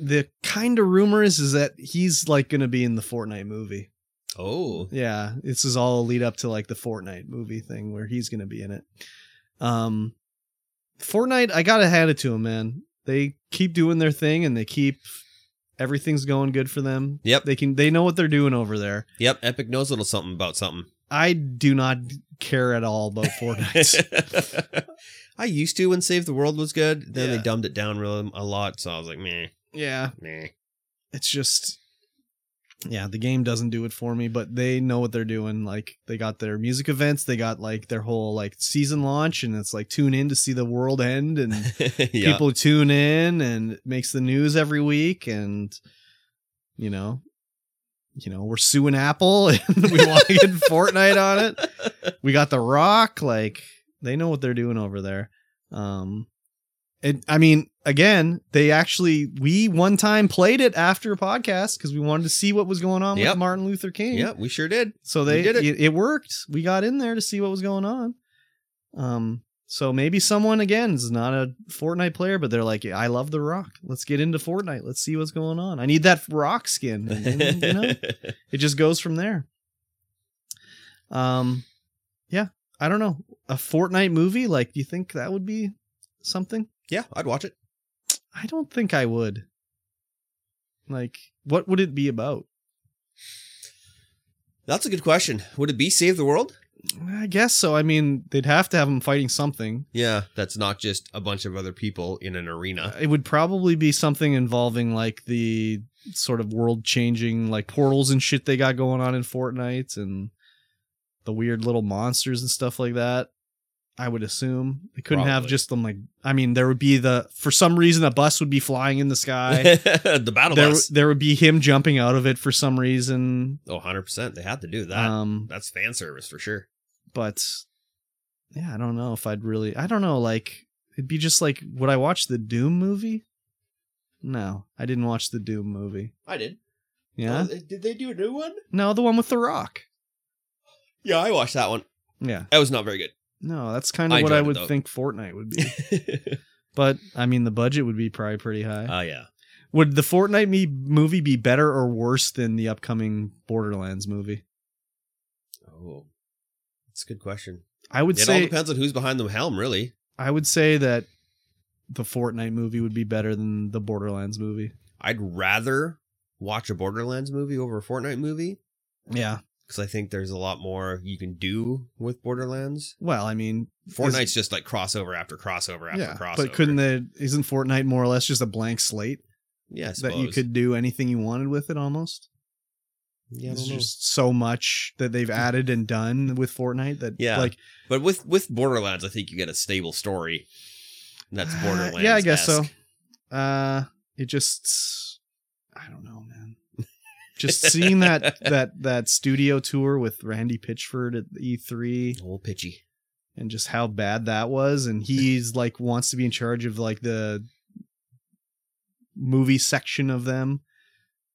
The kind of rumor is is that he's like gonna be in the Fortnite movie.
Oh,
Yeah, this is all a lead up to like the Fortnite movie thing where he's gonna be in it. Um, Fortnite, I gotta hand it to him, man. They keep doing their thing and they keep everything's going good for them.
Yep.
they can they know what they're doing over there.
yep. Epic knows a little something about something.
I do not care at all about Fortnite.
[LAUGHS] I used to when Save the World was good. Then
Yeah.
they dumbed it down real a lot, so I was like, meh,
yeah,
meh.
it's just yeah, the game doesn't do it for me, but they know what they're doing. Like they got their music events, they got like their whole like season launch and it's like tune in to see the world end and
[LAUGHS] yeah.
people tune in and it makes the news every week and you know, you know, we're suing Apple [LAUGHS] and we
[LAUGHS]
want to get Fortnite on it. we got the rock like they know what they're doing over there um and i mean again they actually we one time played it after a podcast because we wanted to see what was going on
Yep.
with martin luther
[LAUGHS]
king
yeah, we sure [LAUGHS] did.
so
We
they
did it.
it. It, worked we got in there to see what was going on um so maybe someone again is not a Fortnite player, but they're like, "I love the Rock. Let's get into Fortnite. Let's see what's going on. I need that
[LAUGHS]
Rock skin." And, and, you know, it just goes from there. Um, yeah, I don't know. A Fortnite movie, like, do you think that would be something?
yeah, I'd watch it.
I don't think I would. Like, what would it be about?
That's a good question. Would it be Save the World?
I guess so. I mean, they'd have to have them fighting something.
Yeah, that's not just a bunch of other people in an arena.
It would probably be something involving like the sort of world changing like portals and shit they got going on in Fortnite and the weird little monsters and stuff like that. I would assume they couldn't have
Probably.
just them like I mean there would be the for some reason a bus would be
[LAUGHS]
flying in the sky.
the battle
there
bus.
there would be him jumping out of it for some reason.
Oh, 100%. They had to do that.
Um
that's fan service for sure.
but yeah, I don't know if I'd really I don't know like it'd be just like would I watch the Doom movie? No, I didn't watch the Doom movie.
I did. Uh,
Yeah.
did they do a new one?
No, the one with the rock.
Yeah, I watched that one.
Yeah.
That was not very
No, that's kind of
I
what I
enjoyed it,
would
though.
think Fortnite would be. [LAUGHS]
good. [LAUGHS]
but I mean the budget would be probably pretty high.
Oh, yeah.
Would the Fortnite me- movie be better or worse than the upcoming Borderlands movie?
Oh, that's a good question.
I would
It all
say
depends on who's behind the helm, really.
I would say that the Fortnite movie would be better than the Borderlands movie.
I'd rather watch a Borderlands movie over a Fortnite movie
Yeah.
because I think there's a lot more you can do with Borderlands.
Well, I mean,
Fortnite's just like crossover after crossover after
yeah,
crossover.
but couldn't the isn't Fortnite more or less just a blank slate
yeah, I
that you
suppose.
could do anything you wanted with it almost?
Yeah, I
There's
don't know.
just so much that they've added and done with Fortnite that
Yeah.
like
But with with Borderlands, I think you get a stable story. And that's
Uh,
Borderlands.
yeah, I guess so. Uh, it just, I don't know, man. [LAUGHS] Just seeing that that that studio tour with Randy Pitchford at E3
Old pitchy. [LAUGHS]
and just how bad that was, and he's like wants to be in charge of like the movie section of them.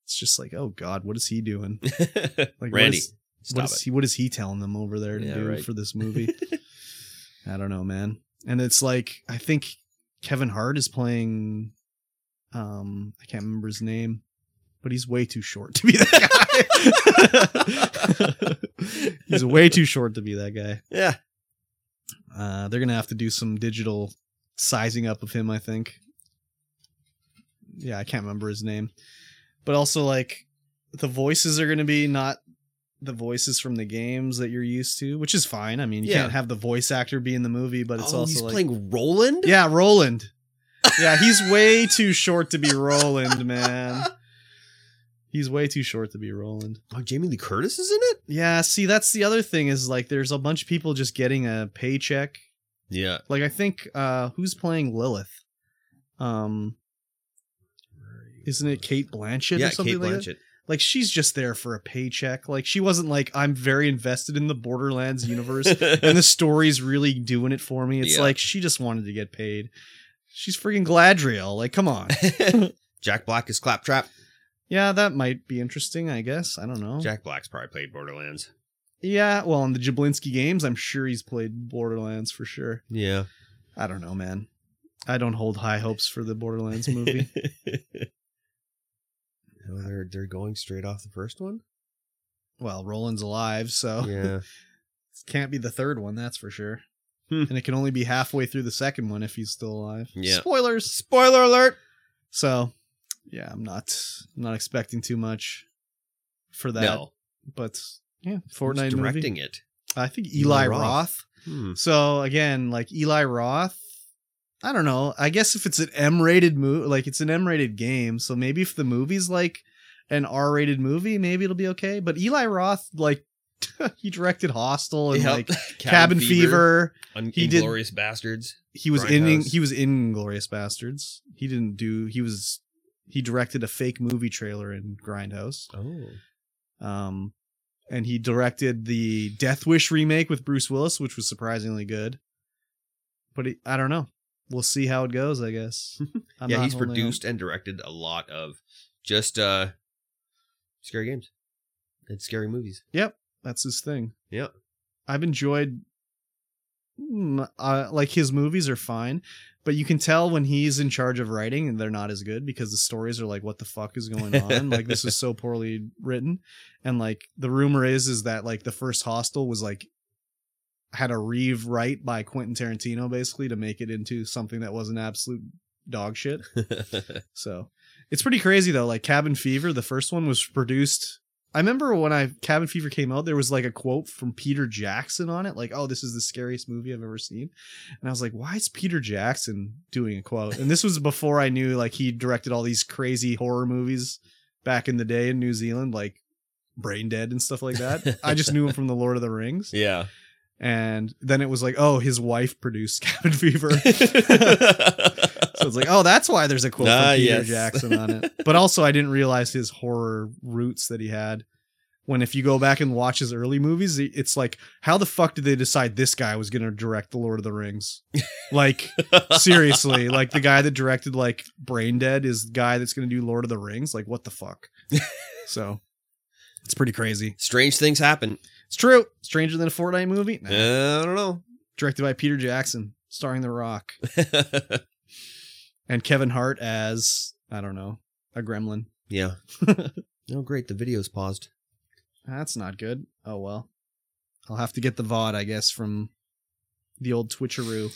It's just like, oh god, what is he doing? Like, what
Randy,
is-
stop
what is he? What is he telling them over there to
Yeah,
do
right. [LAUGHS]
for this movie? I don't know, man. And it's like I think Kevin Hart is playing. Um, I can't remember his name, but he's way too short to be [LAUGHS] that
[LAUGHS]
guy. [LAUGHS]
it.
he's way too short to be that guy.
yeah.
Uh, they're gonna have to do some digital sizing up of him, I think. Yeah, I can't remember his name, but also like the voices are gonna be not the voices from the games that you're used to, which is fine. I mean, you
Yeah.
can't have the voice actor be in the movie, but it's
oh,
also
he's
like,
playing Roland.
yeah, Roland. Yeah, he's way too short to be Roland,
[LAUGHS]
man. He's way too short to be Roland.
Oh, Jamie Lee Curtis is in it.
Yeah, see, that's the other thing is like there's a bunch of people just getting a paycheck
Yeah.
like I think uh who's playing Lilith? Um isn't it Kate Blanchett
yeah,
or something
Kate
like that?
Blanchett.
Like she's just there for a paycheck. Like she wasn't like I'm very invested in the
[LAUGHS]
Borderlands universe and the story's really doing it for me. It's
Yeah.
like she just wanted to get paid. She's freaking Gladriel. Like,
[LAUGHS]
come on. [LAUGHS]
Jack Black is Claptrap.
yeah, that might be interesting, I guess. I don't know.
Jack Black's probably played Borderlands.
Yeah, well, in the Jablinski games, I'm sure he's played Borderlands for sure.
Yeah.
I don't know, man. I don't hold high hopes for the
[LAUGHS]
Borderlands movie.
no, Oh, they're they're going straight off the first one.
well, Roland's alive, so [LAUGHS]
Yeah.
can't be the third one, that's for sure.
Hmm.
And it can only be halfway through the second one if he's still alive.
Yeah. [LAUGHS]
Spoilers.
Spoiler alert.
So, yeah, I'm not I'm not expecting too much for that.
no.
But yeah,
Who's
Fortnite movie.
directing it.
I think
Eli
Eli,
Roth.
Roth.
Hmm.
So again, like Eli Roth, I don't know. I guess if it's an M-rated movie, like it's an M-rated game, so maybe if the movie's like an R-rated movie, maybe it'll be okay. But Eli Roth, like [LAUGHS] he directed Hostel and
Yep. [LAUGHS]
like Cabin, Fever.
Un-
He did-
Inglorious Bastards.
He was in
Grindhouse.
he was in Glorious Bastards. He didn't do. He was he directed a fake movie trailer in Grindhouse.
Oh.
Um, and he directed the Death Wish remake with Bruce Willis, which was surprisingly good. But he, I don't know. We'll see how it goes, I
[LAUGHS]
guess. I'm
yeah,
not
he's
holding out-
produced and directed a lot of just uh scary games and scary movies. [LAUGHS]
Yep, that's his thing.
Yeah.
I've enjoyed. mm, Uh, like his movies are fine, but you can tell when he's in charge of writing, and they're not as good because the stories are like, "What the fuck is going on? like this is so poorly written." And like the rumor is, is that like the first Hostel was like had a rewrite by Quentin Tarantino basically to make it into something that wasn't absolute dog shit. So it's pretty crazy though. Like Cabin Fever, the first one was produced. I remember when I Cabin Fever came out, there was like a quote from Peter Jackson on it, like, "Oh, this is the scariest movie I've ever seen," and I was like, "Why is Peter Jackson doing a quote?" And this was before I knew like he directed all these crazy horror movies back in the day in New Zealand, like Brain Dead and stuff like that. I just knew him from The Lord of the Rings,
[LAUGHS] yeah.
and then it was like, "Oh, his wife produced [LAUGHS] Cabin Fever." So
so
it's like, oh, that's why there's a quote
Ah,
from Peter
yes.
Jackson on it. But also, I didn't realize his horror roots that he had. When if you go back and watch his early movies, it- it's like, how the fuck did they decide this guy was going to direct The Lord of the
[LAUGHS]
Rings? Like, seriously, like the guy that directed like Brain Dead is the guy that's going to do Lord of the Rings. Like, what the fuck?
[LAUGHS]
So, it's pretty crazy.
strange things happen.
It's true. Stranger than a Fortnite movie, Nah.
Uh, I don't know. [LAUGHS]
directed by Peter Jackson, starring The Rock. and Kevin Hart as I don't know a gremlin. [LAUGHS]
yeah. Oh, great. The video's paused.
That's not good. Oh well, I'll have to get the VOD, I guess, from the old
[LAUGHS]
Twitcheroo.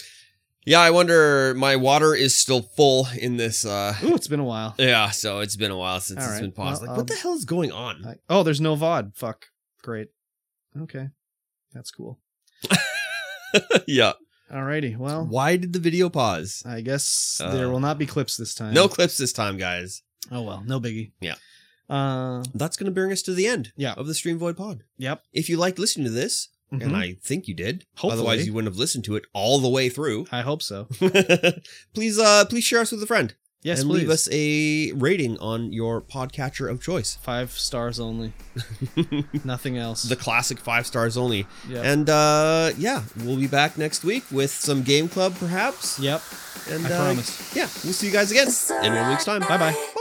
Yeah, I wonder. My water is still full in this. uh
Ooh, it's been a while.
Yeah, [LAUGHS] so it's been a while since
All
it's
right.
been paused.
Well, um,
like, what the
I'll-
hell is going on?
I- oh, there's no VOD. Fuck. Great. Okay, that's cool.
[LAUGHS] yeah.
Alrighty. Well,
Why did the video pause?
I guess
Uh,
there will not be clips this time.
No clips this time, guys.
Oh well, no biggie.
Yeah.
Uh.
That's going to bring us to the end
Yeah.
of the Stream Void Pod.
Yep.
If you liked listening to this,
Mhm.
and I think you did,
Hopefully.
otherwise you wouldn't have listened to it all the way through. [LAUGHS]
I hope so.
please, uh, please share us with a friend
Yes,
and
please.
leave us a rating on your podcatcher of choice.
five
[LAUGHS]
stars only. Nothing else.
The classic five stars only.
yep.
And uh, yeah, we'll be back next week with some game club, perhaps.
yep.
And
I
uh,
promise.
Yeah, we'll see you guys again in one week's time.
Bye bye.